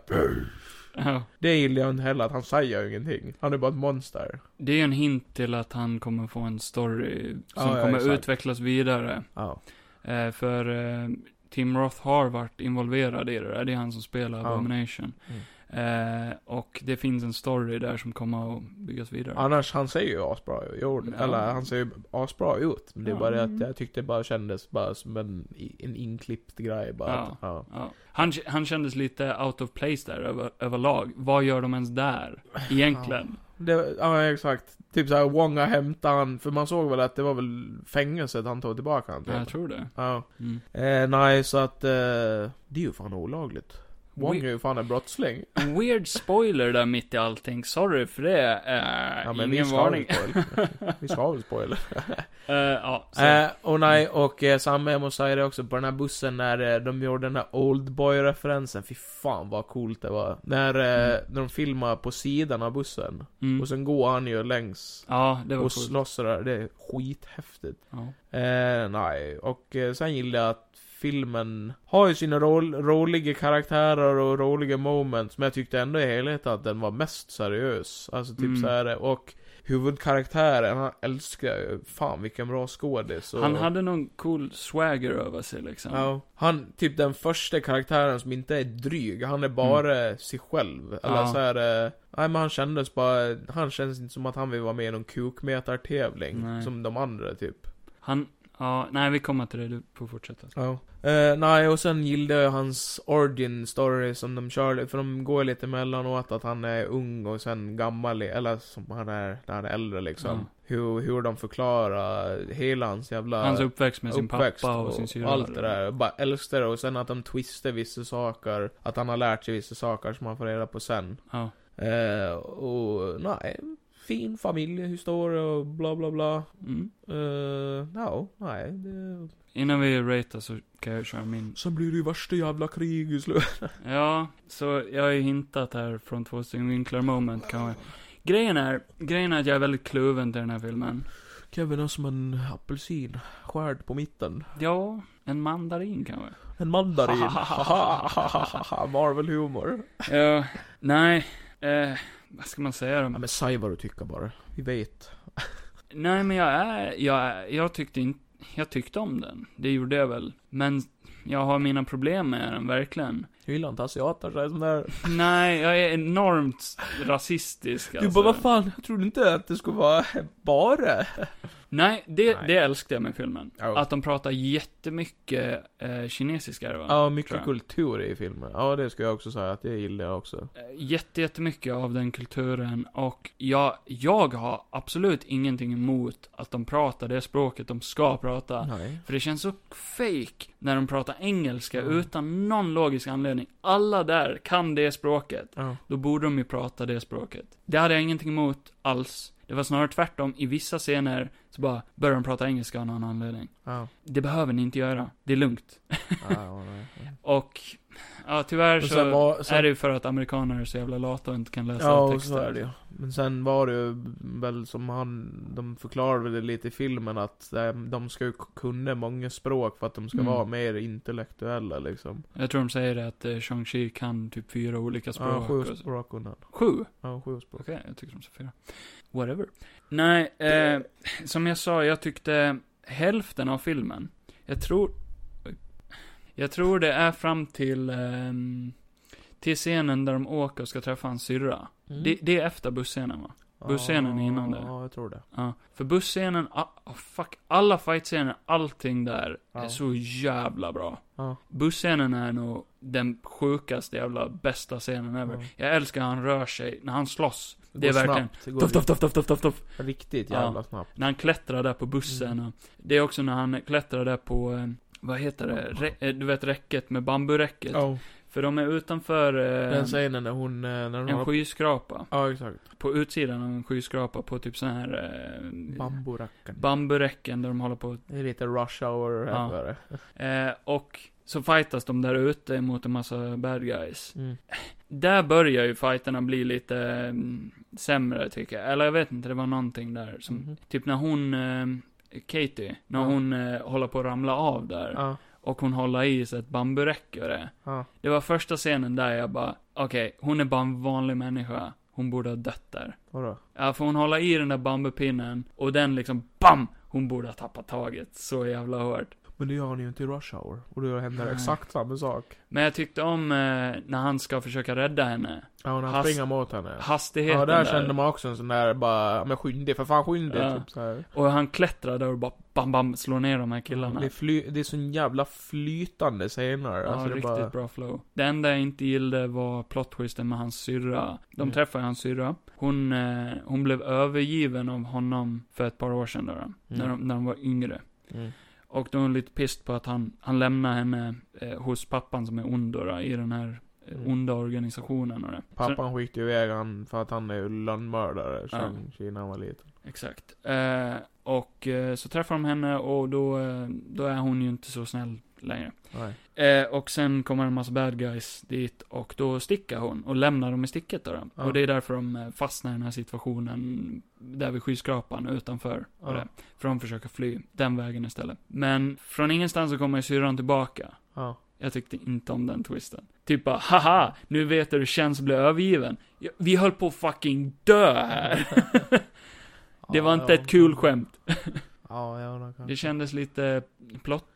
Ja.
det gillar jag inte heller att han säger ju ingenting. Han är bara ett monster.
Det är ju en hint till att han kommer få en story som
Ja, ja,
kommer
exakt.
utvecklas vidare.
Ja.
Eh, för eh, Tim Roth har varit involverad i det där. Det är han som spelar
Ja. Mm.
Abomination. Eh, och det finns en story där som kommer att byggas vidare.
Annars, han ser ju asbra ut.
Ja.
Eller han ser ju asbra ut. Men det är
Ja.
bara det att jag tyckte det bara kändes bara som en, en inklippt grej bara.
Ja.
Att, ja.
Ja. Han, han kändes lite out of place där över, överlag. Vad gör de ens där? Egentligen.
Det, ja, exakt. Typ såhär, Wonga hämtade han, för man såg väl att det var väl fängelset han tog tillbaka han
Ja,
till.
jag tror det.
Ja.
Mm.
Eh, nej, så att eh, det är ju fan olagligt. Wong är ju fan en brottsling.
En weird spoiler där mitt i allting. Sorry för det. Eh,
Ja, men
ingen
vi ska väl
varning.
spoila. vi ska väl spoila.
Eh, ja, så.
Eh, och nej, och eh, samma, jag måste säga det också, på den här bussen när eh, de gjorde den här Oldboy-referensen, fy fan vad coolt det var. När, eh, när de filmar på sidan av bussen,
mm.
och sen går han ju längs
Ja, det var
och
coolt.
slåss och där, det är skithäftigt.
Ja.
Eh, nej, och eh, sen gillar jag att filmen har ju sina roll, roliga karaktärer och roliga moments, men jag tyckte ändå i helheten att den var mest seriös. Alltså typ
Mm.
så här och huvudkaraktären, han älskar jag ju. Fan vilken bra skådis. och-
Han hade någon cool swagger över sig liksom.
Ja. Han, typ den första karaktären som inte är dryg, han är bara sig själv. Eller
Ja.
så här, eh, nej men han kändes bara, han känns inte som att han vill vara med i någon kukmetartävling.
Nej.
Som de andra typ.
Han, ja, nej vi kommer till det, du får fortsätta.
Ja. Eh, nej, och sen gillade jag hans origin story som de körde, för de går lite mellanåt att han är ung och sen gammal, eller som han är när han är äldre liksom.
Ja.
Hur, hur de förklarar hela hans jävla...
Hans uppväxt med sin
uppväxt
pappa och, sin syrra.
Allt det där. Jag Bara älskar det. Och sen att de twistar vissa saker. Att han har lärt sig vissa saker som han får reda på sen.
Ja.
Eh, och nej. Fin familjehistoria och bla bla bla.
Mm.
Eh, no, nej. Det...
Innan vi ratear så kan jag köra min.
Sen blir det ju värsta jävla krig i slutet.
Ja, så jag har ju hintat här från två synvinklar moment kan jag. Grejen är, grejen är att jag är väldigt kluven till den här filmen.
Kevin är som en apelsin. Skärd på mitten.
Ja, en mandarin kanske.
En mandarin. Marvel-humor.
Ja, nej, eh, vad ska man säga då?
Ja, men säg vad du tycker bara. Vi vet.
Nej men jag är, jag, är- jag tyckte inte, jag tyckte om den. Det gjorde jag väl. Men jag har mina problem med den, verkligen.
Jag gillar inte asiater så här som det är.
Nej, jag är enormt rasistisk
Du
alltså.
bara, vad fan, jag trodde inte att det skulle vara bara.
Nej, det,
Nej.
det älskade jag med filmen.
Ja.
Att de pratar jättemycket eh, kinesiska, är det va?
Ja,
tror
mycket
jag.
kultur i filmen. Ja, det ska jag också säga att det gillar jag också.
Eh, Jätte, jättemycket av den kulturen och jag, jag har absolut ingenting emot att de pratar det språket de ska prata.
Nej.
För det känns så fake när de pratar engelska
Mm.
utan någon logisk anledning. Alla där kan det språket.
Ja.
Då borde de ju prata det språket. Det hade jag ingenting emot alls. Det var snarare tvärtom. I vissa scener så bara börjar de prata engelska av någon anledning.
Ja.
Det behöver ni inte göra. Det är lugnt.
ja, nej.
Och, ja tyvärr
Och
så,
sen var- sen-
är det ju för att amerikaner är så jävla lata och inte kan läsa
Ja, och
texter.
så är det ju. Men sen var det ju väl som han, de förklarade väl det lite i filmen att eh, de ska ju k- kunna många språk för att de ska
Mm.
vara mer intellektuella liksom.
Jag tror de säger det att eh, Shang-Chi kan typ fyra olika språk.
ja, sju
och så-
språk kunde han.
Sju?
Ja, sju språk.
Okej, jag tycker de sa fyra. Whatever. Nej, eh, som jag sa, jag tyckte hälften av filmen. Jag tror... oj. Jag tror det är fram till... ehm, till scenen där de åker och ska träffa hans syrra.
Mm.
Det, det är efter busscenen va? busscenen är innan det.
Ja, jag tror det.
Ja. För busscenen, ah, ah, fuck, alla fightscener, allting där är
Ja.
så jävla bra.
Ja.
Busscenen är nog den sjukaste jävla bästa scenen ever.
Ja.
Jag älskar hur han rör sig, när han slåss. Det är
går
verkligen...
Snabbt. Det går
Doff, doff, doff, doff, doff, doff, doff.
riktigt
Ja.
jävla snabbt.
När han klättrar där på bussen.
Mm.
Och det är också när han klättrar där på, eh, vad heter det, Rä- eh, du vet räcket med bamburäcket.
Ja.
För de är utanför eh,
Den scenen när hon, eh, när hon
en
har...
skyskrapa.
Ja, exakt.
På utsidan av en skyskrapa på typ sån här eh,
Bamburackan.
bamburäcken där de håller på.
det är lite rush hour
Ja.
över det.
Eh, och så fightas de där ute mot en massa bad guys.
Mm.
Där börjar ju fighterna bli lite eh, sämre tycker jag. Eller jag vet inte, det var någonting där som,
Mhm.
typ när hon, eh, Katie, när
Ja.
hon eh, håller på att ramla av där.
Ja.
och hon håller i sig ett bamburäcke och det.
Ja.
Det var första scenen där jag bara, okej, hon är bara en vanlig människa. Hon borde ha dött där.
Vadå?
Ja, för hon håller i den där bambupinnen och den liksom, BAM! Hon borde ha tappat taget så jävla hårt.
Men det gör han ju inte i rush hour. Och då händer
Nej.
exakt samma sak.
Men jag tyckte om eh, när han ska försöka rädda henne.
Ja, och när han
Hast-
springer mot henne.
Hastigheten
Ja,
där.
där kände man också en sån där bara, men skynda dig, för fan skynda dig,
Ja.
typ så här.
Och han klättrar där och bara bam, bam, slår ner de här killarna.
Det är, fly, det är sån jävla flytande scener.
Ja,
alltså, det är
riktigt
bara,
bra flow. Det enda jag inte gillade var plot-twisten med hans syrra. De
Mm.
träffar ju hans syrra. Hon, eh, hon blev övergiven av honom för ett par år sedan då, då när, de, när de var yngre.
Mm.
Och då är hon lite pissed på att han, han lämnar henne eh, hos pappan som är ond då, då, i den här eh,
Mm.
onda organisationen och det. Så,
Pappan skickade iväg han för att han är ju lönnmördare,
Ja.
som Kina var liten.
exakt. Eh, och eh, så träffar de henne och då, eh, då är hon ju inte så snäll längre.
Nej.
Eh, och sen kommer en massa bad guys dit och då stickar hon och lämnar dem i sticket då. då.
Ja.
Och det är därför de eh, fastnar i den här situationen där vid skyskrapan utanför.
Ja.
Och det. För de försöker fly den vägen istället. Men från ingenstans så kommer syrran tillbaka.
Ja.
Jag tyckte inte om den twisten. Typ bara, haha, nu vet du hur det känns att bli övergiven. Ja, Vi höll på att fucking dö här. det var
Ja,
inte
ja.
ett kul skämt.
Ja, ja, det kan-
Det kändes lite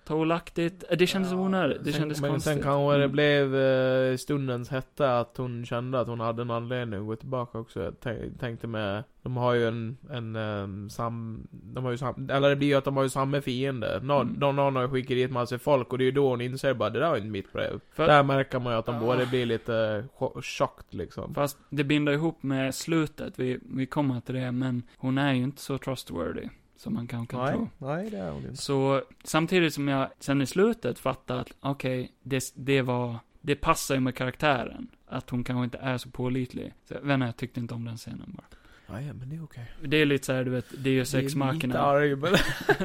plotthålaktigt. Det kändes
Ja,
onödigt. Det
sen-
kändes
men
konstigt.
sen kanske det
Mm.
blev eh, stundens hetta att hon kände att hon hade en anledning att gå tillbaka också. Jag tän- tänkte med, de har ju en, en ehm, sam, de har ju sam, eller det blir ju att de har ju samma fiende. Någon,
Mm.
någon, någon har ju skickat dit massa folk och det är ju då hon inser bara det där var inte mitt brev.
Mm. För-
Där märker man ju att de
Ah.
båda blir lite cho- chocked liksom.
Fast det binder ihop med slutet, vi, vi kommer till det, men hon är ju inte så trustworthy som man kanske kan tro.
nej det är hon inte.
Så samtidigt som jag sen i slutet fattar att, okej, det, det var, det passar ju med karaktären. Att hon kanske inte är så pålitlig. Så jag vet inte, jag tyckte inte om den scenen bara.
Nej men det är okej.
Det är lite såhär, du vet, det är ju
Vi är
sex
lite
markerna.
arg, men-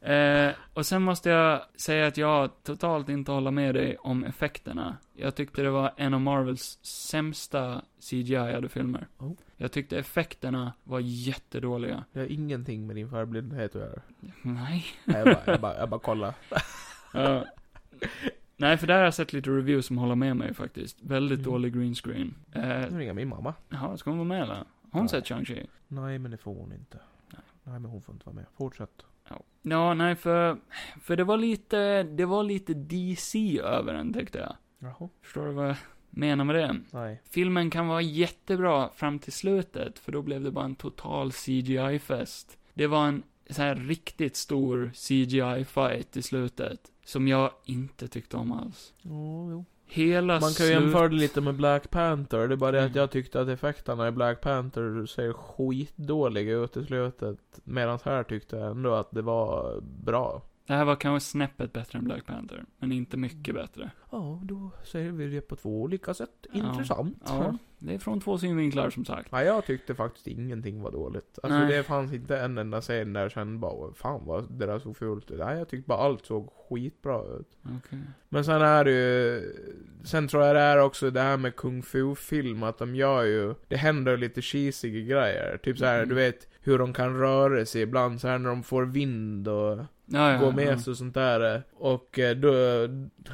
Eh, och sen måste jag säga att jag totalt inte håller med dig om effekterna. Jag tyckte det var en av Marvels sämsta CGI-ade filmer.
Oh.
Jag tyckte effekterna var jättedåliga.
Det har ingenting med din färgblindhet att göra.
Nej.
Nej, Jag bara, jag bara, jag bara kollar.
Ja. Nej, för där har jag sett lite reviews som håller med mig faktiskt. Väldigt
Mm.
dålig green screen. Eh,
Nu ringer min mamma.
jaha, ska hon vara med eller? Har hon
Ja.
sett Shang-Chi?
Nej, men det får hon inte.
Nej.
Nej, men hon får inte vara med. Fortsätt.
Ja, nej för, för det var lite, det var lite DC över den tyckte jag.
Jaha.
Förstår du vad jag menar med det?
Nej.
Filmen kan vara jättebra fram till slutet, för då blev det bara en total CGI-fest. Det var en så här riktigt stor CGI-fight i slutet, som jag inte tyckte om alls.
Oh, jo.
Hela
Man kan ju
slut-
jämföra det lite med Black Panther, det är bara det
Mm.
att jag tyckte att effekterna i Black Panther ser skitdåliga ut i slutet. Medan här tyckte jag ändå att det var bra.
Det här var kanske snäppet bättre än Black Panther, men inte mycket
Mm.
bättre.
Ja, då säger vi det på två olika sätt.
Ja.
Intressant.
Ja, det är från två synvinklar som sagt.
Nej, jag tyckte faktiskt ingenting var dåligt. Alltså
Nej.
det fanns inte en enda scen där jag kände bara, "Åh, fan vad det där såg fult ut. Nej, jag tyckte bara allt såg skitbra ut.
Okej.
Men sen är det ju, sen tror jag det är också det här med kung fu-film, att de gör ju, det händer lite cheesy grejer. Typ så här,
Mm.
du vet, hur de kan röra sig ibland så här när de får vind och
Ja, ja,
går med
ja.
sig och sånt där. Och eh, då,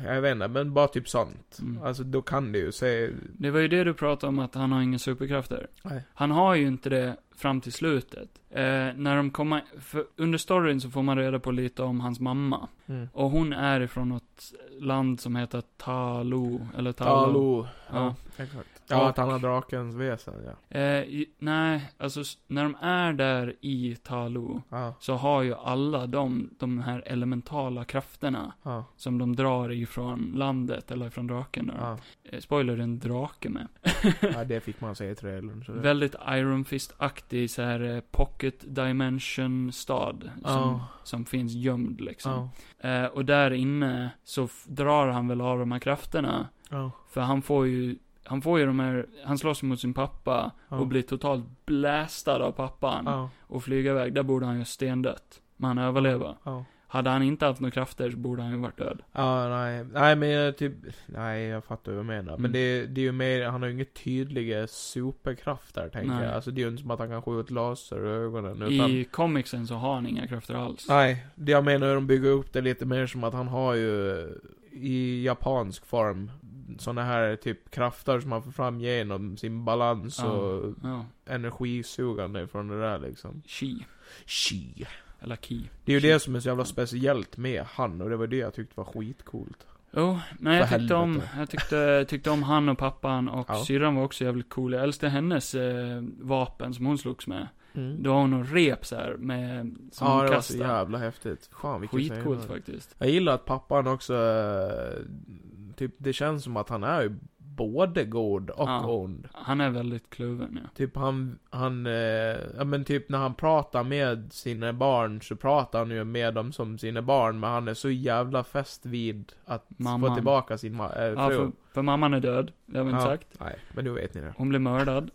jag vet inte, men bara typ sånt.
Mm.
Alltså då kan det ju se,
Det var ju det du pratade om, att han har inga superkrafter.
Nej.
Han har ju inte det fram till slutet. Eh, när de kommer, för under storyn så får man reda på lite om hans mamma.
mm.
Och hon är ifrån något land som heter Talo, eller Talo.
Hallå.
Ja.
Exakt. Ja, att han har drakens väsen, ja.
Eh, i- nej, alltså s- när de är där i Talo,
Ja,
så har ju alla de, de här elementala krafterna
ja,
som de drar ifrån landet, eller ifrån draken då.
ja.
Eh, spoiler, det är en drake med.
ja det fick man se i trailern. Så det...
Väldigt Iron Fist-aktig så här eh, pocket dimension-stad. Som,
Ja.
som finns gömd liksom.
ja,
Eh, och där inne så f- drar han väl av de här krafterna.
ja.
För han får ju, han får ju de här, han slåss mot sin pappa.
Ja.
Och blir totalt blästad av pappan.
Ja,
Och flyga iväg, där borde han ju stendött. Men han överlever.
ja.
Hade han inte haft några krafter så borde han ju varit död.
Ja, nej. Nej, men jag typ... Nej, jag fattar vad du menar.
Mm.
Men det, det är ju mer... Han har ju inget tydliga superkrafter, tänker
Nej.
jag. Alltså, det är ju inte som att han kan skjuta laser i ögonen, utan...
I comicsen så har han inga krafter alls.
Nej, det jag menar är att de bygger upp det lite mer som att han har ju... I japansk form. Såna här typ krafter som han får fram genom sin balans
Ja.
och
Ja,
energisugande från det där liksom.
chi.
Chi.
Eller ki.
Det är ju det som är så jävla speciellt med han och det var det jag tyckte var skitcoolt.
Jo, nej jag
För
tyckte om,
helvete.
jag tyckte, tyckte om han och pappan och
Ja.
syrran var också jävligt cool. Jag älskade hennes eh, vapen som hon slogs med. Då har hon något rep så här med, Mm. som
ja,
hon
det var så
kastade.
jävla häftigt. Fan vilken
Skitcoolt
scen.
faktiskt.
Jag gillar att pappan också, eh, typ det känns som att han är ju både god och
Ja.
ond.
Han är väldigt kluven ja.
Typ han, han, eh, ja men typ när han pratar med sina barn så pratar han ju med dem som sina barn men han är så jävla fäst vid att
Mamman.
få tillbaka sin ma- äh,
Ja,
fru.
för, för mamman är död, det har vi inte
Ja.
sagt.
Nej, men nu vet ni det.
Hon blev mördad.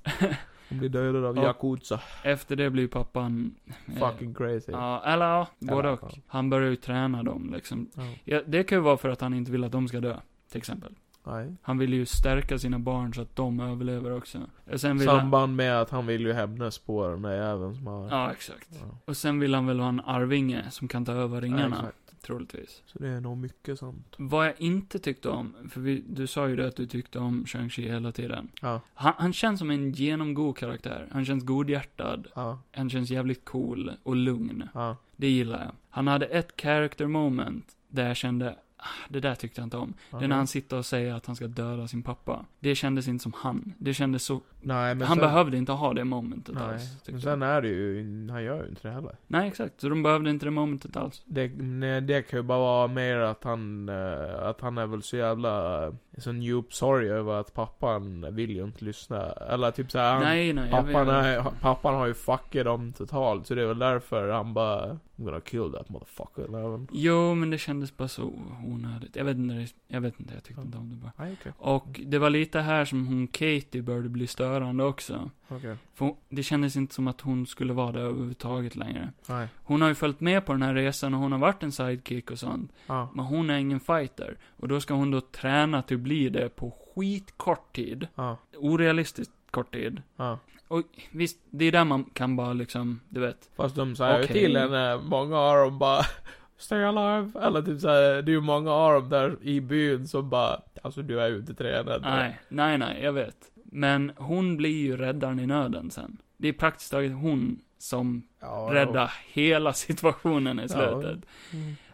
Hon blir dödad av
Ja.
Yakuza.
Efter det blir pappan... eh,
Fucking crazy.
Ja, eller ja, både
Eller,
och.
ja.
Han börjar ju träna dem liksom.
Ja.
Ja, det kan ju vara för att han inte vill att de ska dö, till exempel.
Nej.
Han vill ju stärka sina barn så att de överlever också. Och Sen vill han...
Samband med att han vill ju hämnas på den där jäveln som har...
Ja, exakt.
Ja.
Och sen vill han väl ha en arvinge som kan ta över ringarna,
Ja, exakt.
troligtvis.
Så det är nog mycket sant.
Vad jag inte tyckte om, för vi, du sa ju det att du tyckte om Shang-Chi hela tiden.
Ja.
Han, han känns som en genomgod karaktär. Han känns godhjärtad,
Ja.
han känns jävligt cool och lugn.
Ja.
Det gillar jag. Han hade ett character moment där jag kände, ah, det där tyckte jag inte om. Det är när han sitter och säger att han ska döda sin pappa. Det kändes inte som han. Det kändes så,
Nej, men
han
sen...
behövde inte ha det momentet
Nej.
alls. tyckte
Men
jag.
sen är det ju... Han gör ju inte det heller.
Nej, exakt. Så de behövde inte det momentet alls.
Det, nej, det kan ju bara vara mer att han, eh, att han är väl så jävla, eh, sån djup sorg över att pappan vill ju inte lyssna. Eller typ såhär, han-
nej, nej. jag
pappan,
vet.
är, ha- pappan har ju fuckat dem totalt. Så det är väl därför han bara, I'm gonna kill that motherfucker. Eller vad-
Jo, men det kändes bara så onödigt. Jag vet inte, det- jag vet inte, jag tyckte
Ja.
inte om det bara.
Nej, okej.
Och det var lite här som hon Katie började bli störande också.
Okej.
För hon- det kändes inte som att hon skulle vara där överhuvudtaget längre.
Nej.
Hon har ju följt med på den här resan och hon har varit en sidekick och sånt.
Ja.
Men hon är ingen fighter. Och då ska hon då träna till att bli det på skitkort tid.
Ja.
Orealistiskt kort tid.
Ja.
Visst, det är där man kan bara liksom, du vet.
Fast de säger
Okej.
ju till henne, många av dem bara Stay alive, eller typ såhär, det är ju många av dem där i byn som bara Alltså du är ju inte tränad.
Nej, nej, nej, jag vet. Men hon blir ju räddaren i nöden sen. Det är praktiskt taget hon som
Ja,
räddade hela situationen i
Ja.
slutet.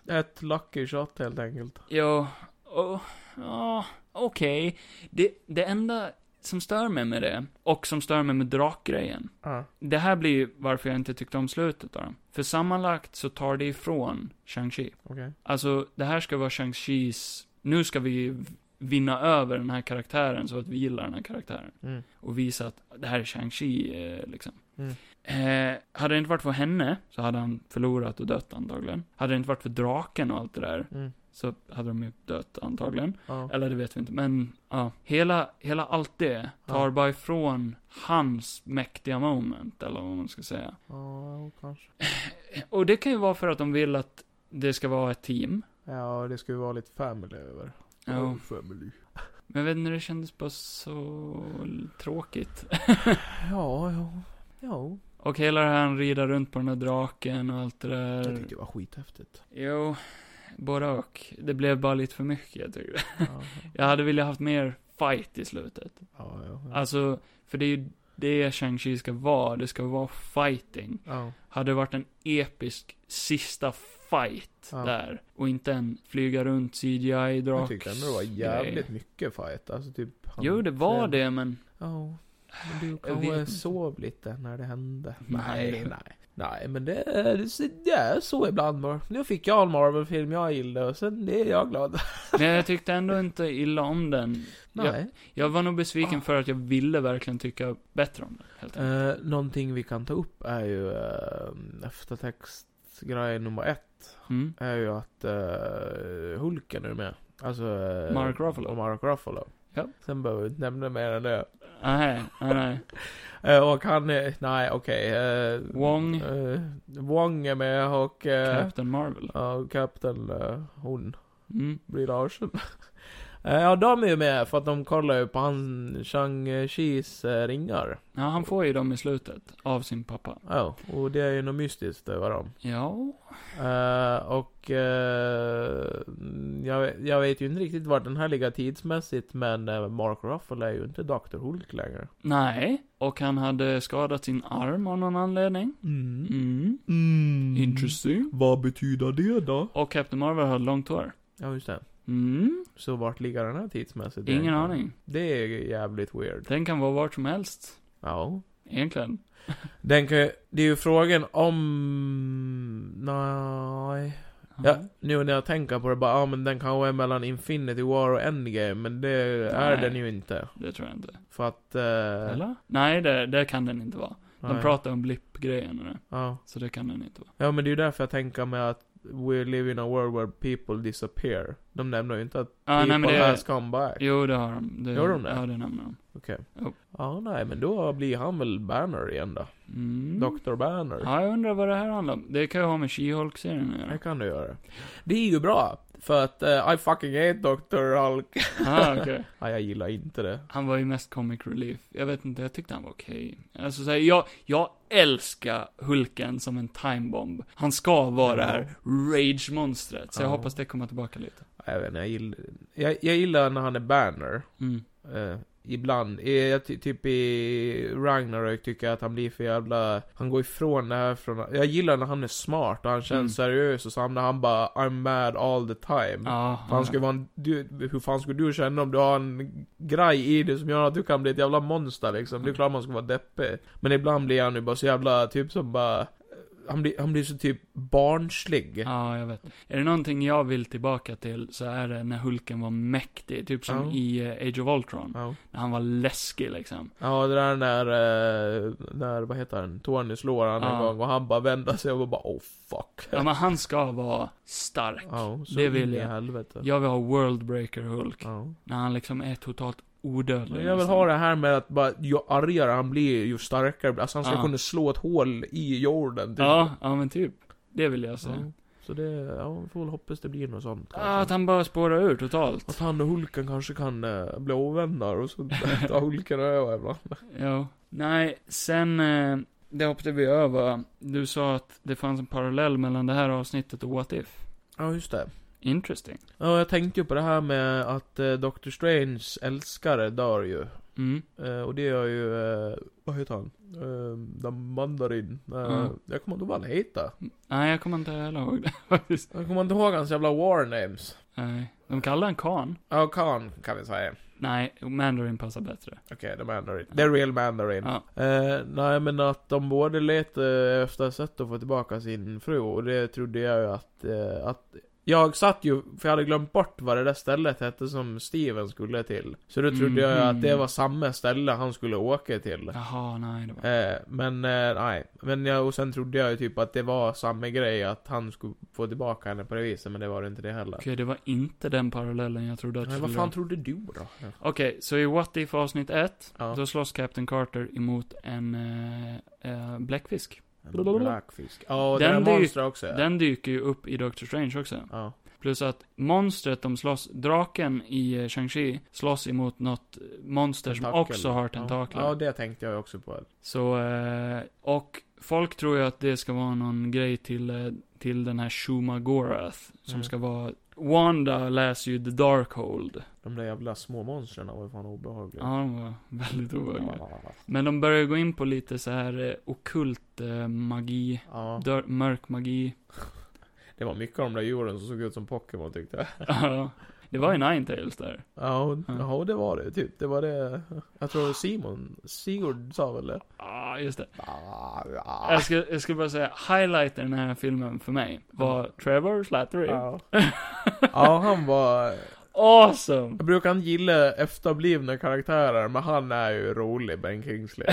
Ett lucky shot helt enkelt.
Jo, och, ja, okej. Det, det enda som stör mig med det, och som stör mig med drakgrejen,
Ja.
det här blir ju varför jag inte tyckte om slutet då. För sammanlagt så tar det ifrån Shang-Chi.
Okej.
Alltså, det här ska vara Shang-Chis, nu ska vi vinna över den här karaktären så att vi gillar den här karaktären.
Mm.
Och visa att det här är Shang-Chi, eh, liksom.
Mm.
Eh, hade det inte varit för henne, så hade han förlorat och dött antagligen. Hade det inte varit för draken och allt det där,
Mm.
så hade de ju dött antagligen.
Ja.
Eller det vet vi inte, men ja. Hela, hela allt det tar
Ja.
bara ifrån hans mäktiga moment, eller vad man ska säga.
ja, kanske.
Och det kan ju vara för att de vill att det ska vara ett team.
Ja, det skulle vara lite family över.
Ja.
Oh, family.
Men jag vet inte, det kändes bara så tråkigt.
Ja, ja. Ja.
Och hela det här han rider runt på den där draken och allt det
Jag
där.
tyckte det var skithäftigt.
Jo, både och. Det blev bara lite för mycket, jag tycker.
Ja,
Jag hade velat haft mer fight i slutet.
ja. ja.
Alltså, för det är ju det Shang-Chi ska vara. Det ska vara fighting.
ja.
Hade det varit en episk sista fight
Ja.
där. Och inte en flyga runt CGI-draks
Jag tyckte ändå det var jävligt mycket fight. Alltså typ... han-
Jo, det var det, men...
Ja. Men du
vet
kanske
inte.
sov lite när det hände.
Nej.
Nej, nej. Nej, men det, det, det är så ibland bara. Nu fick jag en Marvel-film jag gillade och sen är jag glad.
Men jag tyckte ändå inte illa om den. Jag,
Nej.
jag var nog besviken för att jag ville verkligen tycka bättre om den, helt enkelt.
Eh, någonting vi kan ta upp är ju eh, eftertextgrej nummer ett.
Mm.
Är ju att eh, Hulken är med. Alltså... eh,
Mark Ruffalo.
Och Mark Ruffalo.
Ja.
Sen behöver vi inte nämna mer än det.
Ah, Nej, nej, nej.
Eh, och han är, nej okej. eh,
Wong.
eh, Wong är med och... eh,
Captain Marvel.
Ja, och Captain, eh, hon,
Mm.
Brie Larson. Eh, Ja, de är ju med för att de kollar ju på han Shang-Chis eh, ringar.
Ja, han får ju dem i slutet. Av sin pappa.
Ja, och det är ju något mystiskt över dem.
Ja.
Eh, och eh, jag, vet- jag vet ju inte riktigt vart den här ligger tidsmässigt, men eh, Mark Ruffalo är ju inte Dr. Hulk längre.
Nej. Och han hade skadat sin arm av någon anledning.
Mm.
Mm.
Mm.
Interesting.
Vad betyder det då?
Och Captain Marvel hade långt hår.
Ja, just det.
Mm.
Så vart ligger den här tidsmässigt?
Ingen
egentligen?
aning.
Det är jävligt weird.
Den kan vara vart som helst.
Ja.
Egentligen.
Den kan ju, det är ju frågan om... Nej.
Mm.
Ja, nu när jag tänker på det bara, ja men den kan vara mellan Infinity War och Endgame, men det är
Nej.
den ju inte.
Det tror jag inte.
För att... Eh,
Eller? Nej, det, det kan den inte vara. De
nej.
pratar om blippgrejen och det.
Ja.
Så det kan den inte vara.
ja, men det är ju därför jag tänker med att We live in a world where people disappear. De nämner ju inte att
Ja, nej
people
men
has
det...
come back.
Jo, det har de. Det,
Gör de det?
Ja, det nämner de.
Ja, nej, men då blir han väl Banner igen då.
Mm.
Dr. Banner.
Ja, jag undrar vad det här handlar om. Det kan ju ha med She-Hulk-serien att
Det
göra.
kan du göra. Det är ju bra. För att eh, I fucking hate Dr. Hulk.
Ah, okej.
Ja, jag gillar inte det.
Han var ju mest comic relief. Jag vet inte, jag tyckte han var okej. Alltså så här, jag, jag älskar Hulken som en timebomb. Han ska vara det här rage-monstret. Så jag
Ja.
hoppas det kommer tillbaka lite.
Jag vet inte, jag gillar, jag, jag gillar när han är Banner.
Mm.
Eh, ibland. Eh, jag ty, typ i Ragnarök tycker jag att han blir för jävla... Han går ifrån det här från... Jag gillar när han är smart och han känns
Mm.
seriös och så hamnar han bara I'm mad all the time.
Ja,
Fan, skulle vara en, du, hur fan skulle du känna om du har en grej i dig som gör att du kan bli ett jävla monster liksom? Det
Mm.
är klart man ska vara deppig. Men ibland blir han ju bara så jävla, typ som bara... Han blir, han blir så typ barnslig.
Ja, jag vet. Är det någonting jag vill tillbaka till så är det när Hulken var mäktig. Typ som
Ja.
i eh, Age of Ultron.
Ja.
När han var läskig liksom.
Ja, det där när, eh, när vad heter han, Tony slår han
Ja.
en gång och han bara vänder sig och bara oh fuck.
Ja, men han ska vara stark.
Ja, så
det vill
in i
jag.
helvete.
Jag vill ha Worldbreaker Hulk.
Ja.
När han liksom är totalt odödlig.
Men jag vill
nästan.
ha det här med att bara, ju argare han blir, ju starkare blir Alltså han ska
Ja.
kunna slå ett hål i jorden. typ.
Ja, ja men typ. Det vill jag se.
Ja. Så det, ja, vi får väl hoppas det blir något sånt.
Ja, Ah, att
kanske.
han bara spårar ur totalt.
Att han och Hulken kanske kan eh, bli ovänner och så tar Hulken över ibland.
Ja. Nej, sen, eh, det hoppade vi över. Du sa att det fanns en parallell mellan det här avsnittet och What If.
Ja, just det.
Interesting.
Ja, jag tänkte ju på det här med att eh, Doctor Strange älskare dör ju.
Mm.
Eh, och det är ju, eh, vad heter han? Eh, den mandarin. Eh,
Mm.
Jag kommer inte ihåg vad han heter.
Nej, jag kommer inte heller ihåg det faktiskt.
Jag kommer inte ihåg hans jävla war names.
Nej. De kallar han Khan.
Ja, Khan kan vi säga.
Nej, Mandarin passar bättre.
Okej, the mandarin. The real mandarin.
Ja.
Eh, nej men att de både letade efter sätt att få tillbaka sin fru och det trodde jag ju att, eh, att jag satt ju, för jag hade glömt bort vad det där stället hette som Steven skulle till. Så då trodde jag ju
Mhm.
att det var samma ställe han skulle åka till.
Jaha, nej. Det var...
Eh, men eh, nej. Men jag, och sen trodde jag ju typ att det var samma grej, att han skulle få tillbaka henne på det viset, men det var det inte det heller.
Okej, det var inte den parallellen jag trodde att
Men vad
skulle
fan
dra.
trodde du då?
Okej, så i What If avsnitt 1,
Ja.
då slåss Captain Carter emot en eh, eh, bläckfisk.
En Blackfisk. Ja, och det
Den
där
dyr-
monstret också. ja.
Den dyker ju upp i Doctor Strange också.
Ja.
Plus att monstret de slåss, draken i eh, Shang-Chi slåss emot något monster som
Tentakel.
också har tentakler.
Ja, ja det tänkte jag också på.
Så, eh, och folk tror ju att det ska vara någon grej till, eh, till den här Shuma Gorath, som
Mm.
ska vara... Wanda läser ju The Darkhold.
De där jävla små monstren var ju fan obehagliga.
Ja, de var väldigt obehagliga. Men de börjar gå in på lite så här eh, okult eh, magi,
Ja,
dör, mörk magi.
det var mycket av de där djuren som såg ut som Pokémon tyckte jag.
Ja. det var ju Ninetales där.
Ja, och,
Ja.
ja, och det var det typ. Det var det. Jag tror Simon, Sigurd sa väl det?
ah, just det.
Ja,
Jag ska, jag ska bara säga, highlight i den här filmen för mig var Trevor Slattery.
ja. ja, han var...
Awesome!
Jag brukar inte gilla efterblivna karaktärer, men han är ju rolig, Ben Kingsley.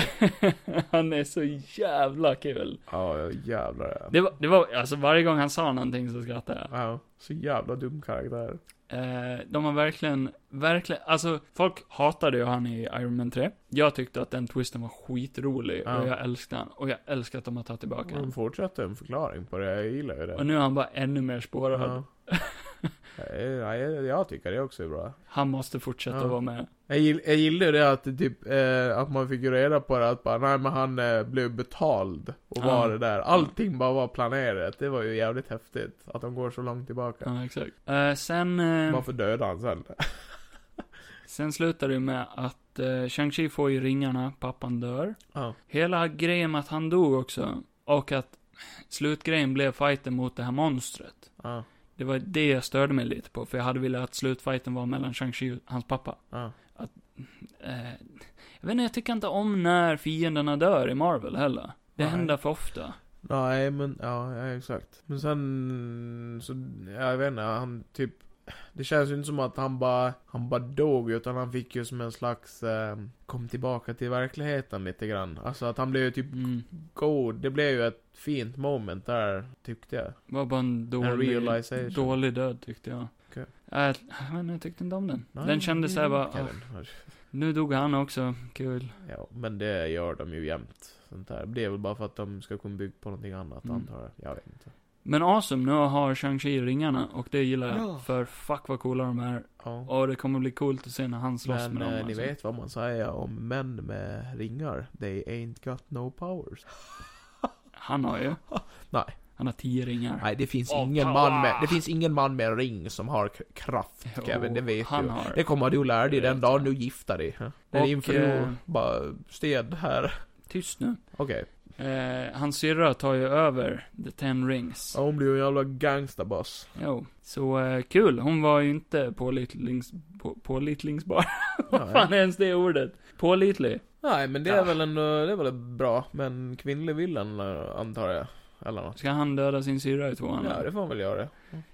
Han är så jävla kul.
Ja, jävlar.
Det var, det var, alltså varje gång han sa någonting så skrattade jag.
Ja, så jävla dum karaktär.
Eh, de har verkligen, verkligen, alltså folk hatade ju han i Iron Man 3. Jag tyckte att den twisten var skitrolig
Ja. Mm.
och jag älskade han. Och jag älskar att de har tagit tillbaka
De
han.
fortsätter en förklaring på det, jag gillar ju det.
Och nu är han bara ännu mer spårad.
Ja. Ja, jag, jag tycker det också är bra.
Han måste fortsätta
Ja.
vara med.
Jag, gill, jag gillar ju det att, det typ, eh, att man fick ju reda på det att bara, nej men han eh, blev betald och
Ja.
var det där. Allting bara var planerat. Det var ju jävligt häftigt att de går så långt tillbaka.
Ja, exakt. Eh, sen, eh,
Varför döda han sen?
sen slutar det med att eh, Shang-Chi får ju ringarna, pappan dör.
Ja.
Hela grejen med att han dog också, och att slutgrejen blev fighten mot det här monstret.
Ja.
Det var det jag störde mig lite på, för jag hade velat att slutfighten var mellan Shang-Chi och hans pappa.
Ja.
Eh, jag vet inte, jag tycker inte om när fienderna dör i Marvel heller. Det
Nej.
händer för ofta.
Nej men, ja, ja exakt. Men sen, så, jag vet inte, han typ det känns ju inte som att han bara, han bara dog utan han fick ju som en slags, eh, kom tillbaka till verkligheten lite grann. Alltså att han blev ju typ
Mm.
god. Det blev ju ett fint moment där, tyckte jag.
Det var bara en
En
dålig,
realization.
dålig död tyckte jag.
Okej.
Eh, Jag, vet inte, jag tyckte inte om den.
Nej,
den kändes såhär bara, "Åh,
Kevin.
nu dog han också, kul.
Ja, men det gör de ju jämt. Sånt där. Det är väl bara för att de ska kunna bygga på någonting annat,
Mm.
antar jag. Jag vet inte.
Men awesome, nu har Shang-Chi ringarna och det gillar jag.
Ja.
För fuck vad coola de är.
Ja.
Och det kommer bli coolt att se när han slåss
Men
med dem.
eh, ni
alltså.
vet vad man säger om män med ringar. They ain't got no powers.
Han har ju.
Nej.
Han har tio ringar.
Nej, det finns,
Oh,
ingen,
power.
man med, det finns ingen man med en ring som har k- kraft,
Jo,
Kevin. Det vet
han
du.
har.
Det kommer du lära dig
Det
den
vet
dagen
jag.
du gifter dig. När
Och,
din fru
eh,
bara, sted här.
Tyst nu.
Okej.
Eh, hans syrra tar ju över The Ten Rings.
Ja, hon blir ju en jävla gangsterboss.
Jo. Så eh, kul, hon var ju inte pålitlings... På, pålitlingsbar. Vad fan är ens det ordet? Pålitlig.
Nej, men det
Ja.
är väl en, eh, det är väl en bra, men kvinnlig villan eh, antar jag. Eller något.
Ska han döda sin syrra i tvåan?
Ja, det får man väl göra.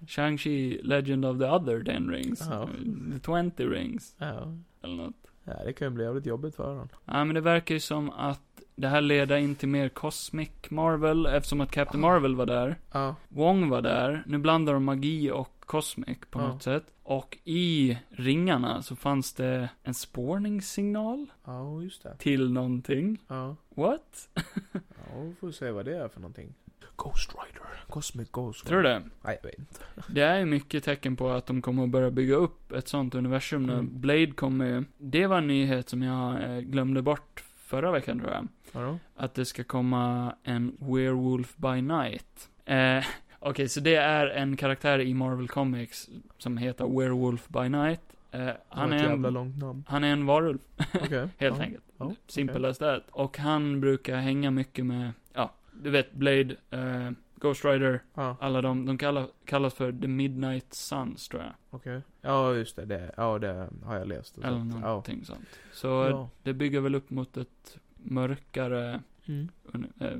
Shang-Chi, Legend of the Other Ten Rings.
Ja.
The Twenty Rings.
Ja.
Eller något.
ja, det kan ju bli jävligt jobbigt för honom.
Ja, men det verkar ju som att det här leder in till mer Cosmic Marvel, eftersom att Captain Marvel var där.
Ja.
Wong var där, nu blandar de magi och Cosmic på
Ja.
något sätt. Och i ringarna så fanns det en spårningssignal
Ja, just det.
till någonting.
Ja.
What?
Ja, vi får se vad det är för någonting.
Ghost Rider.
Cosmic Ghost.
Tror du det?
Nej, jag vet inte.
Det är ju mycket tecken på att de kommer att börja bygga upp ett sånt universum nu.
Mm.
Blade kommer ju. Det var en nyhet som jag eh, glömde bort förra veckan tror jag.
Vadå?
Att det ska komma en Werewolf by Night. Eh, Okej, så det är en karaktär i Marvel Comics som heter Werewolf by Night. Eh, Eh,
Han
han,
ett
är
jävla
en,
långt namn.
han är en varulv,
Okej.
helt
ja.
enkelt.
Ja,
Simple
okej.
as that. Och han brukar hänga mycket med, ja, du vet Blade, eh, Ghost Rider,
Ja,
alla de, de kallas, kallas för The Midnight Suns tror jag.
okej. Ja, just det. det. Ja, det har jag läst. och
Eller
sånt.
någonting sånt. Så
Ja. ja.
det bygger väl upp mot ett mörkare
Mm.
un, eh,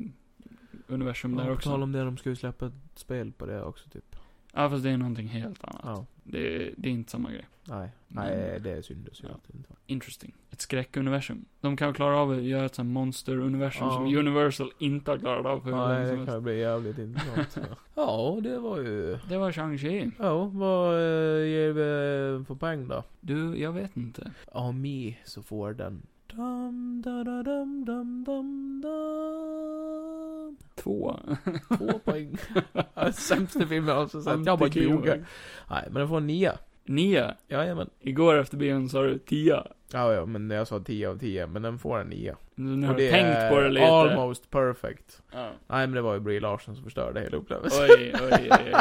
universum
Ja,
där
på tal
också.
om det, de ska ju släppa ett spel på det också typ.
Ja, fast det är någonting helt annat.
Ja.
Det, det är inte samma grej.
Nej,
Men-
nej det är synd. Det är synd
Ja.
att det inte var.
Interesting. Ett skräckuniversum. De kan klara av att göra ett sånt här monsteruniversum
Ja.
som Universal inte har klarat av på hur länge
Nej,
som
det kan
helst.
ju bli jävligt intressant. ja. ja, det var ju...
liksom- Det var Shang-Chi.
Ja, vad eh, ger vi för poäng då?
Du, jag vet inte.
Av mig så får den... Dum, da, da, dum, dum, dum, dum.
Två.
Två poäng. Ja, Sämsta filmen jag har sett. Jag bara
Antiklimax.
ljuger. Nej, men den får en nia.
Nio.
Jajamän.
Igår efter bion sa du tia.
Ja, ja, men jag sa 10 av 10, men den får en nia.
Nu har
Och
du tänkt på det lite.
almost perfect.
Ja.
Nej, men det var ju Brie Larson som förstörde hela upplevelsen.
Oj, oj, oj. oj.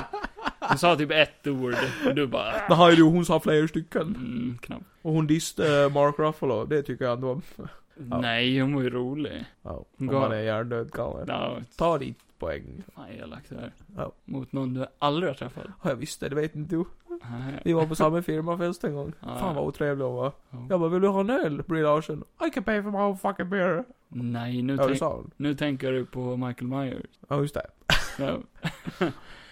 Hon sa typ ett ord. Och du bara...
Nej, du, hon sa flera stycken.
Mm, knappt.
Och hon diste eh, Mark Ruffalo, det tycker jag ändå om. Ja.
Nej, hon var ju rolig.
Ja, om
Gå.
man är hjärndöd galen.
Ja,
Ta ditt poäng.
fan elakt det här.
Ja.
Mot någon du aldrig har träffat.
Ja, jag visste det, det vet inte du.
Nej.
Vi var på samma firmafest en gång.
Ja.
Fan vad otrevlig hon var.
Ja.
Jag bara, vill du ha en öl? Brie Larson. I can pay for my own fucking beer.
Nej, nu,
Ja, det
tänk,
sa hon.
nu tänker du på Michael Myers.
Ja, just det.
Ja.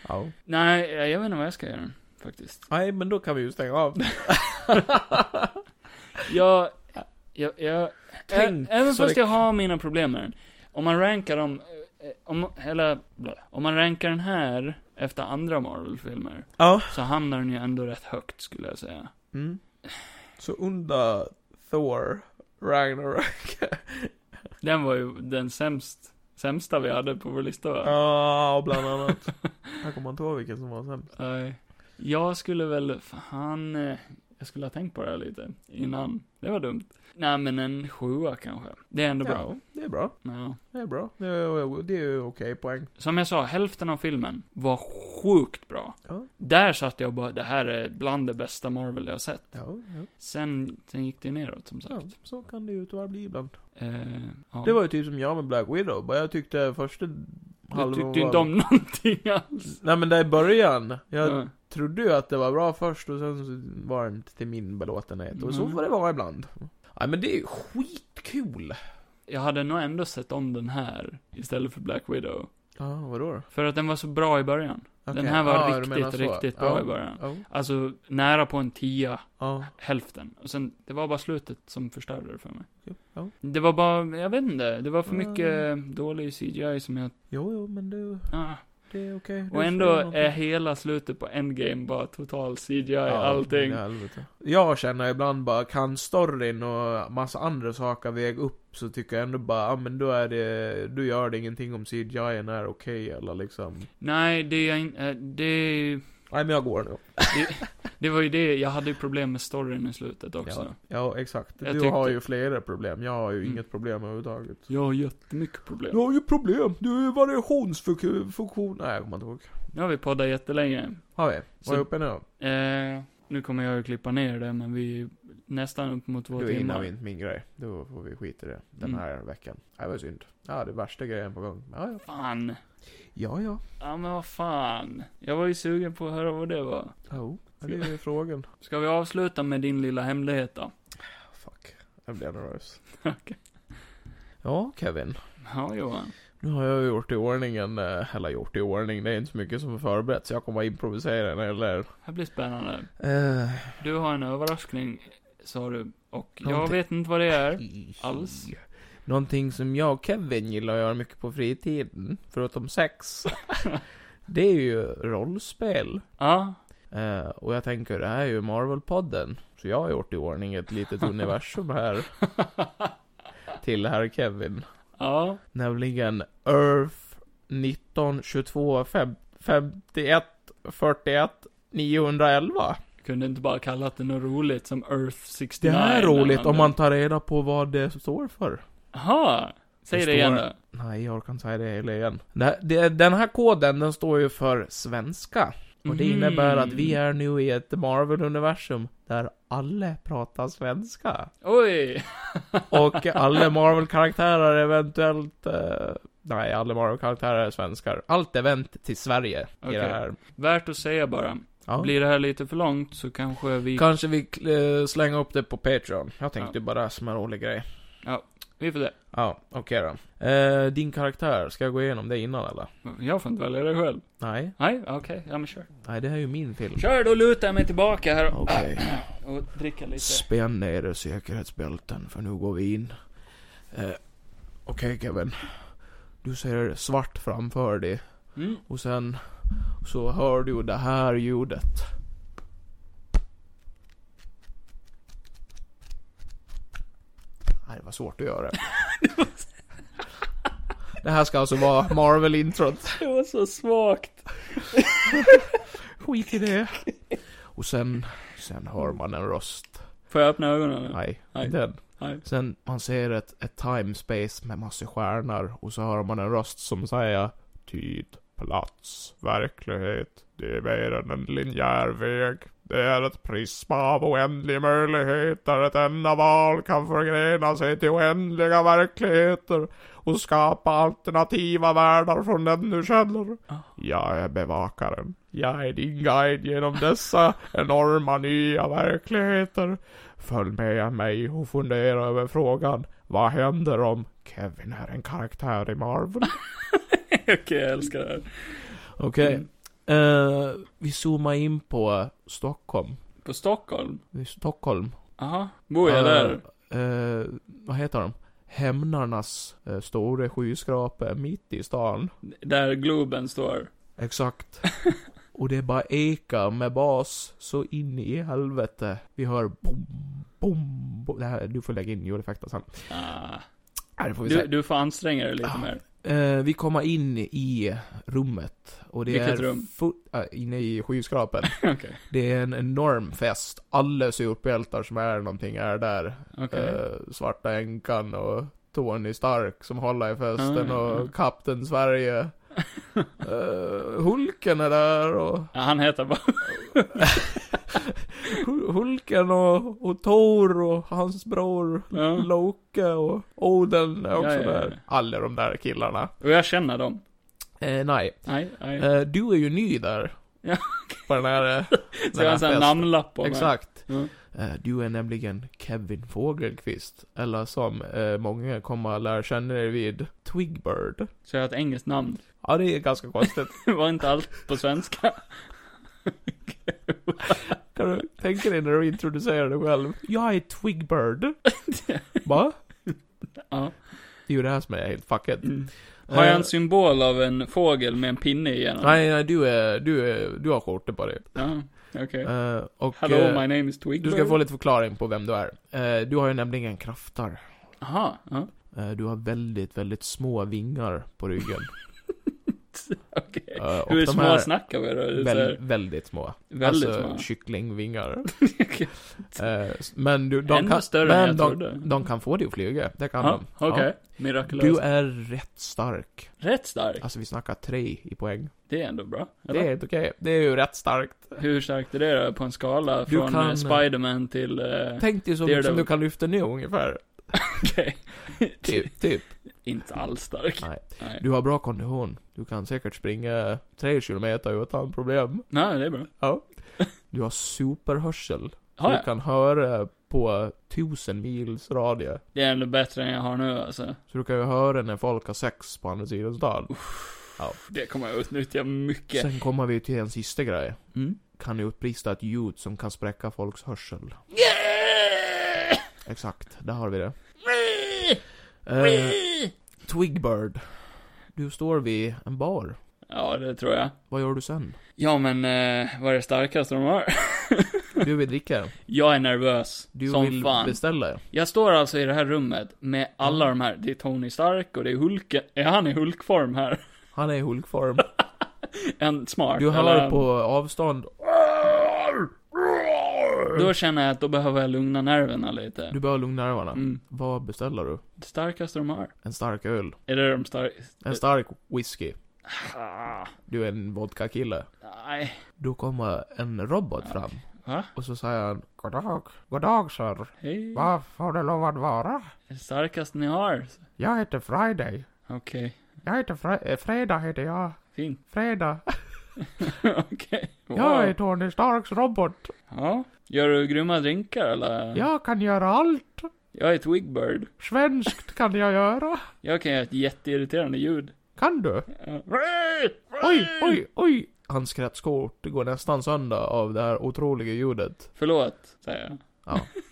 Ja.
Nej, jag jag vet inte vad jag ska göra faktiskt.
Nej, men då kan vi ju stänga av.
Jag, jag, jag,
Tänk
Ä- även
så
fast
det-
jag har mina problem med den. Om man rankar dem, eh, om, eller, blä. om man rankar den här efter andra Marvel-filmer,
Ja.
så hamnar den ju ändå rätt högt skulle jag säga.
Mm. Så under Thor, Ragnarök.
Den var ju den sämst, sämsta vi hade på vår lista va?
Ja, bland annat. Jag kommer inte ihåg vilken som var sämst.
Nej. Jag skulle väl, fan, eh, jag skulle ha tänkt på det här lite innan. Det var dumt. Nej men en sjua kanske. Det är ändå bra.
Ja, det är bra.
Ja.
Det är bra. Det är, det är ju okej poäng.
Som jag sa, hälften av filmen var sjukt bra.
Ja.
Där satt jag och bara, det här är bland det bästa Marvel jag har sett.
Ja, ja.
Sen, sen gick det neråt som
ja,
sagt.
så kan det ju tyvärr bli ibland.
Eh, ja.
Det var ju typ som jag med Black Widow, bara jag tyckte första
Du
halvan
tyckte ju
var-
inte om någonting alls.
Nej men där i början, jag
Ja.
trodde ju att det var bra först och sen så var det inte till min belåtenhet. Och så
Mm.
får det vara ibland. Nej men det är ju skitkul!
Jag hade nog ändå sett om den här istället för Black Widow.
Ja, vadå då?
För att den var så bra i början. Den
Okej.
här var
Ja, du menar
riktigt,
så.
riktigt bra
Ja,
i början.
Ja,
Alltså, nära på en tia,
ja,
hälften. Och sen, det var bara slutet som förstörde det för mig.
ja.
Det var bara, jag vet inte, det var för
Mm.
mycket eh, dålig CGI som jag,
Jo, jo, men du,
ah.
det är okej. Du får
Och ändå
göra någonting.
är hela slutet på Endgame bara total CGI,
Ja,
allting.
men i helvete. Jag känner ibland bara, kan storyn och massa andra saker väga upp så tycker jag ändå bara, ah, men då är det, du gör det ingenting om CGI n är okej eller liksom.
Nej, det är in- eh, det, är ju-
Nej men jag går nu.
det var ju det, jag hade ju problem med storyn i slutet också.
Ja, ja exakt.
Jag
du
tyckte-
har ju flera problem, jag har ju
Mm.
inget problem överhuvudtaget.
Jag har jättemycket problem.
Du har ju problem, du är ju variationsfunktion. Nej jag kommer inte ihåg.
Nu har vi poddat jättelänge.
Har vi? Vad
Så-
är uppe nu?
Eh, nu kommer jag ju klippa ner det, men vi är nästan upp mot två
Då hinner vi
timmar.
inte min grej. Då får vi skita i det. Den
Mm.
här veckan. Nej vad synd. Ja det är värsta grejen på gång. Ja ja.
Fan.
Ja ja.
Ja men vad fan. Jag var ju sugen på att höra vad det var.
Jo. Ja, det är ju frågan.
Ska vi avsluta med din lilla hemlighet då?
Fuck, jag blir nervös.
Okej.
Ja, Kevin.
Ja, Johan.
Nu har jag gjort i ordning en, eh, eller gjort i ordning, det är inte så mycket som är förberett så jag kommer att improvisera när jag lär.
Det här blir spännande.
Eh,
Du har en överraskning, sa du. Och jag
Någonting.
vet inte vad det är. Alls.
Mm, Någonting som jag och Kevin gillar att göra mycket på fritiden, förutom sex, det är ju rollspel.
Ja.
Eh, och jag tänker, det här är ju Marvel-podden, så jag har gjort i ordning ett litet universum här till herr Kevin.
ja.
Nämligen Earth 1922 fem- 51 41 911.
Kunde inte bara kallat det något roligt som Earth 69.
Det här är roligt
eller
om man
något.
tar reda på vad det står för.
Jaha. Säg
Det
det igen
står-
då.
Nej, jag kan säga det hela igen. Det, det, den här koden, den står ju för svenska. Och
Mm.
det innebär att vi är nu i ett Marvel-universum där alla pratar svenska.
Mm. Oj!
Och alla Marvel-karaktärer eventuellt... Eh, nej, alla Marvel-karaktärer är svenskar. Allt är vänt till Sverige i
Okej.
det här.
Värt att säga bara.
Ja.
Blir det här lite för långt så kanske vi...
Kanske vi eh, slänger upp det på Patreon. Jag tänkte
Ja.
bara som en rolig grej.
Vi får det.
Ja, okej då. Eh, din karaktär, ska jag gå igenom det innan eller?
Jag får inte välja det själv.
Nej,
Nej, okej. Ja, men kör.
nej det här är ju min film.
Kör, då lutar jag mig tillbaka här och,
Okej.
och dricka lite.
Spänn ner er säkerhetsbälten för nu går vi in.
Eh, Okej Kevin. Du ser svart framför dig.
Mm.
Och sen så hör du det här ljudet. Nej, det var svårt att göra. det här ska alltså vara Marvel-introt.
Det var så svagt.
Skit i det. Och sen, sen hör man en röst.
Får jag öppna ögonen nu?
Nej,
Nej.
den.
Nej.
Sen man ser ett, ett time-space med massa stjärnor och så hör man en röst som säger Tid, plats, verklighet. Det är mer än en linjär väg. Det är ett prisma av oändlig möjlighet där ett enda val kan förgrena sig till oändliga verkligheter och skapa alternativa världar från den du känner.
Ah.
Jag är bevakaren. Jag är din guide genom dessa enorma nya verkligheter. Följ med mig och fundera över frågan. Vad händer om Kevin är en karaktär i Marvel?
Okej, jag älskar det här.
Okej.
Mm.
Eh, vi zoomar in på Stockholm.
På Stockholm?
Det är Stockholm.
Jaha. Bor jag där?
Eh, eh, vad heter de? Hämnarnas eh, stora skyskrapa mitt i stan.
Där Globen står?
Exakt. Och det är bara eka med bas så in i helvete. Vi hör bom, bom, bom. Det här, du får lägga in ljudeffekter sen.
Ah.
Nej, det får vi se.
Du, du får anstränga dig lite
Ah.
mer.
Eh, vi kommer in i rummet. Och det
Vilket
är
rum?
fu- eh, inne i skyskrapan.
Okej. Okej.
det är en enorm fest. Alla superhjältar som är någonting är där. Eh, Svarta Änkan och Tony Stark som håller i festen
Ah, ah.
och Kapten Sverige. Eh, Hulken är där och
Ja, han heter bara...
Hul- Hulken och, och Thor och hans bror
Ja.
Loke och Oden är också
Ja, ja, ja.
där. Alla de där killarna.
Och jag känner dem.
Eh, nej,
Nej, nej.
Eh, du är ju ny där.
Ja,
På den här... eh,
Så jag har en sån här
festen.
namnlapp på mig.
Exakt.
Mm.
Eh, Du är nämligen Kevin Fågelqvist. Eller som eh, många kommer att lära känna er vid, Twigbird.
Så jag har ett engelskt namn.
Ja, det är ganska konstigt.
Det var inte allt på svenska.
kan du tänka dig när du introducerar dig själv? Jag är Twigbird. Va?
Ja.
Det är ju det här som är helt fucket.
Mm. Har jag
Eh,
en symbol av en fågel med en pinne igenom?
Nej, nej, du är, du är, du har skjorta på dig.
Ja, okej.
Eh, och
Hello,
eh,
my name is Twigbird.
du ska få lite förklaring på vem du är. Eh, du har ju nämligen krafter.
Aha, ja.
Eh, du har väldigt, väldigt små vingar på ryggen.
okej.
Eh, och
Hur
de här
små snackar vi då? Är det så
Väl,
här-
väldigt små.
Väldigt
alltså,
små.
kycklingvingar.
Okej.
Eh, s- men du, de
Ännu
kan,
större
men
än jag
de,
trodde.
de kan få dig att flyga. Det kan
Ja,
de.
okej.
Ja.
Mirakulöst.
Du är rätt stark.
Rätt stark.
Alltså vi snackar tre i poäng.
Det är ändå bra.
Det är
eller?
helt okej. Det är ju rätt starkt.
Hur starkt är det då på en skala
Du
från
kan-
eh, Spiderman till... eh,
Tänk dig
det är
som,
det.
som du kan lyfta nu ungefär.
Okej.
Typ, typ.
Inte alls stark.
Nej.
Nej.
Du har bra kondition. Du kan säkert springa tre kilometer utan problem.
Nej, det är bra.
Du har superhörsel.
Har
du
jag?
kan höra på tusen mils radie.
Det är ändå bättre än jag har nu alltså.
Så du kan ju höra när folk har sex på andra sidan stan.
Det kommer jag utnyttja mycket.
Sen kommer vi till en sista grej.
Mm.
Kan du utbrista ett ljud som kan spräcka folks hörsel? Exakt, där har vi det. Eh, Twigbird. Du står vid en bar.
Ja, det tror jag.
Vad gör du sen?
Ja, men eh, vad är det starkaste de har?
Du vill dricka.
Jag är nervös.
Du
som
vill
fan.
beställa.
Jag står alltså i det här rummet med alla de här. Det är Tony Stark och det är Hulken. Är han i Hulkform här?
Han är i Hulkform.
En smart.
Du
eller-
hör på avstånd.
Då känner jag att då behöver jag lugna nerverna lite.
Du bör lugna nerverna.
Mm.
Vad beställer du?
Det starkaste de har.
En stark öl.
Är det de stark...
En stark whisky.
Ah,
Du är en vodka-kille.
nej.
Då kommer en robot fram.
Va?
Och så säger han God dag, god dag sir.
Hej.
Vad får det lov att vara?
Det starkaste ni har.
Jag heter Friday.
Okej.
Jag heter Fre- eh, Fredag heter jag.
Fint.
Fredag.
Okej.
Jag är Tony Starks robot.
Ja. Gör du grymma drinkar eller?
Jag kan göra allt.
Jag är Twigbird.
Svenskt kan jag göra.
Jag kan göra ett jätteirriterande ljud.
Kan du?
Ja.
Oj, oj, oj! Hans skrattskort går nästan sönder av det här otroliga ljudet.
Förlåt, säger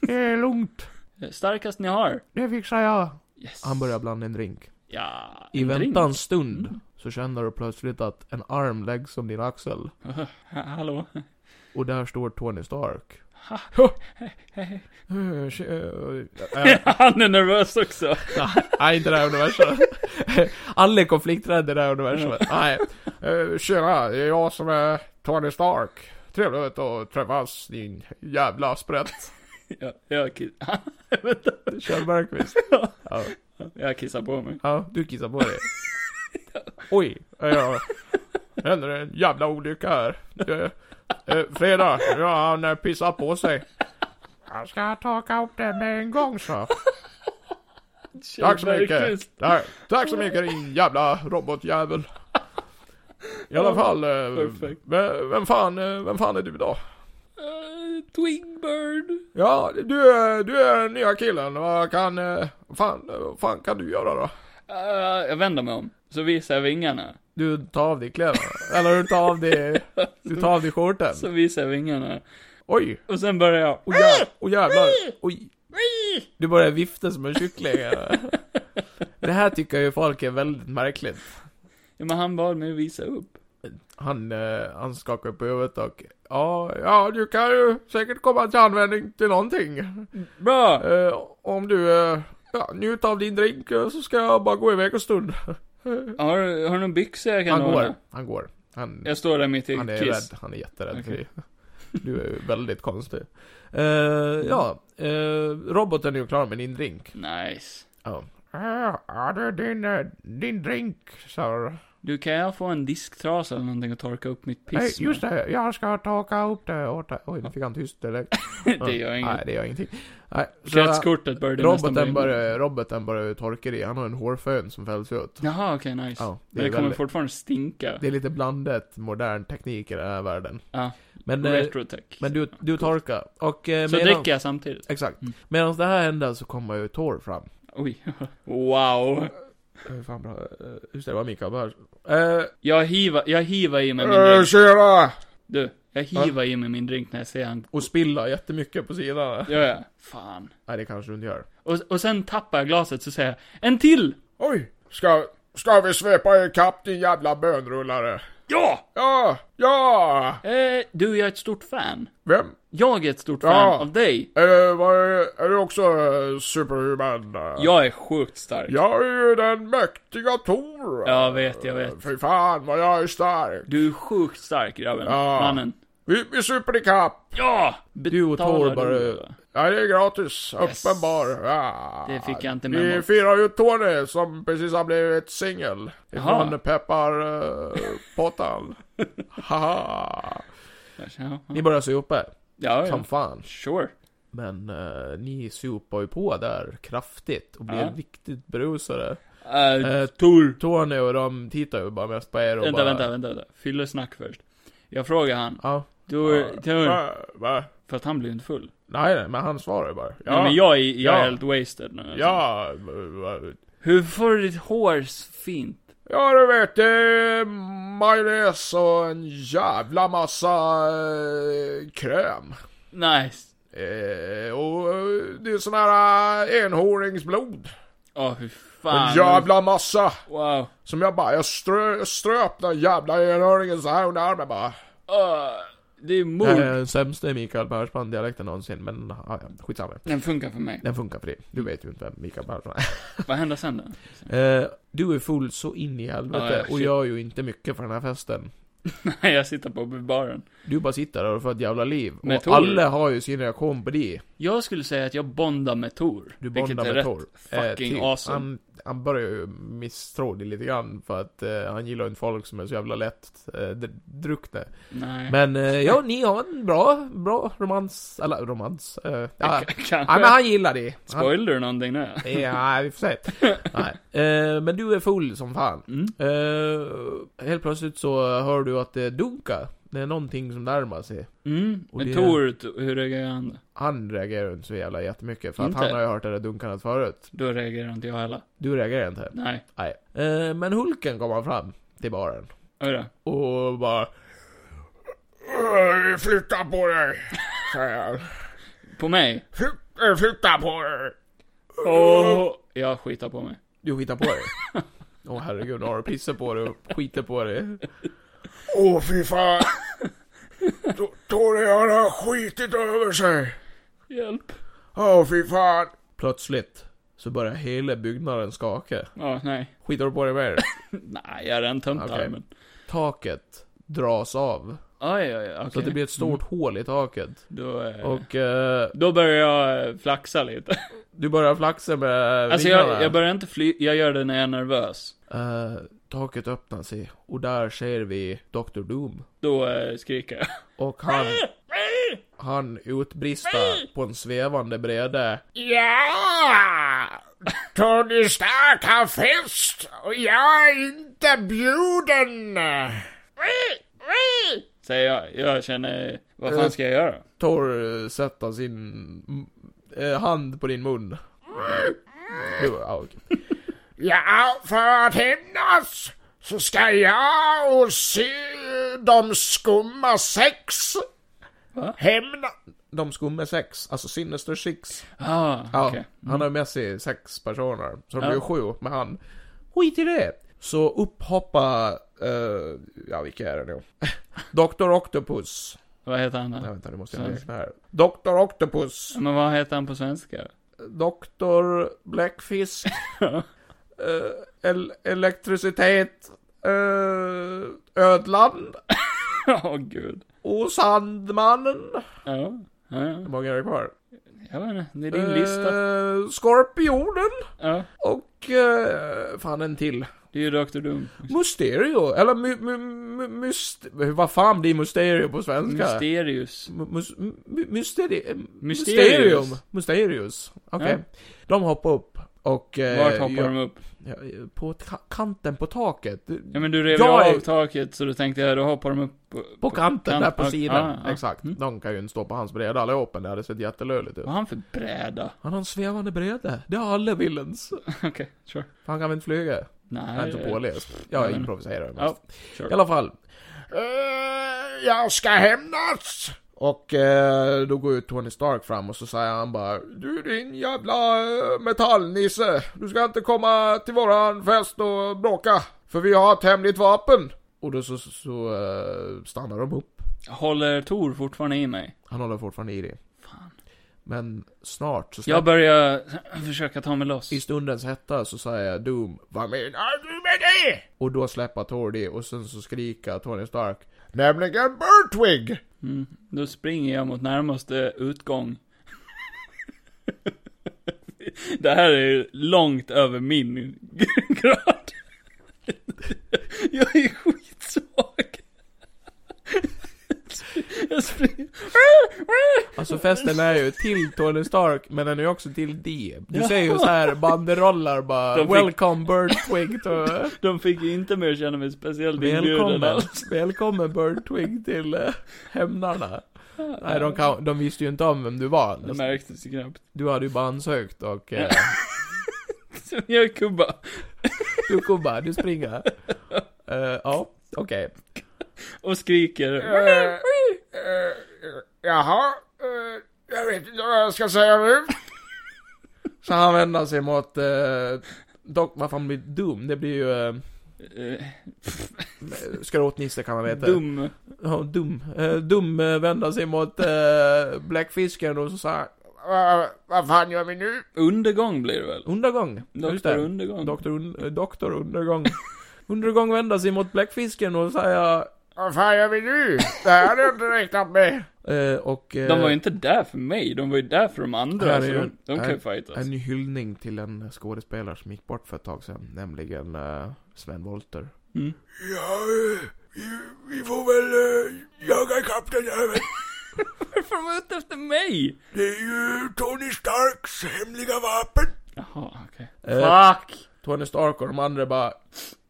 Det är lugnt.
jag. Starkast ni har.
Det fixar jag.
Yes.
Han börjar blanda en drink.
Ja,
I
en
väntans stund så känner du plötsligt att en arm läggs om din axel.
drink. Ha- Hallå?
Och där står Tony Stark.
Ha.
Eh, tje- eh, eh,
Han är nervös också.
Nej, inte det här universumet. Alla är konflikträdda i det här universumet. Nej. Eh, Tjena, det är jag som är Tony Stark. Trevligt att träffas, din jävla sprätt.
Jag, jag, kiss... Vänta.
Kjell Bergqvist. Ja.
jag kissar på mig.
Ja, du kissar på dig. Oj, ja. Händer en jävla olycka här. Eh, eh, Fredag, ja han eh, pissar på sig. Jag ska torka upp det med en gång så. Tack så mycket. Tack, tack så mycket din jävla robotjävel. I alla fall, eh,
Perfekt.
ve- vem fan, eh, vem fan är du då?
Uh, Twigbird.
Ja, du är, du är den nya killen. Vad kan, eh, fan, eh, vad fan kan du göra då?
Eh, jag vänder mig om. Så visar jag vingarna.
Du tar av dig kläderna. Eller du tar av dig, du tar av dig skjortan.
Så visar jag vingarna.
Oj!
Och sen börjar jag.
Och jä- och jävlar! Oj! Du börjar vifta som en kyckling. Det här tycker ju folk är väldigt märkligt.
Ja, men han bad mig visa upp.
Han, eh, han skakar på huvudet och ja, ja, du kan ju säkert komma till användning till någonting.
Bra!
Eh, om du eh, ja, njuter av din drink eh, så ska jag bara gå iväg en stund.
Har, du- har du någon byxa jag kan
Han går.
låna?
Han går. Han,
Jag står där mitt i
han är
kiss.
rädd. Han är jätterädd för
Okej.
dig. Du är ju väldigt konstig. Eh, ja, eh, roboten är ju klar med din drink.
Nice.
Ja. Ah, Ja, det är din, eh, din drink, sir.
Du, kan jag få en disktrasa eller någonting att torka upp mitt piss
Nej, just
med?
det. Jag ska torka upp det åt dig. Oj, nu fick han tyst direkt.
det gör
Nej,
inget.
det gör ingenting. Nej, så
Kretskortet började nästan
roboten,
brinna.
börjar, roboten börjar ju torka i. Han har en hårfön som fälls ut.
Jaha, okej, nice.
Ja, det,
Men det
är
kommer
väldigt,
fortfarande stinka.
det är lite blandat modern teknik i den här världen.
Ja.
Men, eh,
Retrotech.
men du, du torkar. Och eh,
så
medan-
dricker jag samtidigt.
Exakt.
Mm.
Medan det här händer så kommer ju Thor fram.
Oj. Wow.
Eh, Fan bra. Eh, Just det, det var Mikael Börs. Eh,
Jag hivar, jag hivar i mig min
eh,
drink.
tjena!
Du, jag hivar i mig min drink när jag ser han.
Och spilla jättemycket på sidan.
Gör jag? Fan.
Nej, det kanske du inte gör.
Och, och sen tappar jag glaset så säger jag, en till!
Oj! Ska, ska vi svepa ikapp din jävla bönrullare?
Ja!
Ja! Ja!
Eh, du, jag är ett stort fan.
Vem?
Jag är ett stort
Ja.
fan av dig.
Är, det- vad är, är du också eh, superhuman?
Jag är sjukt stark.
Jag är ju den mäktiga Tor.
Jag vet, jag vet.
Fy fan vad jag är stark.
Du är sjukt stark grabben.
Ja.
Mannen.
Vi, vi super ikapp.
Ja!
Du och
Betalar
Thor bara-
du, va?
Ja, det är
Yes.
gratis. Uppenbar. Ja.
Det fick jag inte med
Vi
mig.
firar ju Tony som precis har blivit singel.
Jaha.
Ifrån pepparpottan. Haha.
Ja, ja.
Ni börjar supa,
ja,
som
ja.
fan.
Sure.
Men eh, ni supar ju på där kraftigt och blir
Ja.
riktigt berusade.
Eh,
Eh,
Tor.
Tony och de tittar ju bara mest på er och
Vänta,
bara...
vänta, vänta, vänta. Fyllesnack först. Jag frågar han.
Ja.
Tor, Tor.
Va? Va?
För att han blir ju inte full.
Nej, nej, men han svarar ju bara. Ja.
Nej men jag är, jag är
Ja.
helt wasted nu. alltså.
Ja. va- va-
Hur får du ditt hår s- fint?
Ja, du vet, det är majonnäs och en jävla massa eh, kräm.
Nice.
Eh, och eh, det är sån här eh, enhorningsblod.
Åh, hur fan.
En jävla massa.
Wow.
Som jag bara, jag strö, ströp den jävla enhörningen så här under armen bara.
Åh, det är mord.
Den sämsta Mikael Persbrandt-dialekten någonsin, men ja, ja, skitsamma.
Den funkar för mig.
Den funkar för dig. Du vet ju inte vem Mikael Persbrandt
Vad händer sen då?
är. Eh, Du är full så in i
Ja, ja,
helvete
shit.
och gör ju inte mycket för den här festen.
Nej, jag sitter på baren.
Du bara sitter där och får ett jävla liv.
Med
Och
Tor.
alla har ju sin reaktion på det.
Jag skulle säga att jag bondar med Tor.
Du
vilket
bondar
är
med
rätt
Tor. Eh,
fucking
typ.
awesome.
Han, han börjar ju misstro det lite grann för att eh, han gillar ju inte folk som är så jävla lätt eh, dr- druckna.
Mm. Nej.
Men eh, ja, ni har en bra, bra romans, eller romans. Eh, ja,
K-
ja, men
Kanske.
han gillar det. Han,
Spoiler någonting där.
ja, vi får se. Nej. Eh, men du är full som fan.
Mm.
Eh, helt plötsligt så hör du att det dunkar. Det är någonting som närmar sig.
Mm.
Och
Men
det-
Tor, t- hur reagerar han?
Han reagerar ju inte så jävla jättemycket, för
Inte?
att han har ju hört det där dunkandet förut.
Då reagerar inte jag heller.
Du reagerar inte?
Nej.
Nej. Eh, men Hulken kommer fram till baren.
Oj
Och bara... "Eh, Flytta på dig! säger han.
då. På mig?
"Fly- eh, Flytta på dig!
Åh! Jag skitar på mig.
Du skitar på dig? Åh herregud, nu har du pissat på dig och skiter på dig. Åh fy fan! Då- Tony han har skitit över sig!
Hjälp.
Åh fy fan! Plötsligt så börjar hela byggnaden skaka.
Ja, nej.
Skitar du på dig mer?
Nej, jag har redan tömt
Okej.
armen.
Taket dras av.
Oj, oj, oj. Okay.
Så att det blir ett stort
Mm.
hål i taket.
Då, eh,
Och eh,
då börjar jag eh, flaxa lite.
du börjar flaxa med
Alltså
vingarna.
jag, jag börjar inte fly, jag gör det när jag är nervös.
Eh, taket öppnar sig och där ser vi Dr. Doom.
Då eh, skriker jag.
Och han... Han utbrister på en svävande brede.
Ja! Tony Stark har fest och jag är inte bjuden.
Säger jag. Jag känner, vad fan ska jag göra?
Thor eh, sätter sin mm, eh, hand på din mun. Jo, ja, okej.
Ja, för att hämnas så ska jag och se dem skumma sex.
Va?
Hämna...
De skumme sex, alltså Sinister Six.
Ah,
Ja,
okej.
Han har med sig sex personer, så de
Ja.
blir sju med han. Skit i det! Så upphoppa, eh, ja vilka är det nu? Dr. Octopus.
Vad heter han då?
Nej vänta, nu måste jag
Sen-
räkna här. Dr. Octopus.
Men vad heter han på svenska?
Dr. Blackfisk. eh, el- elektricitet. eh, ödlan.
Åh gud.
Och Sandmannen.
Ja, ja, ja.
Hur många är det kvar?
Jag vet inte, det är din lista.
Eh, Skorpionen.
Ja,
Och, eh, fan en till.
det är ju Dr. Doom.
Mysterio, eller my, my, my, myst... Vad fan blir Mysterio på svenska?
Mysterius.
M- mus- my- mysteri-
Mysterium.
Mysterium. Mysterius. Okej.
Ja.
De hoppar upp och... eh,
Vart hoppar
jag-
de upp?
Ja, på ta- kanten på taket.
Ja men du rev ju
Jag är-
av taket, så då tänkte jag, då hoppar de upp på...
På kanten,
kant-
där på
ja,
sidan.
ja, ja.
Exakt.
Mm.
De kan ju inte stå på hans breda allihopa, det hade sett jättelöjligt ut.
Vad har han för bräda?
Han har en svävande breda. Det har alla villains.
Okej, sure.
Han kan väl inte flyga?
Nej.
Han är inte
eh,
så påläst.
jag
Jag
vet inte.
improviserar mest.
Ja,
I
sure.
alla fall.
Eh, jag ska hämnas.
Och eh, då går ju Tony Stark fram och så säger han bara Du din jävla eh, metallnisse. Du ska inte komma till våran fest och bråka. För vi har ett hemligt vapen. Och då så, så, så eh, stannar de upp.
Håller Tor fortfarande i mig?
Han håller fortfarande i det.
Fan.
Men snart så
Jag
släpper...
börjar försöka ta mig loss.
I stundens hetta så säger Doom Vad menar
Ja, du med det?
Och då släpper Thor det och sen så skriker Tony Stark
Nämligen Burtwig.
Mm. Då springer jag mot närmaste utgång. Det här är ju långt över min grad. Jag är skitsvag. Jag springer.
Alltså festen är ju till Tony Stark, men den är ju också till D. Du
Ja.
ser ju så här banderoller bara,
De fick-
Welcome Birdtwig to...
De fick ju inte mig att känna mig speciellt inbjuden
Välkommen,
alls.
välkommen Birdtwig till eh, hämnarna. Nej, de, kan, de visste ju inte om vem du var.
Det märktes ju knappt.
Du hade ju bara ansökt och... Eh,
Så Jag är kubba.
du kom bara, du springer. Eh, ja, okej.
Och skriker.
Äh.
Eh, eh, jaha, eh, jag vet inte vad jag ska säga nu.
Så han vänder sig mot... Eh, dock, vad fan blir dum? Det blir ju... Eh,
Eh,
Skrotnisse kan man heta.
Dum.
Ja, dum. Eh, dum eh, vänder sig mot eh, Blackfisken och så sa han
Va- Vad fan gör vi nu?
Undergång blir det väl?
Undergång. Ja, just
Doktor
det.
Undergång.
Doktor, un, eh, doktor Undergång. undergång vänder sig mot Blackfisken och säger
Vad fan gör vi nu? Det här hade jag inte räknat med.
Eh, och... eh,
De var ju inte där för mig, de var ju där för de
Här
andra.
är
Så
ju-
de, de kan
här-
ju fightas.
En hyllning till en skådespelare som gick bort för ett tag sedan, nämligen eh, Sven Wollter.
Mm.
Ja, eh, vi, vi får väl eh, jaga ikapp den jäveln.
Varför var de ute efter mig?
Det är ju Tony Starks hemliga vapen.
Jaha, okej.
Eh,
Fuck!
Tony Stark och de andra bara...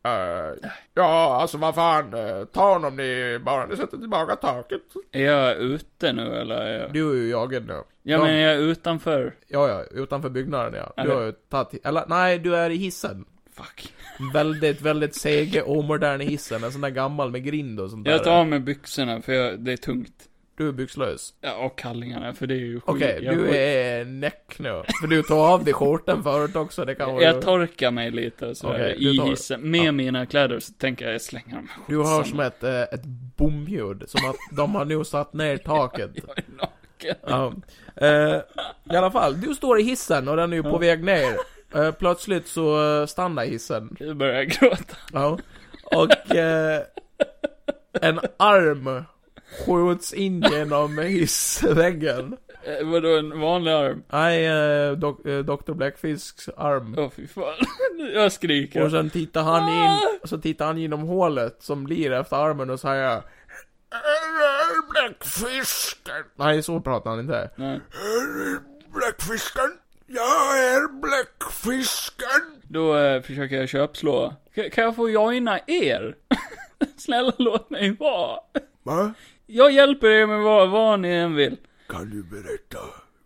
eh, ja, alltså vad fan, eh, ta honom ni bara ni sätter tillbaka taket.
Är jag ute nu eller? Är jag...
Du är ju jagad nu.
Ja
de-
men är jag utanför?
Ja, ja, utanför byggnaden ja. Du
Eller-
har ju tagit, eller nej, du är i hissen.
Fuck.
Väldigt, väldigt sege, omodern hissen. En sån där gammal med grind och sånt
Jag
där.
tar av mig byxorna för jag, det är tungt.
Du är byxlös.
Ja, och kallingarna för det är ju skit.
Okej,
jag,
du är näck nu. För du tog av dig skjortan förut också, det kan vara...
jag torkar mig lite så
Okej, du
i
tar-
hissen. Med
ja.
mina kläder så tänker jag slänga dem.
Du hör som ett, eh, ett bomljud, som att de har nu satt ner taket.
Jag är naken.
Ja. Eh, I alla fall, du står i hissen och den är ju på väg ner. Eh, plötsligt så eh, stannar hissen.
Nu börjar jag gråta.
Ja. Och eh, en arm skjuts in genom hissväggen.
Eh, vadå, en vanlig arm?
Nej, eh, dok- eh, Dr. Blackfisks arm.
Åh fy fan. Jag skriker.
Och sen tittar han in, så tittar han genom hålet som blir efter armen och säger
Här
Eh,
är bläckfisken.
Nej, så pratar han inte.
Nej.
Här är bläckfisken. Jag är bläckfisken.
Då eh, försöker jag köpslå. Ka- kan jag få joina er? Snälla låt mig vara.
Va?
Jag hjälper er med vad, vad ni än vill.
Kan du berätta?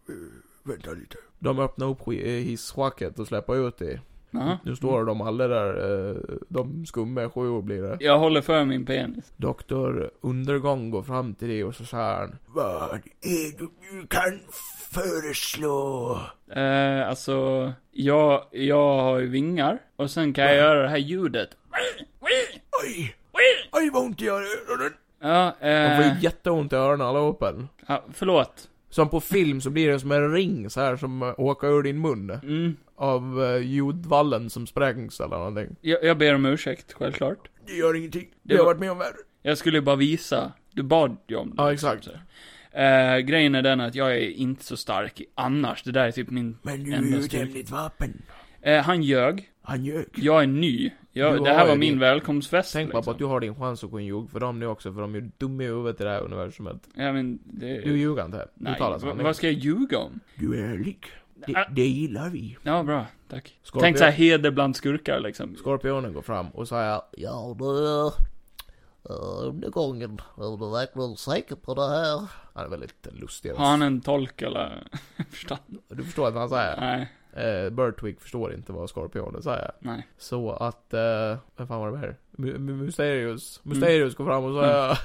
Eh, vänta lite.
De öppnar upp sk- eh, hisschvacket och släpper ut det.
Jaha.
Nu står de alla där, eh, de skumma sju blir det.
Jag håller för min penis.
Doktor Undergång går fram till det och så säger han
Vad är det du kan föreslå?
Eh, alltså, jag, jag har ju vingar. Och sen kan jag göra det här ljudet.
Oj! Oj, vad ont i öronen.
Ja,
De får
eh,
ju jätteont i öronen allihopa.
ja, förlåt.
Som på film så blir det som en ring så här som eh, åker ur din mun.
Mm.
Av eh, ljudvallen som sprängs eller någonting.
Jag, jag ber om ursäkt, självklart.
Det gör ingenting.
Det
Jag har
var-
varit med om värre.
Jag skulle ju bara visa. Du bad ju om det.
Ja, exakt.
Eh, grejen är den att jag är inte så stark annars. Det där är typ min...
Men du är
Enda
ju ett
styrka.
hemligt vapen.
Eh, han ljög.
Han ljög.
Jag är ny.
Du
Jag, det
har
här var
ju
min
din-
välkomstfest.
Tänk bara på
liksom.
att du har din chans att kunna ljuga för dem nu också, för de är ju dumma i huvudet i det här universumet.
Ja, men det...
Du ljuger inte. Du
Eh. Nej,
talar
vad-
sanning.
vad ska jag ljuga om?
Du är ärlig.
Ah.
Det, det gillar vi.
Ja, bra. Tack.
Skorpion.
Tänk så här heder bland skurkar liksom.
Skorpionen går fram och säger
Ja du, eh, undergången, är du verkligen säker på det här?
Han är väldigt lustig.
Har han en tolk eller? Förstånd?
Du förstår att han säger.
Nej,
Eh, Birdwig förstår inte vad Skorpionen säger.
nej.
Så att, eh, vad fan var det här? Mu- Mu- Mysterius.
Mm.
Mysterius går fram och säger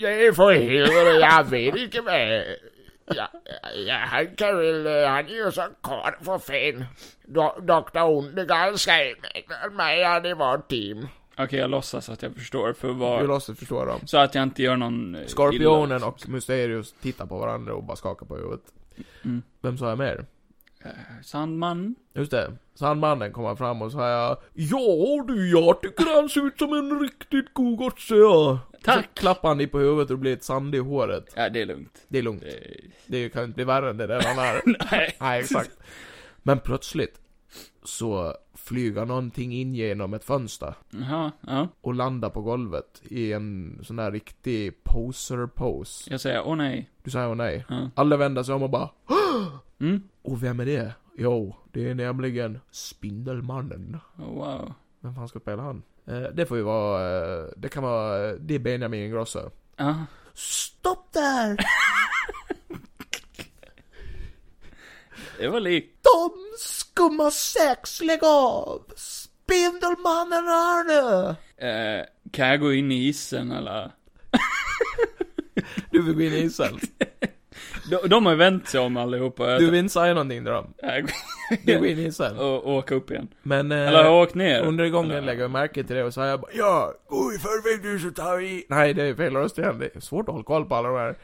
Nej, för helvete, jag vet inte vad... Ja, ja, han kan väl... eh, Han är ju så karl för fan. Do- Doktor Ondegard säger att mig ja, det var ett team.
Okej, jag låtsas att jag förstår för
Du
vad...
låtsas förstå dem.
Så att jag inte gör någon... eh, illa,
Skorpionen
liksom.
och Mysterius tittar på varandra och bara skakar på huvudet.
Mm.
Vem sa jag mer?
Sandman?
Just det. Sandmannen kommer fram och säger Ja du, jag tycker han ser ut som en riktigt god gosse ja." Så
Tack!
klappar han dig på huvudet och det blir ett sand i håret.
Ja, det är lugnt.
Det är lugnt.
Det-
Det kan inte bli värre än det där han är.
Nej.
Nej, exakt. Men plötsligt så flyger någonting in genom ett fönster.
Jaha, ja.
och landar på golvet i en sån där riktig poser-pose.
Jag säger åh nej.
Du säger nej.
Ja.
Alla vänder sig om och bara
Mm.
Och vem är det? Jo, det är nämligen Spindelmannen.
Oh, wow.
Vem fan ska spela han? Eh, det får ju vara, eh, det kan vara, eh, det är Benjamin Ingrosso.
Ja.
Stopp där!
Det var likt.
De skumma sex, lägg av! Spindelmannen är nu!
Eh, kan jag gå in i hissen eller?
Du vill gå in i isen.
De, de har vänt sig om allihopa. Jag-
Du vill inte säga någonting till dem.
Jag går
Du går in i isen.
och och åka upp igen.
Men
Eller
eh,
har åkt ner.
under gången
Eller-
lägger jag märke till det och säger bara
Ja, gå i förväg nu så tar vi...
Nej, det är fel röst igen. Det är svårt att hålla koll på alla de här.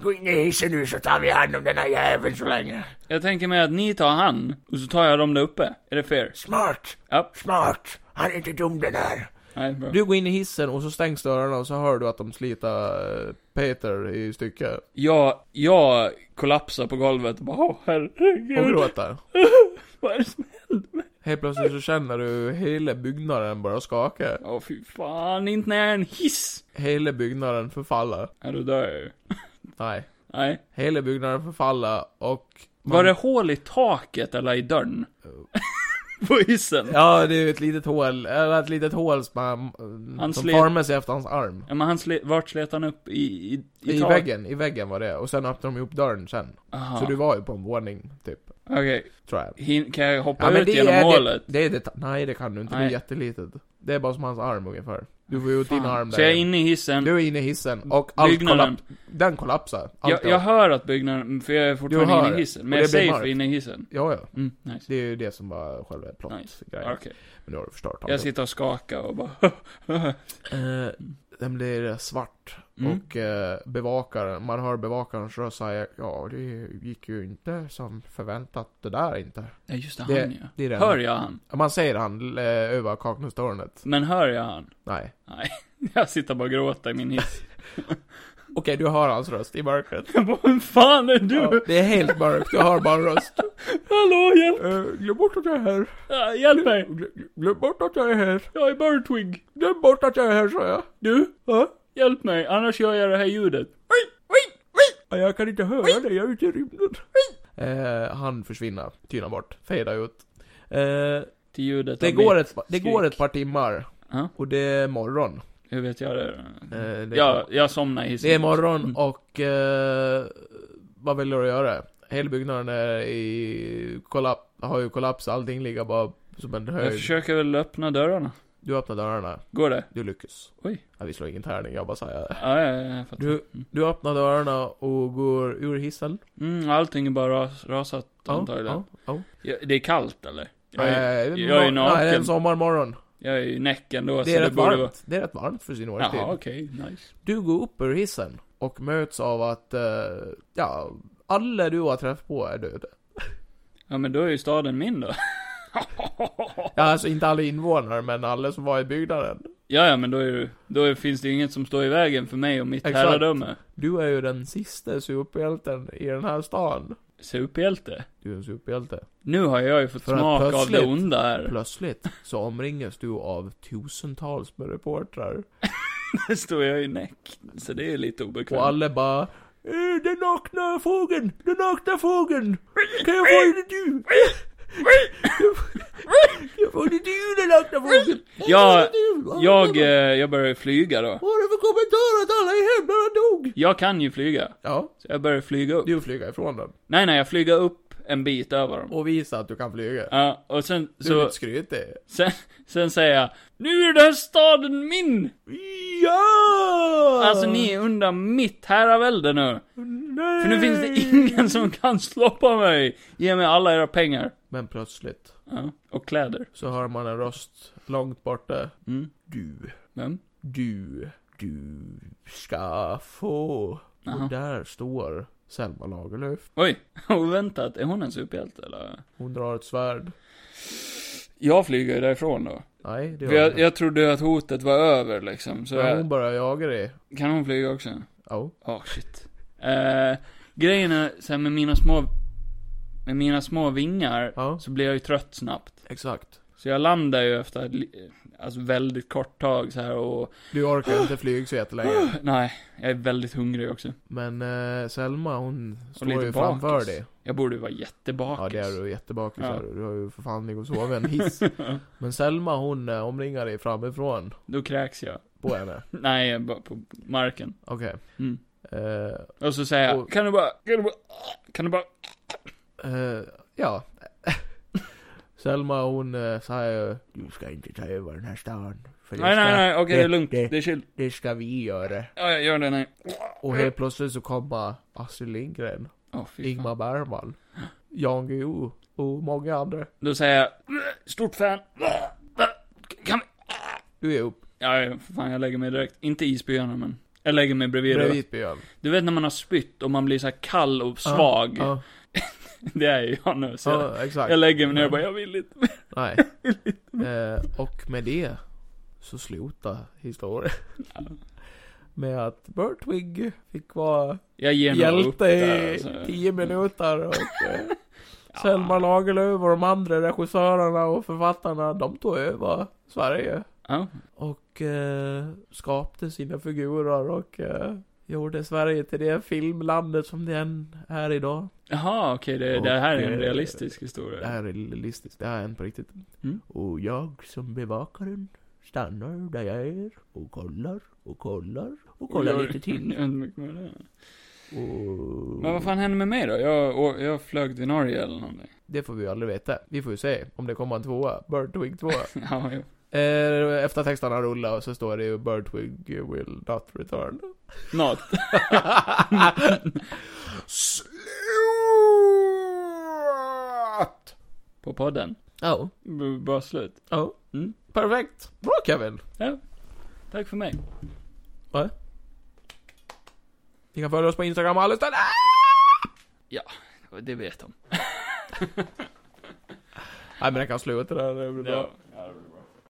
Gå in i hissen nu så tar vi hand om den här jäveln så länge.
Jag tänker mig att ni tar han, och så tar jag dem där uppe. Är det fair?
Smart,
Ja.
smart. Han är inte dum den här.
Nej, bra.
Du går in i hissen och så stängs dörrarna och så hör du att de sliter eh, Peter i stycken.
Jag, jag kollapsar på golvet och bara, åh
Och
herregud,
gråter.
vad är det som
Helt plötsligt så känner du hela byggnaden börja skaka.
Åh fy fan, inte när jag är en hiss!
Hela byggnaden förfaller.
Ja, då dör jag ju.
Nej.
Nej.
Hela byggnaden förfaller och... man- Oh.
Var det hål i taket eller i dörren? på hissen? Ja.
Ja, det är ju ett litet hål, eller ett litet hål som, han-
Han
som
slet-
formar sig efter hans arm.
men han slet, vart slet han upp? I, i,
I,
tak?
väggen, i väggen var det. Och sen öppnade de upp dörren sen.
Aha.
Så du var ju på en våning, typ.
Okej,
Tror jag.
Hin- kan jag hoppa
Ja, men
ut genom
är
hålet?
Det, det är det, nej det kan du inte, det är
Nej.
jättelitet. Det är bara som hans arm ungefär. Du får ju ut din
Fan.
arm där.
Så jag är inne i hissen.
Du är inne i hissen och allt
Byggnaden.
kollaps, den kollapsar. Allt
jag, jag hör att byggnaden, för jag är
Du
fortfarande
hör
inne i
det.
hissen.
Och
Men jag är
det blir
safe
mörkt.
inne i hissen.
Ja, ja.
Mm, nice.
Det är ju det som var själva plot
Nice.
grejen.
Okej.
Men nu har du förstört
Jag
allt.
sitter och skakar och bara...
Eh, den blir svart.
Mm.
Och eh, bevakaren, man hör bevakarens röst säga Ja, det gick ju inte som förväntat det där inte.
Ja, just det,
Det-
han ja.
Det är den.
Hör jag han?
Man ser han eh, över Kaknästornet.
Men hör jag han?
Nej.
Jag sitter bara och gråter i min hiss.
Okej, du hör hans röst i mörkret.
Jag bara, Vem fan är du?
Ja, det är helt mörkt, du hör bara en röst.
Hallå, hjälp!
Eh, glöm bort att jag är här.
Ah, hjälp mig!
Glöm, glöm bort att jag är här.
Jag är Birdwig.
Glöm bort att jag är här, sa jag.
Du,
Va?
hjälp mig, annars gör jag det här ljudet.
Ja, Jag kan inte höra dig, jag är ute i rymden. Eh, han försvinner, tynar bort, fejdar ut. Eh,
Till ljudet
det,
av
går
mitt
ett, det
skrik.
går ett par timmar.
Ja.
Och det är morgon.
Hur vet jag det?
Eh, det,
Ja, jag somnar i hissen.
det är
Mm.
morgon och... Eh, vad vill du göra? Hela byggnaden är i kollap, har ju kollaps, allting ligger bara som en
Jag
hög.
försöker väl öppna dörrarna.
Du öppnar dörrarna,
Går det?
du lyckas.
Oj. Mm.
Ja, vi slår ingen tärning, jag bara säger.
Ja, ja, ja, jag fattar.
Du, du öppnar dörrarna och går ur hissen.
Mm, allting är bara ras, rasat antagligen.
Ja, ja, ja.
Ja, Det är kallt eller? Jag är,
Nej,
jag är
mor- Nej, det är
naken.
en sommarmorgon.
jag är ju näcken då,
Det
så
är
det
rätt
borde
varmt.
vara...
Det är rätt varmt för sin årstid.
Jaha, okej, nice.
Du går upp ur hissen och möts av att, eh, ja, alla du har träffat på är döda.
Ja, men då är ju staden min då.
Ja, alltså inte alla invånare, men alla som var i byggnaden.
Ja, ja, men då, är, det- då är, finns det ju inget som står i vägen för mig och mitt
Exakt.
herradöme.
Du är ju den sista superhjälten i den här stan.
Superhjälte.
Du är en superhjälte.
Nu har jag ju fått
För att
smak av det
plötsligt-
onda här.
Plötsligt så omringas du av tusentals med reportrar.
Nu står jag i näck, så det är ju lite obekvämt.
Och alla bara "Eh, Den nakna fågeln, den nakna fågeln! Kan jag få det du? Kan jag få det du den nakna fågeln?
Jag, jag, eh, jag börjar ju flyga då.
Vad har du för kommentar att alla i hemlarna dog?
Jag kan ju flyga,
Ja,
så jag börjar flyga upp.
du flyger ifrån dem.
Nej, nej, jag flyger upp en bit över dem.
Och visar att du kan flyga.
Ja, och sen,
Du är
så,
lite skrytig.
sen, sen säger jag Nu är den här staden min!
Ja!
Alltså ni är under mitt herravälde nu.
Nej.
För nu finns det ingen som kan stoppa mig. Ge mig alla era pengar.
Men plötsligt
Ja, och kläder.
så hör man en röst långt borta.
Mm.
Du,
Vem?
du, du ska få.
Aha.
Och där står Selma Lagerlöf.
Oj, oväntat. Är hon en superhjälte eller?
Hon drar ett svärd.
Jag flyger ju därifrån då.
Nej, det
För
gör
jag,
hon inte.
jag trodde att hotet var över liksom. Så
Men hon
jag,
börjar jaga dig.
kan hon flyga också?
Ja.
Ja, shit. Eh, grejen är så här, med mina små... Med mina små vingar
Ja.
så blir jag ju trött snabbt.
Exakt.
Så jag landar ju efter ett li- alltså väldigt kort tag så här och...
Du orkar inte flyga så jättelänge.
Nej, jag är väldigt hungrig också.
Men eh, Selma hon står
lite
ju framför
bakis.
dig.
Jag borde ju vara jättebakis.
Ja det är du, jättebakis
Ja.
är du. Du har ju för fan ligger och sover i en hiss. Men Selma hon eh, omringar dig framifrån.
Då kräks jag.
På henne.
Nej, jag är bara på marken.
Okej.
Mm.
Eh,
Och så säger jag,
Och-
kan du bara, kan du bara, kan du bara,
Eh, ja. Selma hon eh, säger ju,
Du ska inte ta över den här stan. För det
nej nej
ska-
nej, okej det är lugnt,
det-
det är chill.
Det ska vi göra.
Ja, jag gör det, nej.
och helt plötsligt så kommer Astrid Lindgren,
Åh fy fan.
Ingmar Bergman, Jan Guillou och många andra.
Då säger jag, stort fan. Kan vi?
Du är upp
Ja, ja, för fan jag lägger mig direkt. Inte i spyarna men. Jag lägger mig bredvid. då.
bredvid Björn.
Du vet när man har spytt och man blir så här kall och svag.
Ja,
Det är ju jag nu. Så jag,
ja, exakt.
jag lägger mig ner och bara, jag vill inte.
Nej. Eh, och med det så slutade historien. Med att Bertwig fick vara
Jag ger nog upp
hjälte
där,
i
alltså.
tio minuter och eh, Selma Lagerlöf och de andra regissörerna och författarna, de tog över Sverige.
Ja.
Och eh, skapade sina figurer och eh, gjorde Sverige till det filmlandet som det än är idag.
Jaha, okej, det,
Och,
det här är en
eh,
realistisk
Det
historia.
här är realistiskt, det här är en på riktigt.
Mm.
Och jag som bevakaren stannar där jag är och kollar och kollar och kollar lite till.
Jag vet inte mycket mer om det.
Och...
Men vad fan hände med mig då? Jag, och, jag flög till Norge eller någonting.
Det får vi ju aldrig veta. Vi får ju se om det kommer en tvåa. Birdwig 2.
Ja, jo.
eh, efter texterna rullar så står det ju Birdwig will not return.
Något.
Slut!
På podden.
Ja.
B- Bara slut.
Ja.
Mm.
Perfekt. Bra Kevin.
Tack för mig.
Ni kan följa oss på Instagram och alla ställen.
Det vet de.
Nej men jag kan sluta där. Det blir bra.
Ja.